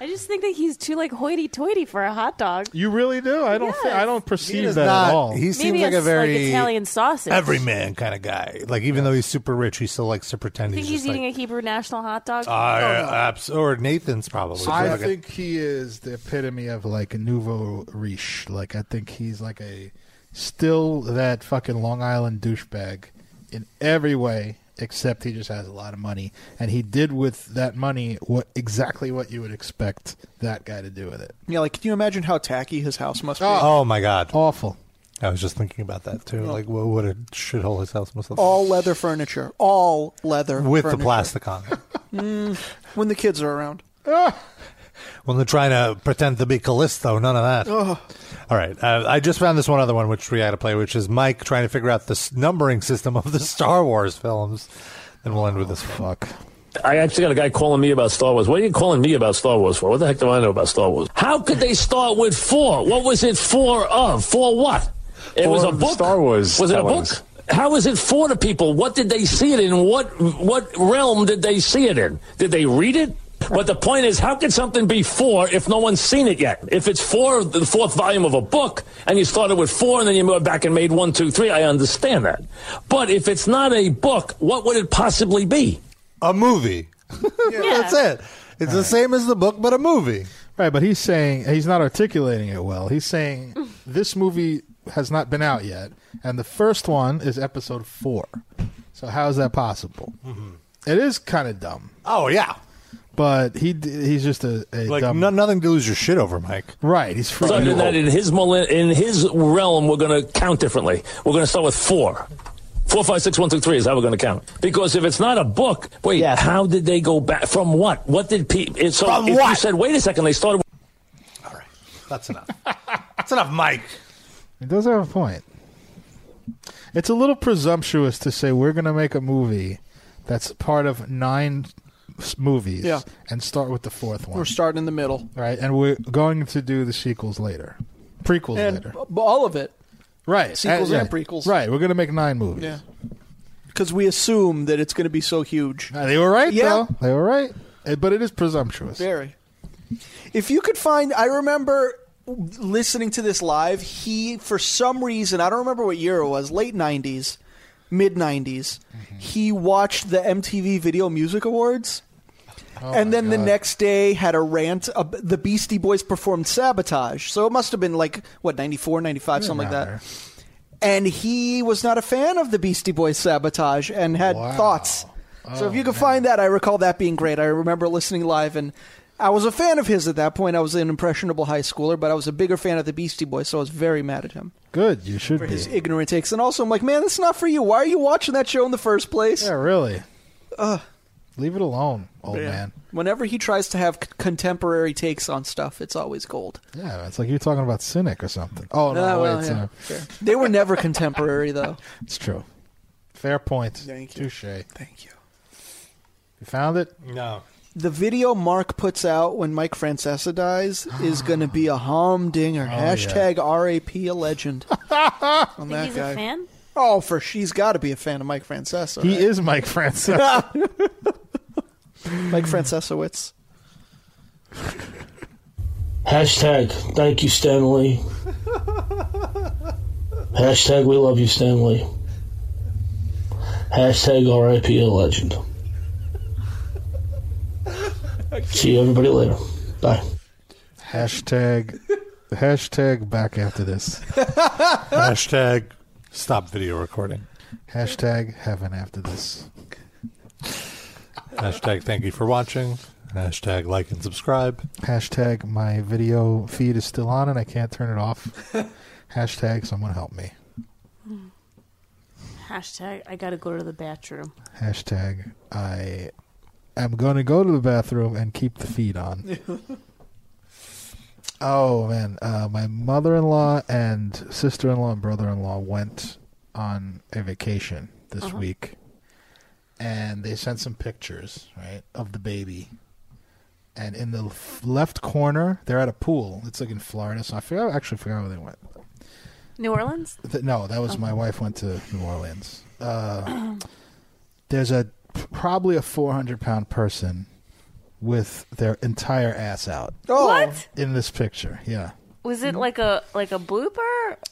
Speaker 5: I just think that he's too like hoity-toity for a hot dog.
Speaker 4: You really do? I don't. thi- I don't perceive
Speaker 2: does
Speaker 4: that
Speaker 2: not-
Speaker 4: at all.
Speaker 2: he seems
Speaker 5: Maybe
Speaker 2: like a
Speaker 5: it's
Speaker 2: very
Speaker 5: Italian sausage.
Speaker 2: everyman kind of guy. Like even though he's super rich, he still likes to
Speaker 5: I
Speaker 2: pretend
Speaker 5: think
Speaker 2: he's,
Speaker 5: he's
Speaker 2: just
Speaker 5: eating a Hebrew national hot dog.
Speaker 2: like, "Ah, yeah, abs- or Nathan's probably.
Speaker 4: I
Speaker 2: Like a-
Speaker 4: think he is the epitome of like a nouveau riche. Like I think he's like a still that fucking Long Island douchebag in every way, except he just has a lot of money, and he did with that money what exactly what you would expect that guy to do with it.
Speaker 6: Yeah, like can you imagine how tacky his house must
Speaker 4: Ah.
Speaker 6: be?
Speaker 2: Oh, my god,
Speaker 4: awful.
Speaker 2: I was just thinking about that too.
Speaker 6: Yeah.
Speaker 2: Like what, what a shithole his house must look
Speaker 6: All leather furniture. All leather
Speaker 2: with the
Speaker 6: furniture.
Speaker 2: plastic on. it.
Speaker 6: Mm, when the
Speaker 4: Ah.
Speaker 6: kids are around.
Speaker 2: When they're trying to pretend to be Callisto, none of that.
Speaker 6: Ugh.
Speaker 2: All right. Uh, I just found this one other one which we got to play, which is Mike trying to figure out the s- numbering system of the Star Wars films. Then we'll end with this. Fuck.
Speaker 13: I actually got a guy calling me about Star Wars. What are you calling me about Star Wars for? What the heck do I know about Star Wars? How could they start with four? What was it for of? For what? It
Speaker 1: For
Speaker 13: was a
Speaker 1: the
Speaker 13: book.
Speaker 1: Star Wars
Speaker 13: Was it a book?
Speaker 1: tellings.
Speaker 13: How is it for the people? What did they see it in? What what realm did they see it in? Did they read it? But the point is, how can something be four if no one's seen it yet? If it's four, the fourth volume of a book, and you started with four, and then you moved back and made one, two, three, I understand that. But if it's not a book, what would it possibly be?
Speaker 2: A movie. That's it. It's the same as the book, but a movie.
Speaker 4: Right, but he's saying he's not articulating it well. He's saying this movie has not been out yet, and the first one is episode four. So how is that possible?
Speaker 5: Mm-hmm.
Speaker 4: It is kind of dumb.
Speaker 2: Oh yeah,
Speaker 4: but he d- he's just a, a
Speaker 2: Like,
Speaker 4: dumb.
Speaker 2: no- nothing to lose your shit over, Mike.
Speaker 4: Right, he's
Speaker 13: So
Speaker 4: freaking.
Speaker 13: in that in his millen- in his realm, we're going to count differently. We're going to start with four. Four, five, six, one, two, three is how we're going to count. Because if it's not a book, wait, how did they go back? From what? What did people? So
Speaker 2: From
Speaker 13: if you
Speaker 2: what?
Speaker 13: said, wait a second, they started.
Speaker 2: That's enough. That's enough, Mike.
Speaker 4: He does have a point. It's a little presumptuous to say we're going to make a movie that's part of nine s- movies
Speaker 6: Yeah.
Speaker 4: and start with the fourth one.
Speaker 6: We're starting in the middle.
Speaker 4: right, and we're going to do the sequels later, prequels
Speaker 6: and
Speaker 4: later,
Speaker 6: b- all of it.
Speaker 4: right?
Speaker 6: Sequels
Speaker 4: Uh,
Speaker 6: and
Speaker 4: yeah.
Speaker 6: prequels.
Speaker 4: Right, we're going to make nine movies.
Speaker 6: Yeah. Because we assume that it's going to be so huge.
Speaker 4: Uh, They were right,
Speaker 6: Yeah.
Speaker 4: though. They were right, Uh, but it is presumptuous.
Speaker 6: Very. If you could find, I remember listening to this live. He, for some reason, I don't remember what year it was, late 90s, mid 90s, he watched the MTV Video Music Awards.
Speaker 4: Oh
Speaker 6: and then the next day had a rant. ab the Beastie Boys performed Sabotage. So it must have been like, what, 94, 95,
Speaker 4: Yeah,
Speaker 6: something like
Speaker 4: around
Speaker 6: that. And he was not a fan of the Beastie Boys Sabotage and had thoughts. So
Speaker 4: Oh,
Speaker 6: if you could find that, I recall that being great. I remember listening live, and I was a fan of his at that point. I was an impressionable high schooler, but I was a bigger fan of the Beastie Boys, so I was very mad at him
Speaker 4: Good, you should
Speaker 6: for
Speaker 4: be.
Speaker 6: his ignorant takes. And also, I'm like, man, that's not for you. Why are you watching that show in the first place?
Speaker 4: Yeah, really.
Speaker 6: Ugh.
Speaker 4: Leave it alone, old
Speaker 6: Yeah.
Speaker 4: Oh, man.
Speaker 6: Whenever he tries to have c- contemporary takes on stuff, it's always gold.
Speaker 4: Yeah, it's like you're talking about Cynic or something. Oh no,
Speaker 6: Ah,
Speaker 4: wait,
Speaker 6: well,
Speaker 4: it's,
Speaker 6: yeah,
Speaker 4: uh,
Speaker 6: fair. They were never contemporary, though.
Speaker 4: it's true. Fair point.
Speaker 6: Thank you.
Speaker 4: Touche.
Speaker 6: Thank you.
Speaker 4: You found it?
Speaker 2: No.
Speaker 6: The video Mark puts out when Mike Francesa dies is going to be a humdinger.
Speaker 4: Oh, yeah.
Speaker 6: Hashtag RAP a legend. on that
Speaker 5: he's a
Speaker 6: guy.
Speaker 5: fan?
Speaker 6: Oh, for she's got to be a fan of Mike Francesa.
Speaker 4: He
Speaker 6: right?
Speaker 4: is Mike Francesa.
Speaker 6: Mike Francesowitz.
Speaker 13: Hashtag thank you, Stanley. Hashtag we love you, Stanley. Hashtag RIP a legend. See everybody later. Bye.
Speaker 4: hashtag hashtag back after this.
Speaker 2: Hashtag stop video recording.
Speaker 4: Hashtag heaven after this.
Speaker 2: Hashtag thank you for watching. Hashtag like and subscribe.
Speaker 4: Hashtag my video feed is still on and I can't turn it off. hashtag someone help me.
Speaker 5: Hashtag I gotta go to the bathroom.
Speaker 4: Hashtag I am gonna go to the bathroom and keep the feed on. Oh man, uh, my mother-in-law and sister-in-law and brother-in-law went on a vacation this
Speaker 7: Uh-huh.
Speaker 4: week, and they sent some pictures, right, of the baby. And in the f- left corner, they're at a pool. It's like in Florida, so I forgot. I actually forgot where they went.
Speaker 5: New Orleans?
Speaker 4: Th- no, that was my wife went to New Orleans. Uh, there's a probably a 400 pound person with their entire ass out
Speaker 6: Oh.
Speaker 5: What?
Speaker 4: in this picture. Yeah.
Speaker 5: Was it like a like a blooper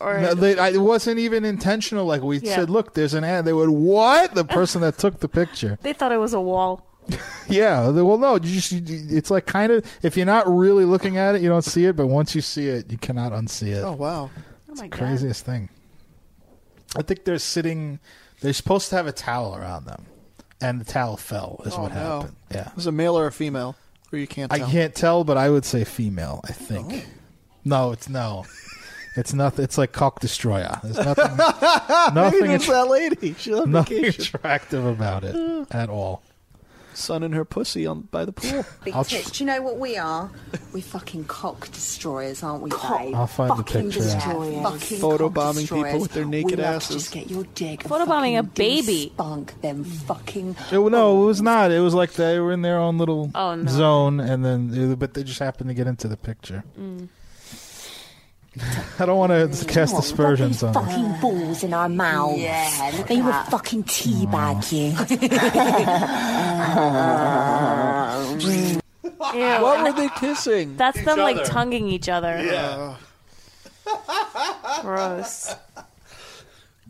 Speaker 5: or
Speaker 4: No, they, I, it wasn't even intentional. Like we
Speaker 5: Yeah.
Speaker 4: said, look, there's an ad. They would what the person that took the picture?
Speaker 5: they thought it was a wall.
Speaker 4: Yeah. they- well, no, you just, you- it's like kind of if you're not really looking at it, you don't see it. But once you see it, you cannot unsee it.
Speaker 6: Oh, wow.
Speaker 5: Oh my
Speaker 4: Craziest thing. I think they're sitting. They're supposed to have a towel around them, and the towel fell. Is
Speaker 6: Oh,
Speaker 4: what
Speaker 6: no.
Speaker 4: happened. Yeah.
Speaker 6: Was it a male or a female? Or you can't
Speaker 4: I
Speaker 6: tell.
Speaker 4: can't tell, but I would say female. I think. No, it's no. It's nothing. It's like cock destroyer. There's nothing.
Speaker 6: Maybe
Speaker 4: nothing
Speaker 6: it was
Speaker 4: att-
Speaker 6: that lady. She left
Speaker 4: nothing
Speaker 6: vacation.
Speaker 4: attractive about it at all.
Speaker 6: sun and her pussy on by the pool.
Speaker 9: Big tits. Do you know what we are? We're fucking cock destroyers, aren't we, babe?
Speaker 6: I'll find the
Speaker 9: fucking
Speaker 6: picture.
Speaker 9: Destroyers.
Speaker 6: Yeah.
Speaker 9: Fucking
Speaker 6: Photobombing
Speaker 9: cock
Speaker 6: people
Speaker 9: destroyers.
Speaker 6: with their naked
Speaker 9: we love to
Speaker 6: asses.
Speaker 9: Just get your dick. and
Speaker 5: Photobombing a
Speaker 9: fucking
Speaker 5: baby.
Speaker 9: Spunk them fucking.
Speaker 4: It, no, it was not. It was like they were in their own little
Speaker 9: Oh, no.
Speaker 4: zone, and then uh, but they just happened to get into the picture.
Speaker 5: Mm.
Speaker 4: I don't want to cast
Speaker 10: You know what? Rub
Speaker 4: aspersions
Speaker 10: these
Speaker 4: on. it.
Speaker 10: fucking balls in our mouths.
Speaker 9: Yeah, look
Speaker 10: they
Speaker 9: at
Speaker 10: will
Speaker 9: that.
Speaker 10: fucking teabag you.
Speaker 6: What were they kissing?
Speaker 5: That's
Speaker 6: Each
Speaker 5: them like
Speaker 6: other.
Speaker 5: tonguing each other.
Speaker 6: Yeah.
Speaker 5: Gross.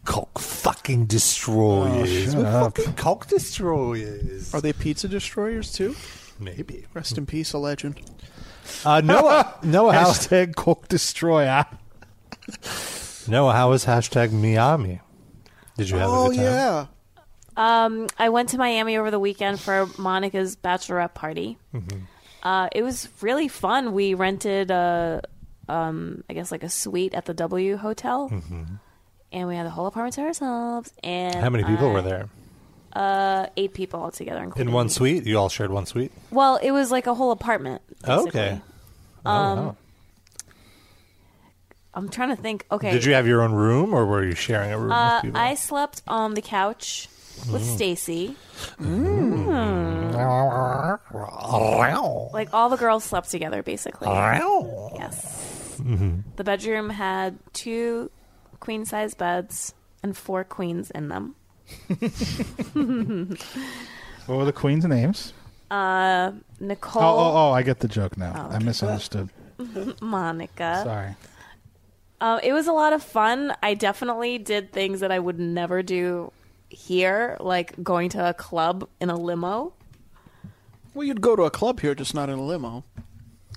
Speaker 2: Cock fucking destroyers.
Speaker 6: shut
Speaker 2: We're
Speaker 6: up.
Speaker 2: fucking cock destroyers.
Speaker 6: Are they pizza destroyers too?
Speaker 2: Maybe.
Speaker 6: Rest in peace, a legend.
Speaker 2: Uh, Noah, Noah, how,
Speaker 4: hashtag cock destroyer.
Speaker 2: Noah, how was hashtag Miami? Did you have a good time?
Speaker 5: Um, I went to Miami over the weekend for Monica's bachelorette party.
Speaker 2: Mhm.
Speaker 5: Uh, it was really fun. We rented a, um, I guess like a suite at the W Hotel,
Speaker 2: Mhm.
Speaker 5: and we had the whole apartment to ourselves. And
Speaker 2: How many people
Speaker 5: I-
Speaker 2: were there?
Speaker 5: Uh, eight people altogether. including
Speaker 2: In one
Speaker 5: me.
Speaker 2: suite? You all shared one suite?
Speaker 5: Well, it was like a whole apartment.
Speaker 2: Oh, Okay. Oh,
Speaker 5: Um,
Speaker 2: wow.
Speaker 5: I'm trying to think. Okay.
Speaker 2: Did you have your own room or were you sharing a room
Speaker 5: Uh,
Speaker 2: with people?
Speaker 5: I slept on the couch with
Speaker 2: Mm.
Speaker 5: Stacy. Like all the girls slept together, basically.
Speaker 2: Wow.
Speaker 5: Yes.
Speaker 4: Mm-hmm.
Speaker 2: Mhm.
Speaker 5: The bedroom had two queen size beds and four queens in them.
Speaker 4: What were the queen's names?
Speaker 5: uh, Nicole,
Speaker 4: Oh, oh, oh! I get the joke now.
Speaker 5: Oh,
Speaker 4: I
Speaker 5: okay.
Speaker 4: misunderstood.
Speaker 5: Monica.
Speaker 4: Sorry.
Speaker 5: Uh, it was a lot of fun. I definitely did things that I would never do here, like going to a club in a limo.
Speaker 6: Well, you'd go to a club here, just not in a limo.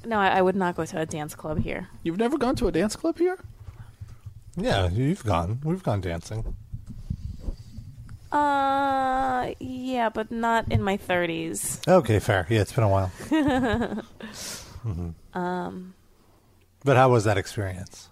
Speaker 5: No, I, I would not go to a dance club here.
Speaker 6: You've never gone to a dance club here?
Speaker 2: yeah, you've gone. We've gone dancing.
Speaker 5: Uh, yeah, but not in my 30s.
Speaker 2: Okay, fair. Yeah, it's been a while. hmm
Speaker 5: um,
Speaker 2: But how was that experience?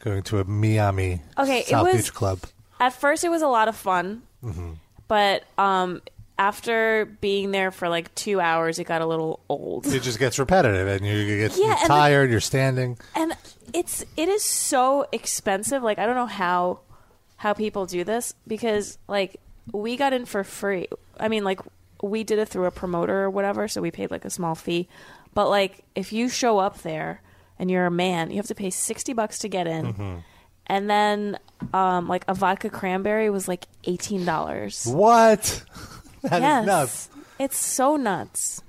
Speaker 2: Going to a Miami
Speaker 5: Okay, it
Speaker 2: South
Speaker 5: was-
Speaker 2: Beach club.
Speaker 5: at first, it was a lot of fun,
Speaker 2: hmm
Speaker 5: but um, after being there for like two hours, it got a little old.
Speaker 2: It just gets repetitive, and you you get
Speaker 5: Yeah,
Speaker 2: you're
Speaker 5: and the-
Speaker 2: tired. you're standing.
Speaker 5: and it's it is so expensive like i don't know how how people do this because like we got in for free i mean like we did it through a promoter or whatever so we paid like a small fee but like if you show up there and you're a man you have to pay 60 bucks to get in
Speaker 2: Mm-hmm.
Speaker 5: and then um like a vodka cranberry was like $18
Speaker 2: What? That is
Speaker 5: yes
Speaker 2: nuts.
Speaker 5: it's so nuts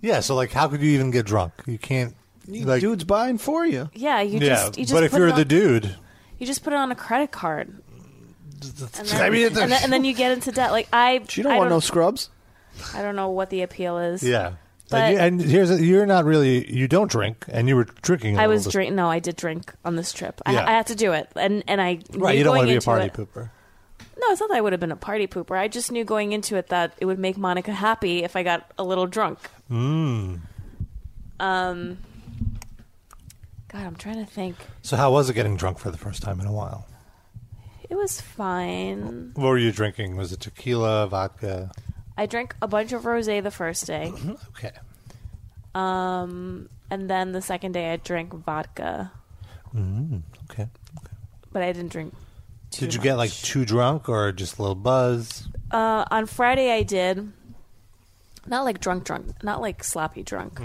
Speaker 2: Yeah. So like, how could you even get drunk? You can't. Like,
Speaker 6: Dude's buying for you.
Speaker 5: yeah you
Speaker 2: yeah.
Speaker 5: just you just
Speaker 2: but if
Speaker 5: put
Speaker 2: you're
Speaker 5: it
Speaker 2: the
Speaker 5: on-
Speaker 2: dude,
Speaker 5: you just put it on a credit card and then,
Speaker 2: I mean,
Speaker 5: and,
Speaker 2: it's-
Speaker 5: then, and then you get into debt. Like I,
Speaker 6: You don't
Speaker 5: I
Speaker 6: want
Speaker 5: don't,
Speaker 6: no scrubs.
Speaker 5: I don't know what the appeal is.
Speaker 2: yeah.
Speaker 5: But-
Speaker 2: and, you, and here's you're not really you don't drink, and you were drinking. a
Speaker 5: I
Speaker 2: little
Speaker 5: was
Speaker 2: bit.
Speaker 5: drink. No, I did drink on this trip. I,
Speaker 2: Yeah.
Speaker 5: I had to do it, and and I
Speaker 2: Right.
Speaker 5: knew
Speaker 2: You don't
Speaker 5: going
Speaker 2: want to be a
Speaker 5: into
Speaker 2: party
Speaker 5: it-
Speaker 2: pooper.
Speaker 5: No, it's not that I would have been a party pooper. I just knew going into it that it would make Monica happy if I got a little drunk.
Speaker 2: Mm.
Speaker 5: Um, God, I'm trying to think.
Speaker 2: So how was it getting drunk for the first time in a while?
Speaker 5: It was fine.
Speaker 2: What were you drinking? Was it tequila, vodka?
Speaker 5: I drank a bunch of rosé the first day.
Speaker 2: Okay.
Speaker 5: Um, and then the second day I drank vodka,
Speaker 2: Mm, okay.
Speaker 5: but I didn't drink. Too
Speaker 2: Did you get like too drunk or just a little buzz?
Speaker 5: Uh, on Friday, I did. Not like drunk, drunk, not like sloppy drunk.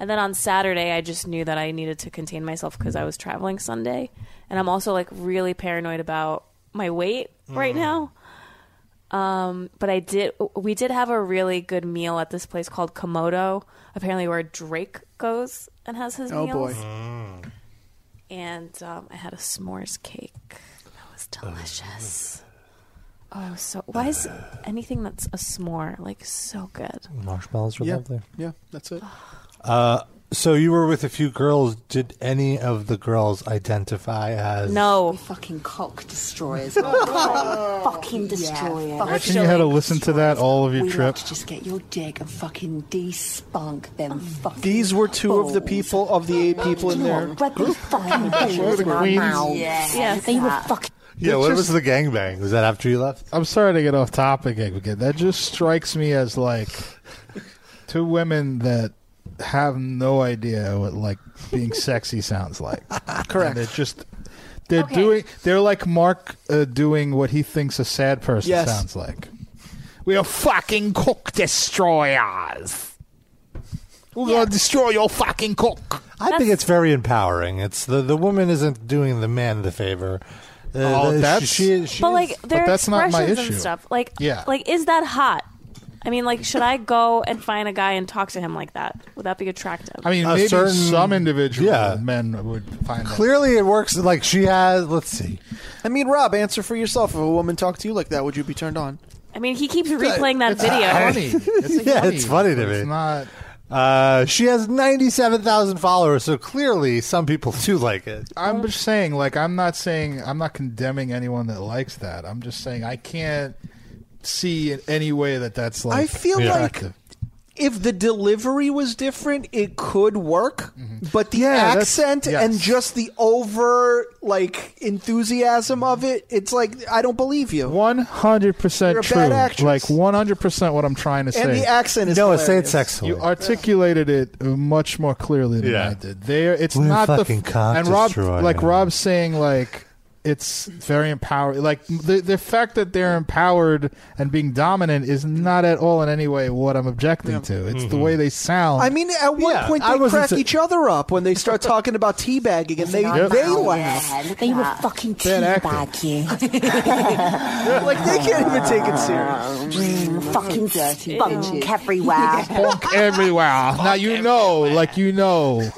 Speaker 5: And then on Saturday, I just knew that I needed to contain myself because I was traveling Sunday. And I'm also like really paranoid about my weight right now. Um, but I did, we did have a really good meal at this place called Komodo, apparently where Drake goes and has his
Speaker 6: Oh, boy.
Speaker 5: meals. And um, I had a s'mores cake. That was delicious. Oh, I was so. Why is anything that's a s'more like so good?
Speaker 2: Marshmallows were
Speaker 6: yeah.
Speaker 2: lovely.
Speaker 6: Yeah, that's it.
Speaker 2: Uh, so you were with a few girls. Did any of the girls identify as?
Speaker 5: No.
Speaker 9: We're fucking cock destroyers. aren't we? fucking destroyers.
Speaker 4: I Imagine you had to listen to that all of your
Speaker 9: we
Speaker 4: trip.
Speaker 9: love to just get your dick and fucking despunk them fucking.
Speaker 6: These were two of
Speaker 9: Oh.
Speaker 6: the people of the eight people in there.
Speaker 9: Rub these fucking
Speaker 6: Sure,
Speaker 9: balls
Speaker 6: the
Speaker 9: in our
Speaker 6: queens.
Speaker 9: mouths.
Speaker 6: Yeah.
Speaker 9: They were fucking.
Speaker 2: Yeah,
Speaker 4: It
Speaker 2: what
Speaker 4: just-
Speaker 2: was the gangbang? Was that after you left?
Speaker 4: I'm sorry to get off topic again. That just strikes me as like two women that have no idea what like being sexy sounds like. Correct. they're just they're doing they're like Mark uh, doing what he thinks a sad person
Speaker 3: Yes.
Speaker 4: sounds like. We are fucking cook destroyers. We're gonna destroy your fucking cook.
Speaker 2: I think it's very empowering. It's the the woman isn't doing the man the favor. Uh,
Speaker 4: Oh,
Speaker 2: the-
Speaker 4: that's-
Speaker 2: she, she
Speaker 5: but
Speaker 2: is-
Speaker 5: like their expressions and stuff. Like,
Speaker 2: Yeah.
Speaker 5: like is that hot? I mean, like, should I go and find a guy and talk to him like that? Would that be attractive?
Speaker 4: I mean,
Speaker 2: A
Speaker 4: maybe
Speaker 2: certain-
Speaker 4: some individual
Speaker 2: Yeah.
Speaker 4: men would find that
Speaker 2: Clearly, it works. Like she has. Let's see.
Speaker 6: I mean, Rob, answer for yourself. If a woman talked to you like that, would you be turned on?
Speaker 5: I mean, he keeps replaying that video.
Speaker 2: yeah, it's funny to me.
Speaker 4: not.
Speaker 2: Uh, she has ninety-seven thousand followers, so clearly some people do like it.
Speaker 4: I'm just saying, like, I'm not saying I'm not condemning anyone that likes that. I'm just saying I can't see in any way that that's like.
Speaker 6: I feel like-
Speaker 4: attractive.
Speaker 6: If the delivery was different, it could work. But the
Speaker 4: Mm-hmm. that's-
Speaker 6: accent
Speaker 4: yes.
Speaker 6: and just the over like enthusiasm of it, it's like I don't believe you.
Speaker 4: One hundred
Speaker 6: You're
Speaker 4: percent
Speaker 6: a
Speaker 4: true.
Speaker 6: bad actress.
Speaker 4: Like one hundred percent what I'm trying to
Speaker 6: And
Speaker 4: say.
Speaker 6: the accent is
Speaker 4: no,
Speaker 6: Noah, say it hilarious. sexually.
Speaker 4: You articulated it much more clearly than
Speaker 2: Yeah.
Speaker 4: I did. There, it's
Speaker 2: We're
Speaker 4: not
Speaker 2: fucking
Speaker 4: the
Speaker 2: cock
Speaker 4: and Rob,
Speaker 2: destroyers.
Speaker 4: like Rob's saying, like it's very empowering. Like the the fact that they're empowered and being dominant is not at all in any way what I'm objecting to. It's the
Speaker 6: Mhm.
Speaker 4: way they sound.
Speaker 6: I mean, at one
Speaker 4: Yeah,
Speaker 6: point
Speaker 4: I
Speaker 6: they
Speaker 4: wasn't
Speaker 6: crack
Speaker 4: sa-
Speaker 6: each other up when they start talking about teabagging, and they
Speaker 4: Yep.
Speaker 6: they
Speaker 4: Oh,
Speaker 6: laugh.
Speaker 10: They were fucking teabag you.
Speaker 6: like they can't even take it serious.
Speaker 10: Mm, fucking spunk everywhere.
Speaker 4: Bonk everywhere. now you know, like you know,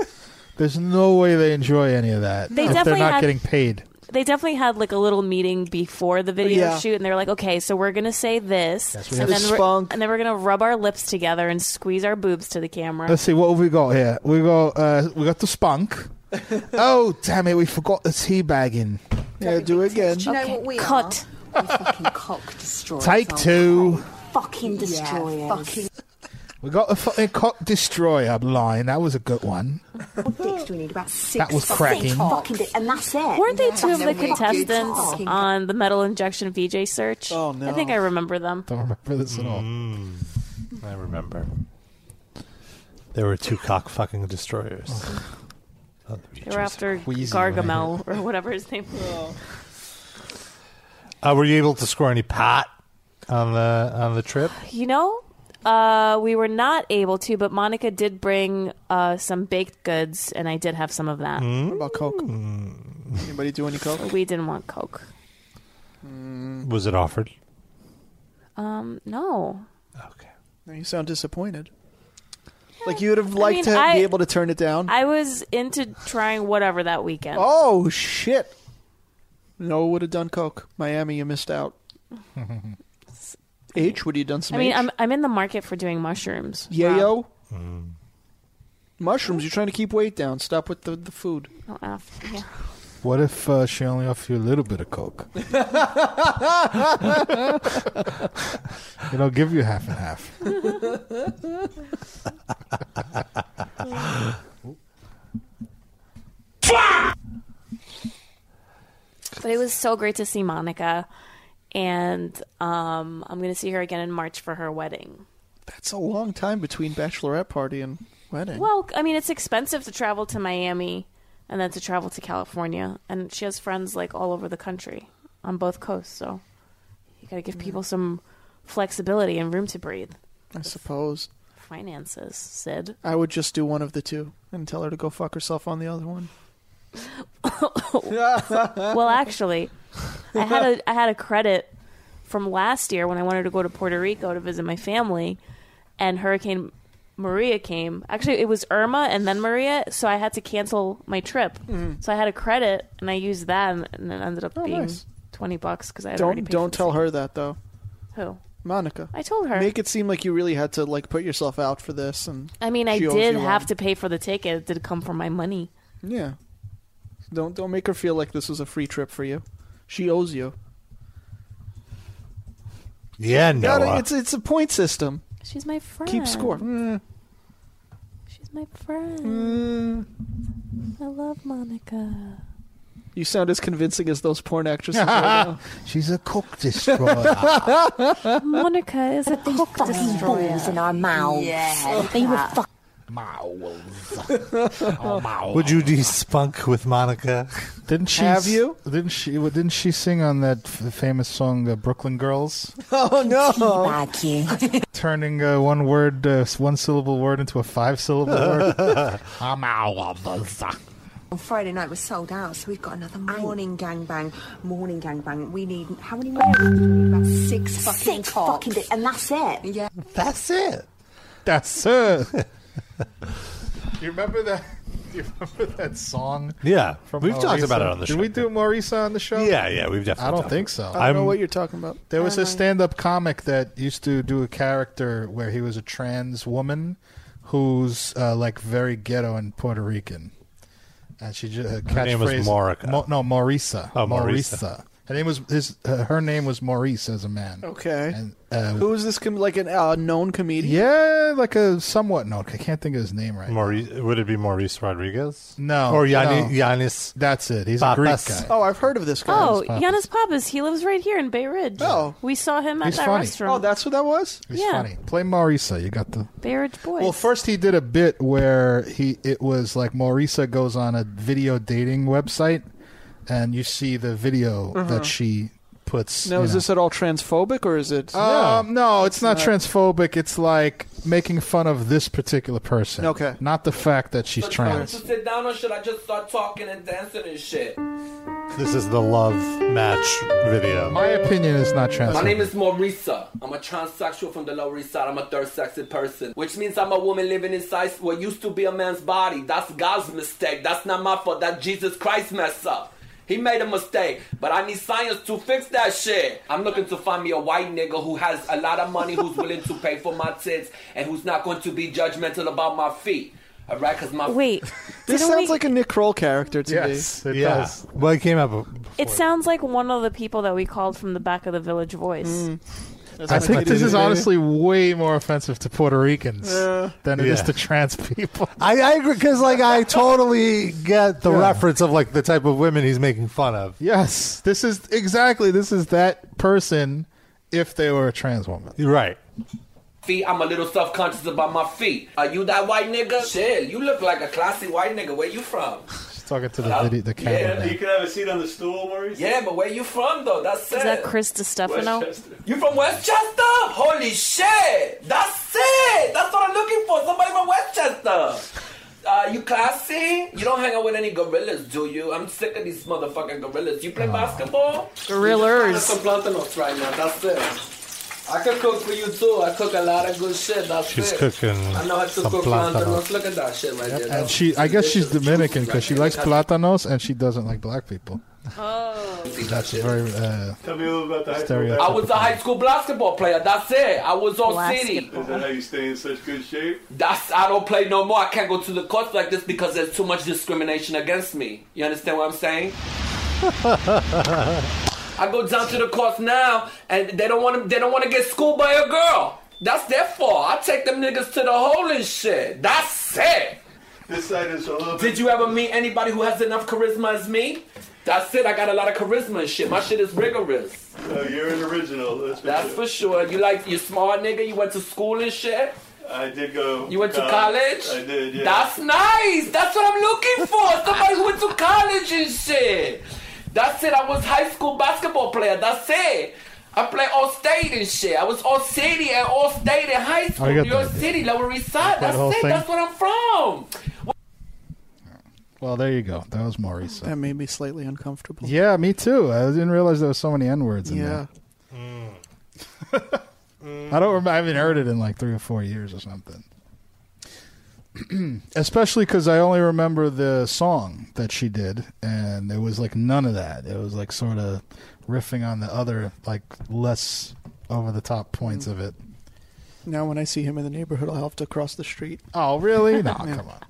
Speaker 4: there's no way they enjoy any of that.
Speaker 5: They
Speaker 4: if they're
Speaker 5: definitely
Speaker 4: not
Speaker 5: had-
Speaker 4: getting paid.
Speaker 5: They definitely had like a little meeting before the video
Speaker 4: Yeah.
Speaker 5: shoot, and they were like, "Okay, so we're gonna say this,
Speaker 4: Yes, we
Speaker 5: and
Speaker 4: have
Speaker 5: then
Speaker 4: to
Speaker 5: we're, and then we're gonna rub our lips together and squeeze our boobs to the camera."
Speaker 4: Let's see what have we got here. We got uh, we got the spunk. oh damn it! We forgot the tea bagging.
Speaker 6: Yeah, do it again.
Speaker 10: Do you know what we Cut. are? We're fucking cock destroyers.
Speaker 2: Oh,
Speaker 4: Take
Speaker 10: aren't
Speaker 4: two.
Speaker 10: we? Fucking destroyers. fucking.
Speaker 4: We got the fucking cock destroyer line. That was a good one.
Speaker 10: What dicks do we need? About six.
Speaker 4: That was
Speaker 10: fucking
Speaker 4: cracking.
Speaker 10: Fucking dick- and that's it.
Speaker 5: Weren't they two of
Speaker 10: That's
Speaker 5: the
Speaker 10: it.
Speaker 5: contestants
Speaker 10: Fucking
Speaker 5: on the metal injection VJ search? Oh
Speaker 6: no!
Speaker 5: I think I remember them.
Speaker 4: Don't remember this at all.
Speaker 2: Mm, I remember. There were two cock fucking destroyers.
Speaker 4: Oh.
Speaker 5: They were after
Speaker 2: Wheezy
Speaker 5: Gargamel or whatever his name.
Speaker 6: Oh.
Speaker 5: was.
Speaker 2: Uh, were you able to score any pot on the on the trip?
Speaker 5: You know, uh, we were not able to, but Monica did bring uh, some baked goods, and I did have some of that.
Speaker 6: What
Speaker 2: Hmm?
Speaker 6: about coke? Anybody do any coke?
Speaker 5: We didn't want Coke. Mm.
Speaker 2: Was it offered?
Speaker 5: Um, no.
Speaker 6: Now You sound disappointed. Like you would have liked
Speaker 5: mean,
Speaker 6: to
Speaker 5: I-
Speaker 6: be able to turn it down.
Speaker 5: I was into trying whatever that weekend.
Speaker 6: oh shit! No, would have done coke. Miami, you missed out. H, would you done some?
Speaker 5: I mean,
Speaker 6: H?
Speaker 5: I'm I'm in the market for doing mushrooms. Wow.
Speaker 6: yayo. Mm. Mushrooms. You're trying to keep weight down. Stop with the the food.
Speaker 5: Oh, F. Yeah.
Speaker 4: What if uh, she only offered you a little bit of coke? You know, give you half and half.
Speaker 5: But it was so great to see Monica, and um, I'm going to see her again in March for her wedding.
Speaker 6: That's a long time between bachelorette party and wedding.
Speaker 5: Well, I mean, it's expensive to travel to Miami and then to travel to California, and she has friends like all over the country on both coasts. So you got to give people some flexibility and room to breathe.
Speaker 6: I suppose
Speaker 5: Finances, Sid.
Speaker 6: I would just do one of the two and tell her to go fuck herself on the other one.
Speaker 5: well, actually, I had a I had a credit from last year when I wanted to go to Puerto Rico to visit my family, and Hurricane Maria came. Actually, it was Irma and then Maria, so I had to cancel my trip.
Speaker 6: Mhm.
Speaker 5: So I had a credit, and I used that, and, and it ended up
Speaker 6: Oh,
Speaker 5: being
Speaker 6: nice.
Speaker 5: twenty bucks because I had already
Speaker 6: Don't
Speaker 5: paid
Speaker 6: don't tell her that though.
Speaker 5: who.
Speaker 6: Monica.
Speaker 5: I told her.
Speaker 6: Make it seem like you really had to like put yourself out for this and
Speaker 5: I mean, I
Speaker 6: she owes
Speaker 5: did
Speaker 6: you
Speaker 5: have
Speaker 6: one.
Speaker 5: to pay for the ticket. It did come from my money.
Speaker 6: Yeah. Don't don't make her feel like this was a free trip for you. She owes you.
Speaker 2: Yeah,
Speaker 6: Got
Speaker 2: Noah.
Speaker 6: it. It's it's a point system.
Speaker 5: She's my friend.
Speaker 6: Keep score. Mm. Mm.
Speaker 5: She's my friend. I love Monica.
Speaker 6: You sound as convincing as those porn actresses right now.
Speaker 4: She's a cook
Speaker 5: Monica is a cook
Speaker 10: fucking
Speaker 5: destroyer.
Speaker 10: balls in our mouths.
Speaker 5: Yeah.
Speaker 10: They were fucking.
Speaker 2: Would you de-spunk with Monica?
Speaker 4: Didn't she
Speaker 2: Have
Speaker 4: s-
Speaker 2: you?
Speaker 4: Didn't she? w- Didn't she sing on that f- famous song, uh, "Brooklyn Girls"?
Speaker 6: Oh
Speaker 10: you.
Speaker 4: Turning uh, one word, uh, s- one syllable word into a five syllable word. I'm out of the.
Speaker 9: On Friday night was sold out, so we've got another morning gangbang. Morning gangbang. We need how many more? About six fucking
Speaker 10: Six
Speaker 9: cops.
Speaker 10: fucking di- and that's it.
Speaker 9: Yeah,
Speaker 2: that's it.
Speaker 4: That's it. you remember that? Do you remember that song?
Speaker 2: Yeah, we've talked
Speaker 4: Maurice?
Speaker 2: about it on the
Speaker 4: Did
Speaker 2: show.
Speaker 4: we do Maurice on the show?
Speaker 2: Yeah, yeah, we've definitely
Speaker 4: I don't
Speaker 2: done
Speaker 4: think
Speaker 2: it.
Speaker 4: so.
Speaker 2: I don't know I'm- what
Speaker 6: you're talking about.
Speaker 4: There was
Speaker 6: I
Speaker 4: a
Speaker 6: don't know.
Speaker 4: stand-up comic that used to do a character where he was a trans woman who's uh, like very ghetto and Puerto Rican, and she just her,
Speaker 2: Her name was
Speaker 4: catchphrase-
Speaker 2: Morica.
Speaker 4: Mo- no, Maurisa.
Speaker 2: Oh, Maurisa.
Speaker 4: Her name was his. Uh, her name was Maurice as a man.
Speaker 6: Okay.
Speaker 4: uh,
Speaker 6: Who is this? Com- like an uh, known comedian?
Speaker 4: Yeah, like a somewhat no. I can't think of his name right.
Speaker 2: Maurice, would it be Maurice Rodriguez?
Speaker 4: No,
Speaker 2: Or Yanni,
Speaker 4: no.
Speaker 2: Yanis?
Speaker 4: That's it. He's a Greek guy.
Speaker 6: Oh, I've heard of this guy.
Speaker 5: Oh, Yanis Pappas. He lives right here in Bay Ridge.
Speaker 6: Oh.
Speaker 5: We saw him at
Speaker 4: He's
Speaker 5: that
Speaker 4: funny.
Speaker 5: restaurant.
Speaker 6: Oh, that's what that was?
Speaker 4: He's
Speaker 5: yeah.
Speaker 4: funny. Play Maurisa. You got the.
Speaker 5: Bay Ridge Boys.
Speaker 4: Well, first he did a bit where he it was like Maurisa goes on a video dating website, and you see the video
Speaker 6: Uh-huh.
Speaker 4: that she puts.
Speaker 6: Now,
Speaker 4: you
Speaker 6: is
Speaker 4: know.
Speaker 6: this at all transphobic or is it?
Speaker 4: Um, no, it's not transphobic. It's like making fun of this particular person.
Speaker 6: Okay.
Speaker 4: Not the fact that she's trans.
Speaker 1: sit down or should I just start talking and dancing and shit?
Speaker 2: This is the love match video.
Speaker 4: My opinion is not
Speaker 1: My
Speaker 4: transphobic.
Speaker 1: name is Maurisa. I'm a transsexual from the Lower East Side. I'm a third sex person, which means I'm a woman living inside what used to be a man's body. That's God's mistake. That's not my fault. That Jesus Christ mess up. He made a mistake, but I need science to fix that shit. I'm looking to find me a white nigga who has a lot of money, who's willing to pay for my tits, and who's not going to be judgmental about my feet. All right, because my
Speaker 5: Wait.
Speaker 6: This
Speaker 5: didn't
Speaker 6: sounds
Speaker 5: we-
Speaker 6: like a Nick Kroll character to me.
Speaker 2: yeah. Well, it came up.
Speaker 5: It sounds like one of the people that we called from the back of the Village Voice.
Speaker 6: Mm.
Speaker 4: I think this is honestly way more offensive to Puerto Ricans
Speaker 5: Yeah.
Speaker 4: than it is
Speaker 2: Yeah.
Speaker 4: to trans people.
Speaker 2: I, I agree because like I totally get the
Speaker 4: Yeah.
Speaker 2: reference of like the type of women he's making fun of.
Speaker 4: Yes, this is exactly this is that person if they were a trans woman.
Speaker 2: You're right.
Speaker 1: feet. I'm a little self conscious about my feet. Are you that white nigga? Shit, you look like a classy white nigga. Where you from?
Speaker 4: She's talking to the
Speaker 1: Hello?
Speaker 4: video, the camera.
Speaker 1: you could have a seat on the stool, Maurice. Yeah, but where you from though? That's it.
Speaker 5: Is that Chris DiStefano?
Speaker 1: You from Westchester? Holy shit! That's it. That's what I'm looking for. Somebody from Westchester. Uh, you classy? You don't hang out with any gorillas, do you? I'm sick of these motherfucking gorillas. You play
Speaker 4: Uh,
Speaker 1: basketball?
Speaker 5: Gorillas.
Speaker 1: Just some plantanos right now. That's it. I could cook for you too. I cook a lot of good shit. That's
Speaker 2: She's
Speaker 1: it.
Speaker 2: cooking
Speaker 1: I know how to
Speaker 2: some
Speaker 1: cook
Speaker 2: plantanos.
Speaker 1: plantanos. Look at that shit right there.
Speaker 4: And she, I guess she's Dominican because she likes platanos and she doesn't like black people.
Speaker 1: Oh.
Speaker 4: That's very. Uh,
Speaker 1: Tell me a little about the
Speaker 4: high school Stereotypical.
Speaker 1: I was a high school basketball player. That's it. I was on city.
Speaker 7: Is that how you stay in such good shape?
Speaker 1: That's I don't play no more. I can't go to the courts like this because there's too much discrimination against me. You understand what I'm saying? I go down to the courts now, and they don't want to. They don't want to get schooled by a girl. That's their fault. I take them niggas to the hole and shit. That's it. This side is a little. Did you ever meet anybody who has enough charisma as me? That's it. I got a lot of charisma and shit. My shit is rigorous.
Speaker 7: No, Uh, you're an original. That's for
Speaker 1: That's
Speaker 7: sure.
Speaker 1: for sure. You like you smart nigga. You went to school and shit.
Speaker 7: I did go.
Speaker 1: You went to college?
Speaker 7: I did. Yeah.
Speaker 1: That's nice. That's what I'm looking for. Somebody who went to college and shit. That's it. I was high school basketball player. That's it. I played all state and shit. I was all city and all state in high school.
Speaker 4: I got
Speaker 1: New York
Speaker 4: that.
Speaker 1: City, Lower East Side.
Speaker 4: You played
Speaker 1: That's
Speaker 4: the whole
Speaker 1: it.
Speaker 4: thing?
Speaker 1: That's where I'm from.
Speaker 4: well, there you go. That was Maurice.
Speaker 6: That made me slightly uncomfortable.
Speaker 4: Yeah, me too. I didn't realize there was so many n words in
Speaker 6: Yeah. Hmm.
Speaker 4: there. I don't remember. I haven't heard it in like three or four years or something. Especially because I only remember the song that she did, and there was like none of that. It was like sort of riffing on the other, like less over the top points of it.
Speaker 6: Now, when I see him in the neighborhood, I'll have to cross the street.
Speaker 4: Oh, really? No,
Speaker 6: Yeah.
Speaker 4: come on.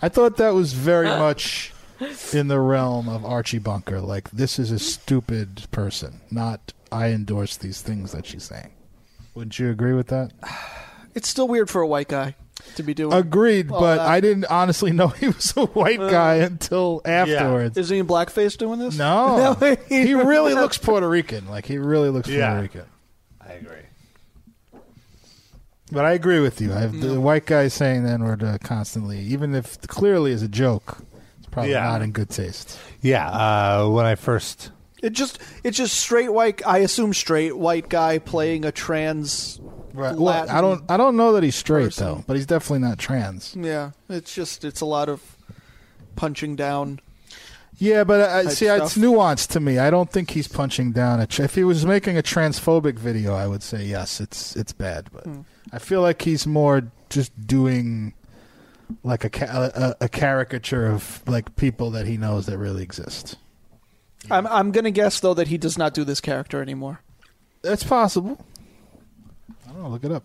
Speaker 4: I thought that was very much in the realm of Archie Bunker. Like, this is a stupid person, not I endorse these things that she's saying. Would you agree with that?
Speaker 6: It's still weird for a white guy. to be doing. uh,
Speaker 4: Agreed,
Speaker 6: all
Speaker 4: but
Speaker 6: that.
Speaker 4: I didn't honestly know he was a white
Speaker 6: Uh,
Speaker 4: guy until afterwards.
Speaker 6: Is he in blackface doing this?
Speaker 4: No, Oh. he really
Speaker 6: looks.
Speaker 4: looks Puerto Rican. Like he really looks
Speaker 6: Yeah.
Speaker 4: Puerto Rican.
Speaker 2: I agree.
Speaker 4: But I agree with you. I've,
Speaker 6: Mm.
Speaker 4: The white guy saying the N word uh, constantly, even if clearly is a joke, it's probably
Speaker 2: Yeah.
Speaker 4: not in good taste.
Speaker 2: Yeah, uh, when I first
Speaker 6: It just it's just straight white. I assume straight white guy playing a trans.
Speaker 4: Right. Look,
Speaker 6: Latin.
Speaker 4: I don't. I don't know that he's straight though, but he's definitely not trans.
Speaker 6: Yeah, it's just it's a lot of punching down.
Speaker 4: Yeah, but I,
Speaker 6: Type
Speaker 4: see, it's
Speaker 6: stuff.
Speaker 4: nuanced to me. I don't think he's punching down. A tr- if he was making a transphobic video, I would say yes, it's it's bad. But
Speaker 6: Hmm.
Speaker 4: I feel like he's more just doing like a, ca- a a caricature of like people that he knows that really exist.
Speaker 6: I'm I'm gonna guess though that he does not do this character anymore.
Speaker 4: That's possible. I don't know. Look it up.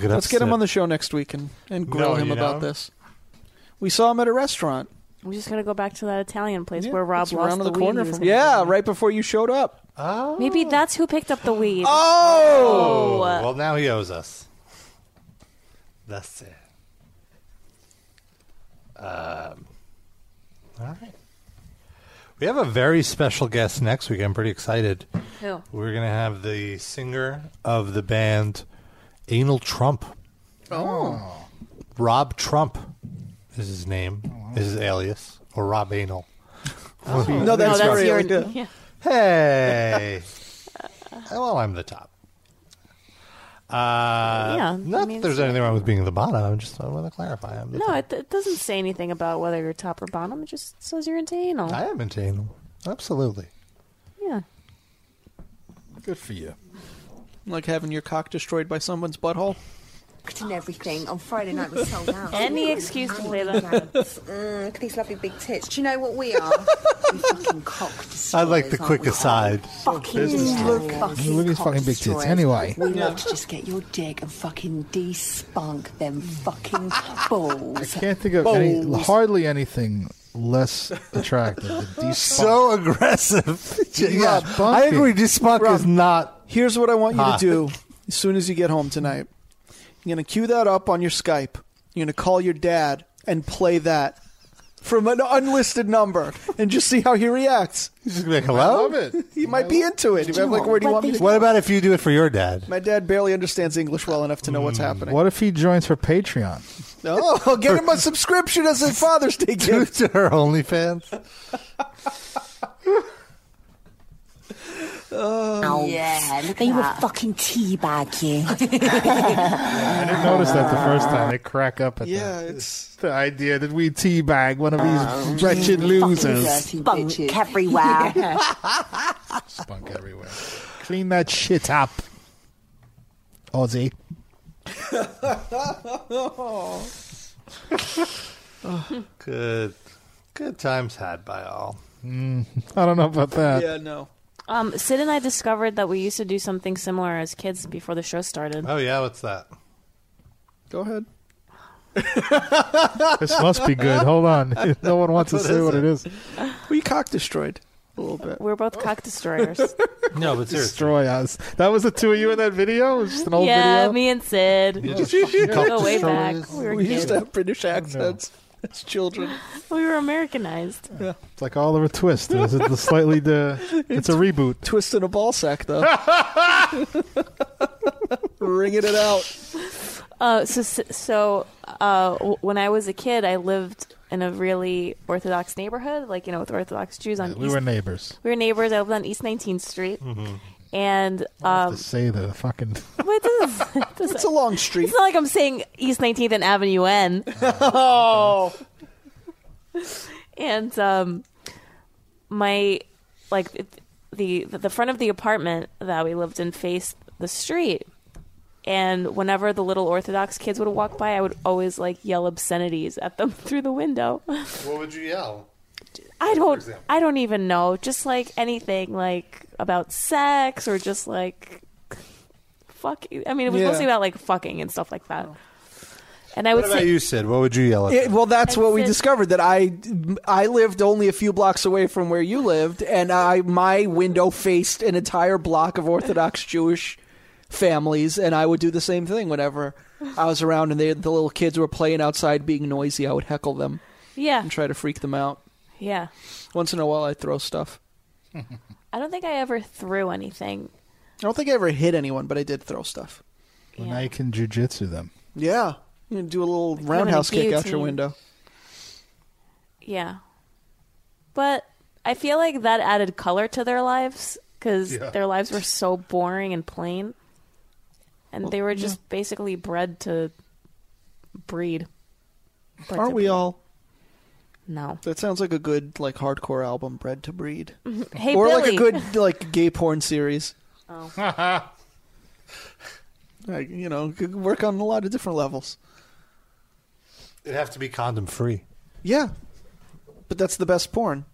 Speaker 6: Let's get him on the show next week and and grill
Speaker 4: No,
Speaker 6: him
Speaker 4: you
Speaker 6: about
Speaker 4: know.
Speaker 6: this. We saw him at a restaurant.
Speaker 5: We just gotta go back to that Italian place
Speaker 6: Yeah,
Speaker 5: where Rob
Speaker 6: it's
Speaker 5: lost
Speaker 6: around
Speaker 5: the,
Speaker 6: the, corner
Speaker 5: Wii.
Speaker 6: from. Yeah, uh, right before you showed up.
Speaker 2: Oh.
Speaker 5: Maybe that's who picked up the weed.
Speaker 6: Oh!
Speaker 2: well now he owes us. That's it. Um, all right. We have a very special guest next week. I'm pretty excited.
Speaker 5: Who?
Speaker 2: We're gonna have the singer of the band Anal Trump.
Speaker 6: Oh.
Speaker 2: Rob Trump is his name, is his alias, or Rob Anal.
Speaker 6: No, that's No, that's your- your- yeah.
Speaker 2: Hey. well, I'm the top. Uh, Not
Speaker 5: Yeah, I mean,
Speaker 2: that there's
Speaker 5: it's-
Speaker 2: anything wrong with being the bottom. I'm just I want to clarify. I'm the
Speaker 5: No,
Speaker 2: top.
Speaker 5: it, it doesn't say anything about whether you're top or bottom. It just says you're into anal.
Speaker 2: I am into anal. Absolutely.
Speaker 5: Yeah.
Speaker 4: Good for you.
Speaker 6: Like having your cock destroyed by someone's butthole.
Speaker 9: and everything on Friday night was sold out.
Speaker 5: Any excuse to play that.
Speaker 9: Mm, look at these lovely big tits. Do you know what we are? we fucking cock
Speaker 2: I
Speaker 9: destroyers,
Speaker 2: like the
Speaker 9: aren't
Speaker 2: quick
Speaker 9: we?
Speaker 2: aside.
Speaker 9: Fucking look, fucking
Speaker 4: Look at these
Speaker 9: cock
Speaker 4: fucking big tits.
Speaker 9: destroyers.
Speaker 4: Anyway.
Speaker 9: we love to just get your dick and fucking despunk them fucking balls. I
Speaker 4: Can't think of any, hardly anything less attractive. than these
Speaker 2: So aggressive.
Speaker 4: Yeah,
Speaker 2: I agree. Despunk
Speaker 6: Rob,
Speaker 2: is not.
Speaker 6: Here's what I want you
Speaker 2: hot.
Speaker 6: to do as soon as you get home tonight. You're going to queue that up on your Skype. You're going to call your dad and play that from an unlisted number and just see how he reacts.
Speaker 2: He's just going to be like, hello?
Speaker 6: He might be into it. He'd be like, where do you want me to
Speaker 2: What about if you do it for your dad?
Speaker 6: My dad barely understands English well enough to know what's happening.
Speaker 4: Hmm. What if he joins her Patreon?
Speaker 6: Oh, get him a subscription as a Father's Day
Speaker 2: to,
Speaker 6: gift.
Speaker 2: to her OnlyFans?
Speaker 6: Oh,
Speaker 10: yeah, they will fucking teabag you.
Speaker 4: I didn't notice that the first time. They crack up at
Speaker 6: Yeah,
Speaker 4: that.
Speaker 6: it's
Speaker 4: the idea that we teabag one of these
Speaker 10: Um,
Speaker 4: wretched
Speaker 10: fucking
Speaker 4: losers.
Speaker 10: dirty bitches. everywhere.
Speaker 4: Spunk everywhere. Clean that shit up, Aussie.
Speaker 2: Good. Good times had by all.
Speaker 4: Mm, I don't know about that.
Speaker 6: no.
Speaker 5: Um, Sid and I discovered that we used to do something similar as kids before the show started.
Speaker 2: Oh, yeah. What's that?
Speaker 6: Go ahead.
Speaker 4: This must be good. Hold on. no one wants to
Speaker 6: What
Speaker 4: say
Speaker 6: is
Speaker 4: what
Speaker 6: it?
Speaker 4: it is.
Speaker 6: We cock destroyed a little bit.
Speaker 5: We're both cock destroyers.
Speaker 2: No, but
Speaker 4: Destroy us. That was the two of you in that video? It was just an old
Speaker 5: yeah,
Speaker 4: video?
Speaker 5: me and Sid.
Speaker 4: Yeah,
Speaker 5: we
Speaker 4: cock
Speaker 5: go way back.
Speaker 4: destroyers.
Speaker 5: We were,
Speaker 6: We used
Speaker 5: kids.
Speaker 6: to have British accents as children.
Speaker 5: we were Americanized.
Speaker 4: It's like Oliver Twist. It's a slightly the. It's a reboot.
Speaker 6: Twist in a ball sack, though. Ringing it out.
Speaker 5: Uh, so so uh, w- when I was a kid, I lived in a really Orthodox neighborhood, like you know, with Orthodox Jews on.
Speaker 4: We
Speaker 5: East,
Speaker 4: were neighbors.
Speaker 5: we were neighbors. I lived on East 19th Street,
Speaker 4: Mhm.
Speaker 5: and
Speaker 4: To
Speaker 5: um,
Speaker 4: say the fucking.
Speaker 5: wait, this is, this
Speaker 6: It's a long street.
Speaker 5: It's not like I'm saying East 19th and Avenue N.
Speaker 6: oh.
Speaker 5: And um, my like it- the the front of the apartment that we lived in faced the street. And whenever the little Orthodox kids would walk by, I would always like yell obscenities at them through the window.
Speaker 2: What would you yell?
Speaker 5: I don't
Speaker 2: example.
Speaker 5: I don't even know. Just like anything like about sex or just like fuck I mean it was
Speaker 2: Yeah.
Speaker 5: mostly about like fucking and stuff like that. And I
Speaker 2: What
Speaker 5: would
Speaker 2: about
Speaker 5: say
Speaker 2: you, Sid? What would you yell at?
Speaker 6: It- well, that's what we
Speaker 5: Exit.
Speaker 6: discovered. That I I lived only a few blocks away from where you lived, and I my window faced an entire block of Orthodox Jewish families, and I would do the same thing whenever I was around and they, the little kids were playing outside being noisy, I would heckle them
Speaker 5: Yeah.
Speaker 6: and try to freak them out.
Speaker 5: Yeah.
Speaker 6: Once in a while, I'd throw stuff.
Speaker 5: I don't think I ever threw anything.
Speaker 6: I don't think I ever hit anyone, but I did throw stuff.
Speaker 4: Well, now you can jujitsu them.
Speaker 6: Yeah. You can do a little
Speaker 5: a
Speaker 6: roundhouse kick out your
Speaker 5: guillotine.
Speaker 6: window.
Speaker 5: Yeah. But I feel like that added color to their lives because
Speaker 6: Yeah.
Speaker 5: their lives were so boring and plain. And they were just basically bred to breed. Bred
Speaker 6: Aren't
Speaker 5: to
Speaker 6: we
Speaker 5: breed.
Speaker 6: all?
Speaker 5: No.
Speaker 6: That sounds like a good like hardcore album, Bred to Breed.
Speaker 5: Mm-hmm. Hey,
Speaker 6: or like
Speaker 5: Billy.
Speaker 6: a good like gay porn series.
Speaker 5: Oh.
Speaker 6: Like, you know, could work on a lot of different levels.
Speaker 2: It'd have to be condom free.
Speaker 6: Yeah. But that's the best porn.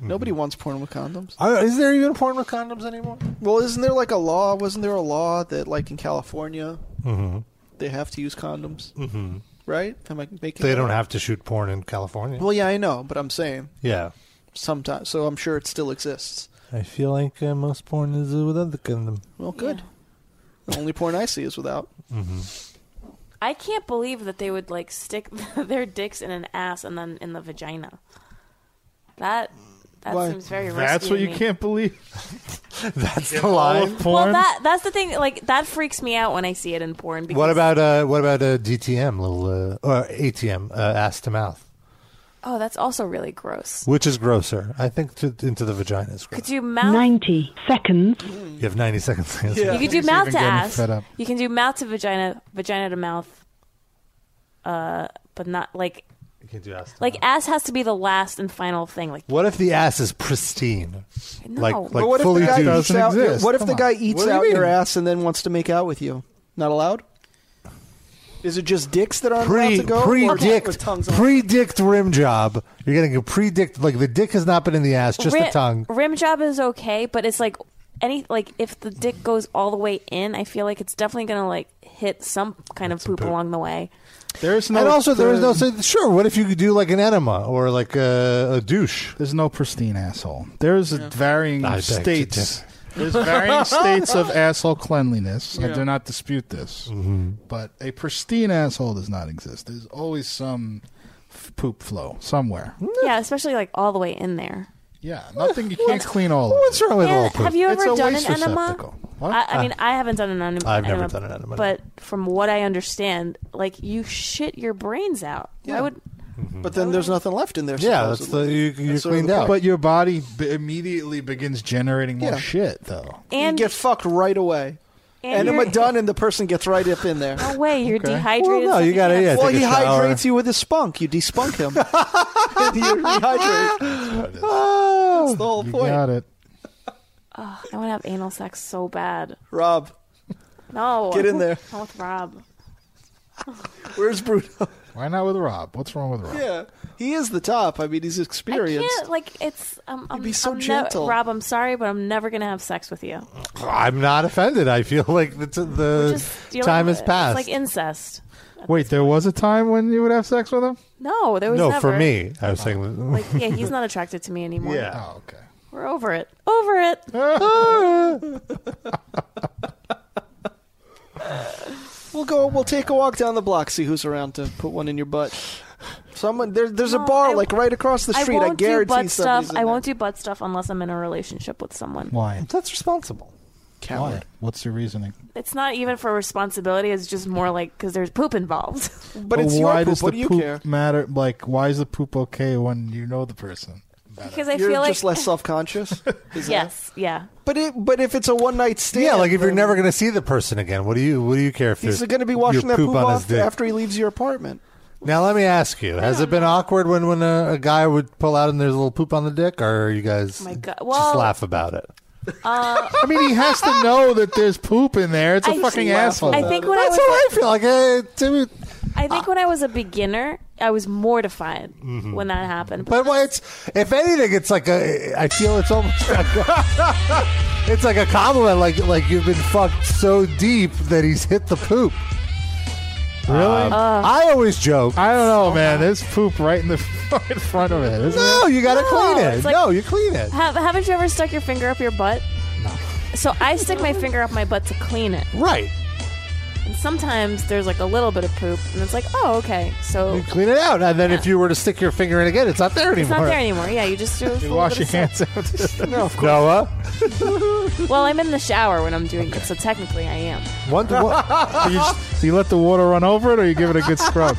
Speaker 6: Nobody wants porn with condoms.
Speaker 2: Mm-hmm. is there even porn with condoms anymore?
Speaker 6: Well, isn't there like a law? Wasn't there a law that like in California
Speaker 2: Mm-hmm.
Speaker 6: they have to use condoms?
Speaker 2: Mhm.
Speaker 6: Right? Am I making
Speaker 2: They
Speaker 6: that
Speaker 2: don't
Speaker 6: up?
Speaker 2: have to shoot porn in California.
Speaker 6: Well, yeah, I know, but I'm saying
Speaker 2: yeah.
Speaker 6: sometimes. So I'm sure it still exists.
Speaker 2: I feel like uh, most porn is uh, without the condom.
Speaker 6: Well, good. The only porn I see is without.
Speaker 2: Mm-hmm.
Speaker 5: I can't believe that they would like stick their dicks in an ass and then in the vagina. That that
Speaker 4: Why?
Speaker 5: seems very risky.
Speaker 4: That's what
Speaker 5: to
Speaker 4: you
Speaker 5: me.
Speaker 4: can't believe.
Speaker 2: That's
Speaker 4: the line.
Speaker 5: Well, that that's the thing. Like that freaks me out when I see it in porn. Because,
Speaker 2: What about uh, what about uh, DTM, little uh, or ATM, uh, ass to mouth,
Speaker 5: Oh, that's also really gross.
Speaker 2: which is grosser? I think to, into the vagina is gross.
Speaker 5: Could you mouth?
Speaker 10: Ninety seconds.
Speaker 2: You have ninety seconds.
Speaker 5: You can do mouth to ass. You can do mouth to vagina, vagina to mouth. Uh, but not like
Speaker 2: You can do ass. To
Speaker 5: like ass has to be the last and final thing. Like
Speaker 2: What if the ass is pristine,
Speaker 5: No.
Speaker 2: like
Speaker 5: But
Speaker 2: like
Speaker 6: Oh, what if
Speaker 2: fully
Speaker 6: the guy
Speaker 2: dude?
Speaker 6: eats out your, what if the guy eats
Speaker 2: What do you
Speaker 6: out your
Speaker 2: mean?
Speaker 6: ass and then wants to make out with you? Not allowed. Is it just dicks that aren't allowed
Speaker 2: Pre
Speaker 6: to go? or with
Speaker 2: predict
Speaker 6: tongues on?
Speaker 2: predict rim job. You're getting a predict like the dick has not been in the ass, just
Speaker 5: rim,
Speaker 2: the tongue.
Speaker 5: Rim job is okay, but it's like any like if the dick goes all the way in, I feel like it's definitely gonna like hit some kind of poop along the way.
Speaker 4: There's no
Speaker 2: and also there is no say, sure. What if you could do like an enema or like a, a douche?
Speaker 4: There's no pristine asshole. There's a varying
Speaker 2: I beg to
Speaker 4: states.
Speaker 2: differ.
Speaker 4: There's varying states of asshole cleanliness. I
Speaker 2: Yeah.
Speaker 4: do not dispute this, but a pristine asshole does not exist. There's always some f- poop flow somewhere.
Speaker 5: Yeah, especially like all the way in there.
Speaker 4: Yeah, nothing you can't clean all. What's
Speaker 2: wrong
Speaker 5: Yeah, have you ever done an enema?
Speaker 4: What? Ah.
Speaker 5: I, I mean, I haven't done an enem- enema.
Speaker 4: I've never done an enema.
Speaker 5: But from what I understand, like you shit your brains out. Why would
Speaker 6: But
Speaker 5: Mm-hmm.
Speaker 6: then there's nothing left in there.
Speaker 2: Yeah, that's the
Speaker 6: supposedly.
Speaker 2: you, you're
Speaker 6: That's sort of
Speaker 2: cleaned
Speaker 6: the
Speaker 2: out.
Speaker 4: But your body b- immediately begins generating more
Speaker 6: Yeah.
Speaker 4: shit, though.
Speaker 5: And-
Speaker 6: you get fucked right away.
Speaker 5: And
Speaker 6: And I'm
Speaker 5: you're-
Speaker 6: done, and the person gets right up in there.
Speaker 5: No way, you're dehydrated.
Speaker 6: Well,
Speaker 5: so can't-
Speaker 6: well, he hydrates you with his spunk. You despunk him. you rehydrate. That's the whole point.
Speaker 4: Ah. it.
Speaker 5: Ugh, I want to have anal sex so bad.
Speaker 6: Rob,
Speaker 5: No,
Speaker 6: Get in there.
Speaker 5: Not with Rob.
Speaker 6: where's Bruno?
Speaker 4: Why not with Rob? What's wrong with Rob?
Speaker 6: Yeah, he is the top. I mean, he's
Speaker 5: I
Speaker 6: experienced.
Speaker 5: can't. Like it's. Um, I'm,
Speaker 6: be so
Speaker 5: I'm nev-
Speaker 6: gentle.
Speaker 5: Rob, I'm sorry, but I'm never gonna have sex with you.
Speaker 2: I'm not offended. I feel like the,
Speaker 6: Uh,
Speaker 2: the
Speaker 5: You're
Speaker 2: time
Speaker 5: like,
Speaker 2: has passed.
Speaker 5: It's like incest.
Speaker 4: Wait, there was a time when you would have sex with him?
Speaker 5: No, there was
Speaker 2: no,
Speaker 5: never.
Speaker 2: for me, I was saying.
Speaker 5: Like, yeah, he's not attracted to me anymore.
Speaker 2: Yeah.
Speaker 4: Oh, okay.
Speaker 5: We're over it. Over it.
Speaker 6: We'll go. We'll take a walk down the block. See who's around to put one in your butt. Someone there. There's a bar like right across the street. I,
Speaker 5: won't
Speaker 6: guarantee
Speaker 5: do butt
Speaker 6: somebody's
Speaker 5: stuff.
Speaker 6: in
Speaker 5: I
Speaker 6: there.
Speaker 5: won't do butt stuff unless I'm in a relationship with someone.
Speaker 4: Why?
Speaker 2: That's responsible.
Speaker 4: Why? What's your reasoning?
Speaker 5: It's not even for responsibility. It's just more like because there's poop involved.
Speaker 4: why does the poop matter? Like, why is the poop okay when you know the person?
Speaker 5: Because I
Speaker 6: You're
Speaker 5: feel
Speaker 6: just
Speaker 5: like
Speaker 6: less self conscious.
Speaker 5: yes, yeah.
Speaker 6: But it. But if it's a one night stand,
Speaker 2: Yeah, like if you're
Speaker 6: then
Speaker 2: never going to see the person again, what do you what do you care if
Speaker 6: he's
Speaker 2: there's
Speaker 6: going to be
Speaker 2: your
Speaker 6: washing that poop,
Speaker 2: on his
Speaker 6: off
Speaker 2: dick?
Speaker 6: after he leaves your apartment.
Speaker 2: Now let me ask you: Has it been awkward when when a, a guy would pull out and there's a little poop on the dick, or are you guys
Speaker 5: My God.
Speaker 2: just
Speaker 5: Well-
Speaker 2: laugh about it?
Speaker 5: Uh,
Speaker 4: I mean, he has to know that there's poop in there. It's a
Speaker 5: I-
Speaker 4: fucking asshole.
Speaker 5: I think when
Speaker 2: That's
Speaker 5: I
Speaker 2: how
Speaker 5: was,
Speaker 2: I feel. Like, hey, dude.
Speaker 5: I think when I was a beginner, I was mortified
Speaker 2: Mhm.
Speaker 5: when that happened.
Speaker 2: But why it's if anything, it's like a. I feel it's almost like a, it's like a compliment. Like like you've been fucked so deep that he's hit the poop.
Speaker 4: Really?
Speaker 2: I always joke.
Speaker 4: Um, I don't know, man. There's poop right in the in front of it. Isn't
Speaker 2: No,
Speaker 4: it?
Speaker 2: you gotta clean it.
Speaker 5: it's like-
Speaker 2: no, you clean it.
Speaker 5: Have, haven't you ever stuck your finger up your butt? No. So I stick my finger up my butt to clean it.
Speaker 2: Right.
Speaker 5: And sometimes there's like a little bit of poop, and it's like, oh, okay. So
Speaker 2: You clean it out, and then if you were to stick your finger in again, it's not there anymore.
Speaker 5: it's not there anymore. Yeah, you just do. a
Speaker 2: You
Speaker 5: little
Speaker 2: wash
Speaker 5: bit
Speaker 2: your
Speaker 5: of
Speaker 2: hands
Speaker 5: soap.
Speaker 2: out. no, of course. Noah,
Speaker 5: well, I'm in the shower when I'm doing it, so technically I am.
Speaker 2: one,
Speaker 4: So you, just- you let the water run over it, or you give it a good scrub?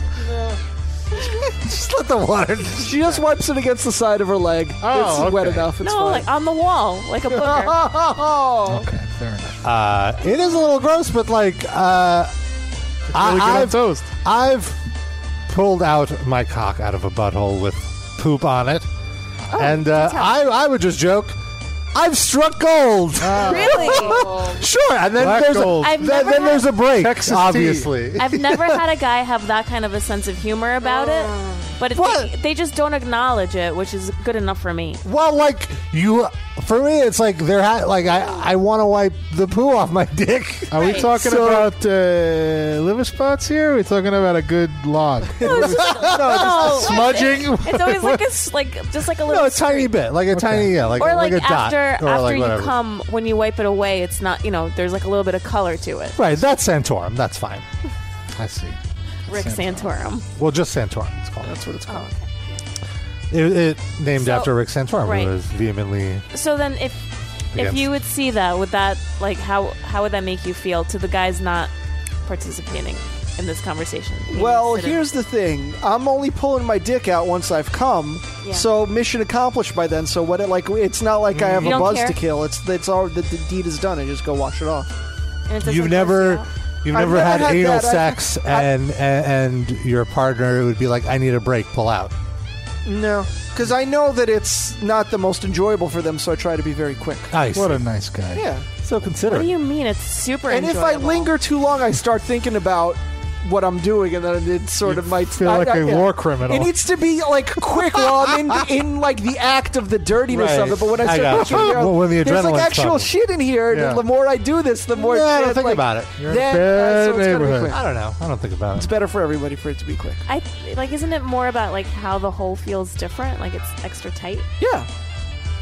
Speaker 2: just let the water.
Speaker 11: She just wipes it against the side of her leg.
Speaker 2: Oh,
Speaker 4: Oh,
Speaker 11: it's wet enough. It's
Speaker 5: no,
Speaker 11: fine.
Speaker 5: like on the wall, like a booger.
Speaker 4: okay, fair enough.
Speaker 2: Uh, it is a little gross, but like, uh,
Speaker 4: really good on
Speaker 2: I, I've
Speaker 4: toast.
Speaker 2: I've pulled out my cock out of a butthole with poop on it,
Speaker 5: Oh,
Speaker 2: and uh, I I would just joke. I've struck gold.
Speaker 4: Ah.
Speaker 5: Really?
Speaker 2: sure. And then
Speaker 5: Black
Speaker 2: there's
Speaker 5: gold.
Speaker 2: a,
Speaker 5: I've
Speaker 2: then,
Speaker 5: never
Speaker 2: then there's a
Speaker 5: had-
Speaker 2: break.
Speaker 4: Texas tea.
Speaker 2: obviously,
Speaker 5: I've never had a guy have that kind of a sense of humor about
Speaker 2: Uh.
Speaker 5: it, but it, they, they just don't acknowledge it, which is good enough for me.
Speaker 2: Well, like you, for me, it's like there. Ha- like I, I want to wipe the poo off my dick.
Speaker 4: Are we talking
Speaker 2: So-
Speaker 4: about uh, liver spots here? Are we talking about a good log?
Speaker 5: No, it's just-
Speaker 4: just
Speaker 5: no,
Speaker 4: smudging.
Speaker 5: It's, it's always like a s- like just like a little.
Speaker 2: No, a tiny bit, like a tiny, yeah, like
Speaker 5: or
Speaker 2: like,
Speaker 5: like,
Speaker 2: a dot,
Speaker 5: after
Speaker 2: or
Speaker 5: after
Speaker 2: like
Speaker 5: you
Speaker 2: whatever.
Speaker 5: come when you wipe it away, it's not you know there's like a little bit of color to it.
Speaker 2: Right, that's Santorum. That's fine. I see.
Speaker 5: Rick Santorum.
Speaker 2: Well, just Santorum. It's called. That's what it's
Speaker 5: Oh,
Speaker 2: It, it named
Speaker 5: So-
Speaker 2: after Rick Santorum,
Speaker 5: right.
Speaker 2: who was vehemently.
Speaker 5: okay. So then if if
Speaker 2: Against-
Speaker 5: you would see that, would that like how how would that make you feel to the guys not participating in this conversation? Maybe
Speaker 6: Well,
Speaker 5: sit in-
Speaker 6: here's the thing. I'm only pulling my dick out once I've come.
Speaker 5: Yeah.
Speaker 6: So mission accomplished by then. So what? It, like it's not like
Speaker 2: Mm.
Speaker 6: I have
Speaker 5: You
Speaker 6: a
Speaker 5: don't
Speaker 6: buzz
Speaker 5: care?
Speaker 6: to kill. It's it's all the, the deed is done. I just go wash it off.
Speaker 5: And it doesn't
Speaker 2: You've
Speaker 5: gross you
Speaker 2: never,
Speaker 5: out?
Speaker 2: you've
Speaker 6: I've
Speaker 2: never
Speaker 6: never
Speaker 2: had
Speaker 6: had
Speaker 2: anal
Speaker 6: that. I-
Speaker 2: sex, and, and and your partner would be like, "I need a break. Pull out."
Speaker 6: No, because I know that it's not the most enjoyable for them. So I try to be very quick.
Speaker 2: Nice.
Speaker 4: What a nice guy.
Speaker 6: Yeah.
Speaker 2: So
Speaker 5: What
Speaker 2: considerate.
Speaker 5: do you mean? It's super.
Speaker 6: And if I
Speaker 5: enjoyable.
Speaker 6: linger too long, I start thinking about what I'm doing, and then it sort of might
Speaker 4: feel
Speaker 6: I-
Speaker 4: like
Speaker 6: I-
Speaker 4: a
Speaker 6: yeah.
Speaker 4: war criminal.
Speaker 6: It needs to be like quick while I'm in, in like the act of the dirtiness
Speaker 2: Right.
Speaker 6: of it. But when I
Speaker 2: I
Speaker 6: start
Speaker 2: got
Speaker 6: picturing
Speaker 2: you.
Speaker 6: it, I'm-
Speaker 2: Well, when the
Speaker 6: there's like
Speaker 2: adrenaline's
Speaker 6: actual
Speaker 2: pumping.
Speaker 6: shit in here, and
Speaker 2: Yeah.
Speaker 6: the more I do this, the more
Speaker 2: Yeah, I don't
Speaker 6: shit,
Speaker 2: think
Speaker 6: like,
Speaker 2: about it. You're in a
Speaker 6: then,
Speaker 2: bad
Speaker 6: uh, so it's gotta be
Speaker 2: neighborhood.
Speaker 6: quick.
Speaker 2: I don't know. I don't think about
Speaker 6: It's
Speaker 2: it.
Speaker 6: better for everybody for it to be quick.
Speaker 5: I like, isn't it more about like how the hole feels different? Like it's extra tight.
Speaker 6: Yeah.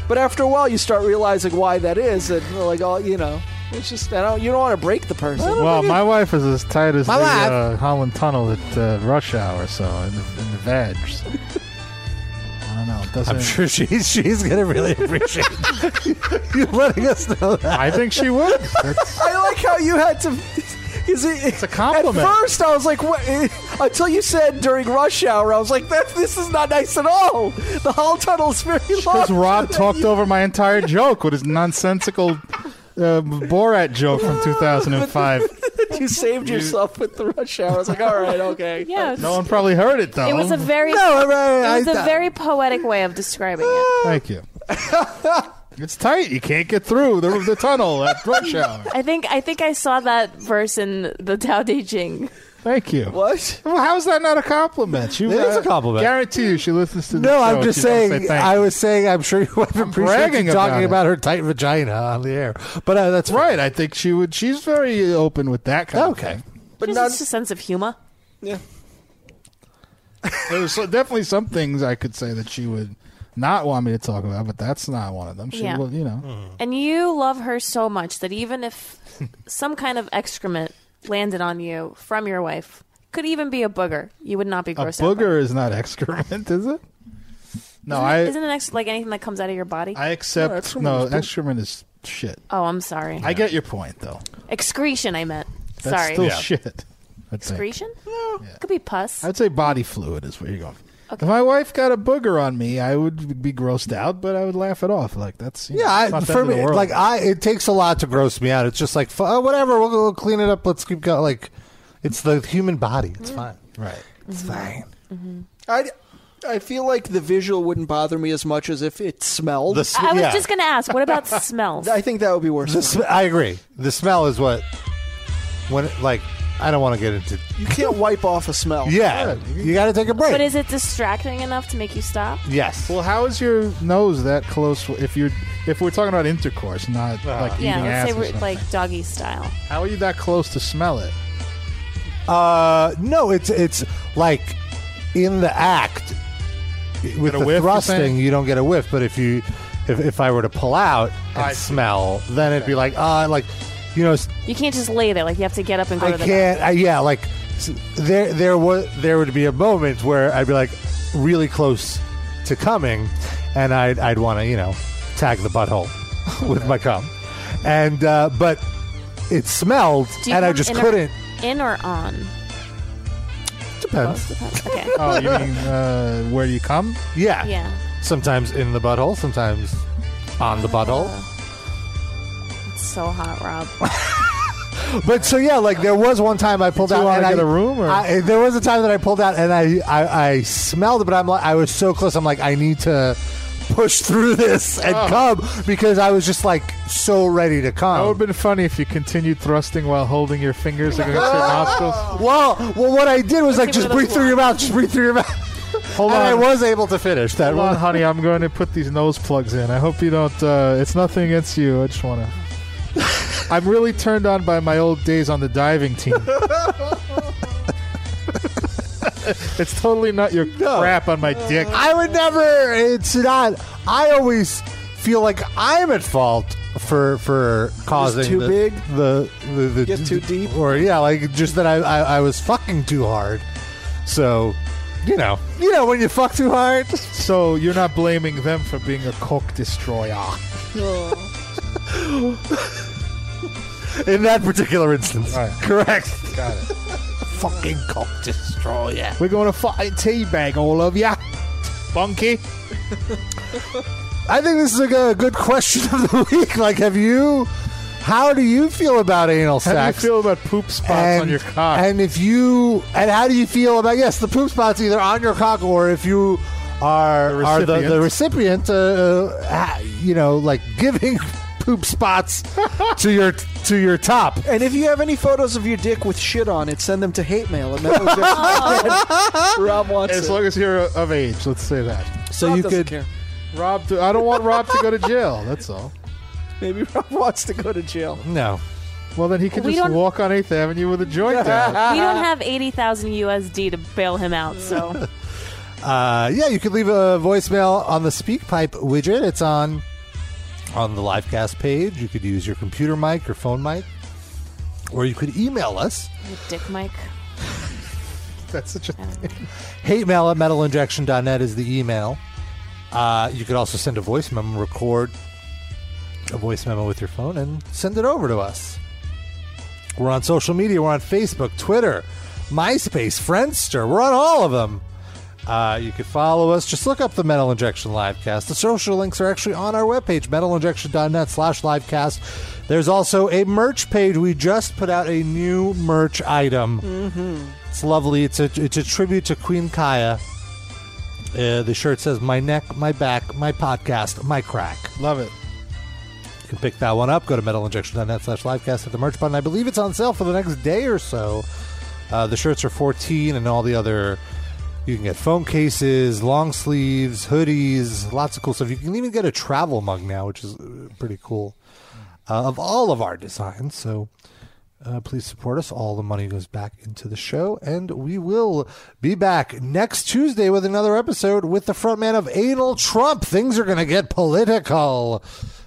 Speaker 6: But after a while, you start realizing why that is, and like, oh, you know, it's just I don't. You don't want to break the person.
Speaker 4: Well, my wife is as tight as
Speaker 6: My
Speaker 4: the
Speaker 6: wife.
Speaker 4: uh, Holland Tunnel at uh, rush hour, so in the, in the veg. I don't know. It doesn't.
Speaker 2: I'm sure she's she's gonna really appreciate you letting us know that.
Speaker 4: I think she would. That's,
Speaker 6: I like how you had to. Is it, it's a
Speaker 4: compliment.
Speaker 6: At first, I was like, what? eh, Until you said during rush hour, I was like, that, this is not nice at all. The hall tunnel is very long.
Speaker 4: because Rob talked over my entire joke with his nonsensical uh, Borat joke from 2005.
Speaker 6: you saved
Speaker 4: You-
Speaker 6: yourself with the rush hour. I was like, all right, okay.
Speaker 5: Yeah.
Speaker 4: No one probably heard it though.
Speaker 5: It was a very
Speaker 6: No, right,
Speaker 5: it was
Speaker 6: I
Speaker 5: a
Speaker 6: thought-
Speaker 5: very poetic way of describing it.
Speaker 4: Thank you. it's tight. You can't get through the, the tunnel at rush hour.
Speaker 5: I think I think I saw that verse in the Tao Te Ching.
Speaker 4: Thank you.
Speaker 6: What?
Speaker 4: Well, how is that not a compliment? She,
Speaker 2: It is a compliment.
Speaker 4: Guarantee you, she listens to.
Speaker 2: No,
Speaker 4: The show
Speaker 2: I'm
Speaker 4: and
Speaker 2: just
Speaker 4: she doesn't say
Speaker 2: saying.
Speaker 4: thank
Speaker 2: I
Speaker 4: you.
Speaker 2: was saying. I'm sure you would appreciate
Speaker 4: bragging
Speaker 2: you
Speaker 4: about
Speaker 2: talking
Speaker 4: it.
Speaker 2: about, her tight vagina on the air. But uh, that's
Speaker 4: right. I think she would. She's very open with that kind
Speaker 2: Okay.
Speaker 4: of thing.
Speaker 5: But just a sense of humor.
Speaker 4: There's so- definitely some things I could say that she would not want me to talk about, but that's not one of them. She
Speaker 5: Yeah.
Speaker 4: will, you know.
Speaker 5: And you love her so much that even if some kind of excrement landed on you from your wife, could even be a booger, you would not be
Speaker 4: A
Speaker 5: grossed out. by it.
Speaker 4: booger is not excrement, is it? No,
Speaker 5: isn't,
Speaker 4: I
Speaker 5: it- isn't an ex- like anything that comes out of your body?
Speaker 4: I accept. No, excrement is shit.
Speaker 5: Oh, I'm sorry.
Speaker 4: I get your point though.
Speaker 5: Excretion, I meant.
Speaker 4: That's
Speaker 5: sorry.
Speaker 4: still shit. I think.
Speaker 5: Excretion? No. Could be pus.
Speaker 4: I'd say body fluid is where you're going. If my wife got a booger on me, I would be grossed out, but I would laugh it off. Like that's you know,
Speaker 2: Yeah,
Speaker 4: it's
Speaker 2: I,
Speaker 4: not the
Speaker 2: for
Speaker 4: end of
Speaker 2: me,
Speaker 4: the world.
Speaker 2: like I, it takes a lot to gross me out. It's just like, fu- oh, whatever, we'll, we'll clean it up. Let's keep going. Like, it's the human body.
Speaker 6: Mm.
Speaker 2: It's fine.
Speaker 4: right.
Speaker 2: It's fine.
Speaker 6: I, I feel like the visual wouldn't bother me as much as if it smelled.
Speaker 2: The sm-
Speaker 5: I was
Speaker 2: yeah.
Speaker 5: just going to ask, what about smells?
Speaker 6: I think that would be worse.
Speaker 2: The sm- I agree. The smell is what when it- like I don't want to get into.
Speaker 6: you can't wipe off a smell.
Speaker 2: Yeah, you got to take a break.
Speaker 5: But is it distracting enough to make you stop?
Speaker 2: yes.
Speaker 4: Well, how is your nose that close? If you're, if we're talking about intercourse, not
Speaker 2: Uh,
Speaker 4: like
Speaker 5: Yeah,
Speaker 4: eating
Speaker 5: let's
Speaker 4: ass.
Speaker 5: say
Speaker 4: or
Speaker 5: we're
Speaker 4: something.
Speaker 5: like doggy style.
Speaker 4: how are you that close to smell it?
Speaker 2: Uh, no, it's it's like in the act with
Speaker 4: a
Speaker 2: the
Speaker 4: whiff, you're
Speaker 2: thrusting,
Speaker 4: saying?
Speaker 2: you don't get a whiff. But if you if, if I were to pull out and
Speaker 4: I see.
Speaker 2: smell, then it'd be like ah, like you know, s-
Speaker 5: You can't just lay there. Like you have to get up and go
Speaker 2: I
Speaker 5: to the
Speaker 2: can't. I, yeah, like s- there there was there would be a moment where I'd be like really close to coming, and I'd I'd want to you know tag the butthole with my cum, and uh, but it smelled,
Speaker 5: Do you
Speaker 2: and I
Speaker 5: come
Speaker 2: just
Speaker 5: in or-
Speaker 2: couldn't.
Speaker 5: in or on?
Speaker 2: Depends.
Speaker 5: Okay.
Speaker 4: Oh, you mean uh, where you come?
Speaker 2: Yeah.
Speaker 5: Yeah.
Speaker 2: Sometimes in the butthole, sometimes on the butthole.
Speaker 5: Oh. It's so hot, Rob.
Speaker 2: But so yeah, like there was one time I pulled
Speaker 4: Did you
Speaker 2: out.
Speaker 4: wanna
Speaker 2: and
Speaker 4: get
Speaker 2: I-
Speaker 4: a room, or-
Speaker 2: I- there was a time that I pulled out and I, I I smelled it, but I'm like I was so close. I'm like I need to push through this and
Speaker 4: Oh.
Speaker 2: come because I was just like so ready to
Speaker 4: That would
Speaker 2: come.
Speaker 4: have been funny if you continued thrusting while holding your fingers against your nostrils.
Speaker 2: Well, well, what I did was like just breathe through your mouth, just breathe through your mouth.
Speaker 4: Hold
Speaker 2: and
Speaker 4: on.
Speaker 2: I was able to finish that
Speaker 4: Hold
Speaker 2: one.
Speaker 4: on, honey. I'm going to put these nose plugs in. I hope you don't. Uh, it's nothing against you. I just want to. I'm really turned on by my old days on the diving team. it's totally not your crap on my dick.
Speaker 2: I would never. It's not. I always feel like I'm at fault for for causing
Speaker 6: too
Speaker 2: the,
Speaker 6: big?
Speaker 2: the the, the get too deep or yeah, like just that I, I I was fucking too hard. So you know, you know when you fuck too hard.
Speaker 4: So you're not blaming them for being a cock destroyer.
Speaker 2: In that particular instance,
Speaker 4: All right.
Speaker 2: correct.
Speaker 4: Got it.
Speaker 2: Fucking cock
Speaker 6: Oh,
Speaker 2: destroyer.
Speaker 4: We're going to fucking teabag all of ya, bunky.
Speaker 2: I think this is like a good question of the week. Like, have you? How do you feel about anal
Speaker 4: How do you
Speaker 2: sex?
Speaker 4: feel about poop spots on your cock?
Speaker 2: And if you, and how do you feel about yes, the poop spots either on your cock or if you are are the, the recipient, uh, uh, ha- you know, like giving poop spots to your to your top.
Speaker 6: And if you have any photos of your dick with shit on it, send them to hate mail. And that Rob wants
Speaker 4: As
Speaker 6: it.
Speaker 4: long as you're of age, let's say that.
Speaker 2: So
Speaker 6: Rob you doesn't could- care.
Speaker 4: Rob. I don't want Rob to go to
Speaker 2: Oh,
Speaker 4: jail. That's all.
Speaker 6: Maybe Rob wants to go to jail.
Speaker 2: No.
Speaker 4: Well, then he could
Speaker 5: We
Speaker 4: just
Speaker 5: don't-
Speaker 4: walk on Eighth Avenue with a joint. out.
Speaker 5: we don't have eighty thousand USD to bail him out, so
Speaker 2: Uh, yeah, you could leave a voicemail on the SpeakPipe widget. It's on on the livecast page. You could use your computer mic, your phone mic, or you could email us.
Speaker 5: You dick Mike.
Speaker 4: That's such a
Speaker 2: Hate mail at metalinjection.net is the email. Uh, you could also send a voice memo, record a voice memo with your phone, and send it over to us. We're on social media. We're on Facebook, Twitter, MySpace, Friendster. We're on all of them. Uh, you could follow us. Just look up the Metal Injection Livecast. The social links are actually on our webpage, metalinjection.net slash livecast. There's also a merch page. We just put out a new merch item.
Speaker 3: Mm-hmm.
Speaker 2: It's lovely. It's a it's a tribute to Queen Kaya. Uh, the shirt says "My neck, my back, my podcast, my crack."
Speaker 4: Love it.
Speaker 2: You can pick that one up. Go to metalinjection.net slash livecast at the merch button. I believe it's on sale for the next day or so. Uh, the shirts are 14 and all the other. You can get phone cases, long sleeves, hoodies, lots of cool stuff. You can even get a travel mug now, which is uh, pretty cool. Uh, of all of our designs, so uh, please support us. All the money goes back into the show, and we will be back next Tuesday with another episode with the frontman of Anal Trump. Things are going to get political.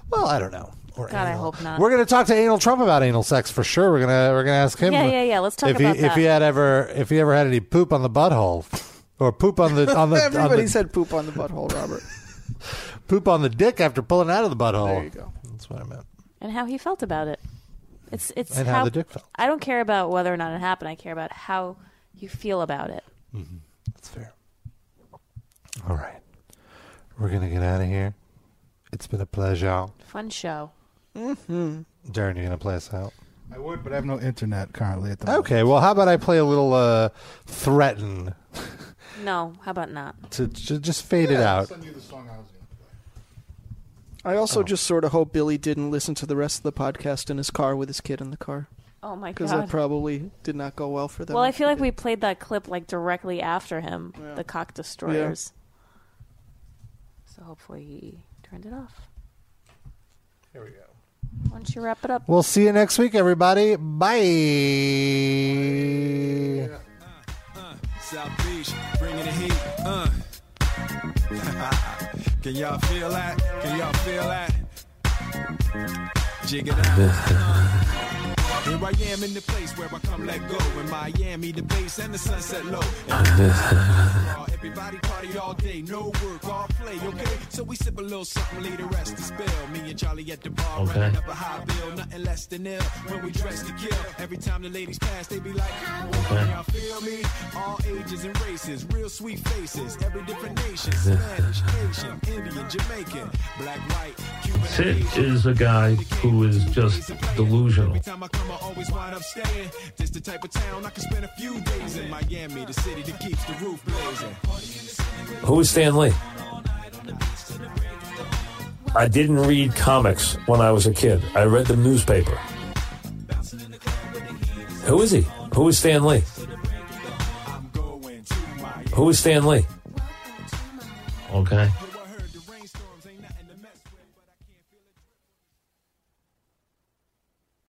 Speaker 2: Well, I don't know. Or
Speaker 5: God, I hope not.
Speaker 2: We're going to talk to Anal Trump about anal sex for sure. We're gonna we're gonna ask him.
Speaker 5: Yeah, yeah, yeah. Let's talk
Speaker 2: if
Speaker 5: about
Speaker 2: he, If he
Speaker 5: that.
Speaker 2: had ever if he ever had any poop on the butthole, or poop on the on the
Speaker 6: Everybody
Speaker 2: on the,
Speaker 6: said poop on the butthole, Robert.
Speaker 2: poop on the dick after pulling out of the butthole.
Speaker 6: There you go.
Speaker 2: Oh, That's what I meant.
Speaker 5: and how he felt about it. It's it's
Speaker 2: And how the dick felt.
Speaker 5: I don't care about whether or not it happened. I care about how you feel about it.
Speaker 2: That's fair. Mm-hmm. All right, we're gonna get out of here. It's been a pleasure.
Speaker 5: Fun show.
Speaker 6: Mm-hmm.
Speaker 2: Darren, you're gonna play us out.
Speaker 4: I would, but I have no internet currently at the moment.
Speaker 2: Okay. Well, how about I play a little uh, threaten
Speaker 5: No, how about not?
Speaker 2: to, to just fade it out.
Speaker 6: I
Speaker 2: Oh.
Speaker 6: also just sort of hope Billy didn't listen to the rest of the podcast in his car with his kid in the car.
Speaker 5: Oh my
Speaker 6: Because that
Speaker 5: god.
Speaker 6: probably did not go well for them.
Speaker 5: well, I feel like we played that clip like directly after him, the cock destroyers. So hopefully he turned it off.
Speaker 2: Here we go.
Speaker 5: Why don't you wrap it up?
Speaker 2: We'll see you next week, everybody. Bye.
Speaker 8: South Beach, bringing the heat. Uh. Can y'all feel that? Can y'all feel that? Jig it out. Here I am in the place where I come let go. In Miami, the bass and the sunset low. Everybody party all day, no work, all play, okay? So we sip a little something, leave the rest to spill. Me and Charlie at the bar,
Speaker 13: Okay.
Speaker 8: running up a high bill, nothing less than ill. When we dress to kill, every time the ladies pass, they be like,
Speaker 13: Okay.
Speaker 8: y'all feel me? All ages and races, real sweet faces, every different nation. Spanish, Asian, Indian, Jamaican, black, white, Cuban, and
Speaker 13: Sid
Speaker 8: Asian.
Speaker 13: is a guy who is just delusional.
Speaker 8: Time I come, I always wind up staying. This the type of town I can spend a few days in. Miami, the city that keeps the roof blazing.
Speaker 13: Who is Stan Lee? I didn't read comics when I was a kid. I read the newspaper. Who is he? Who is Stan Lee? Who is Stan Lee? Okay.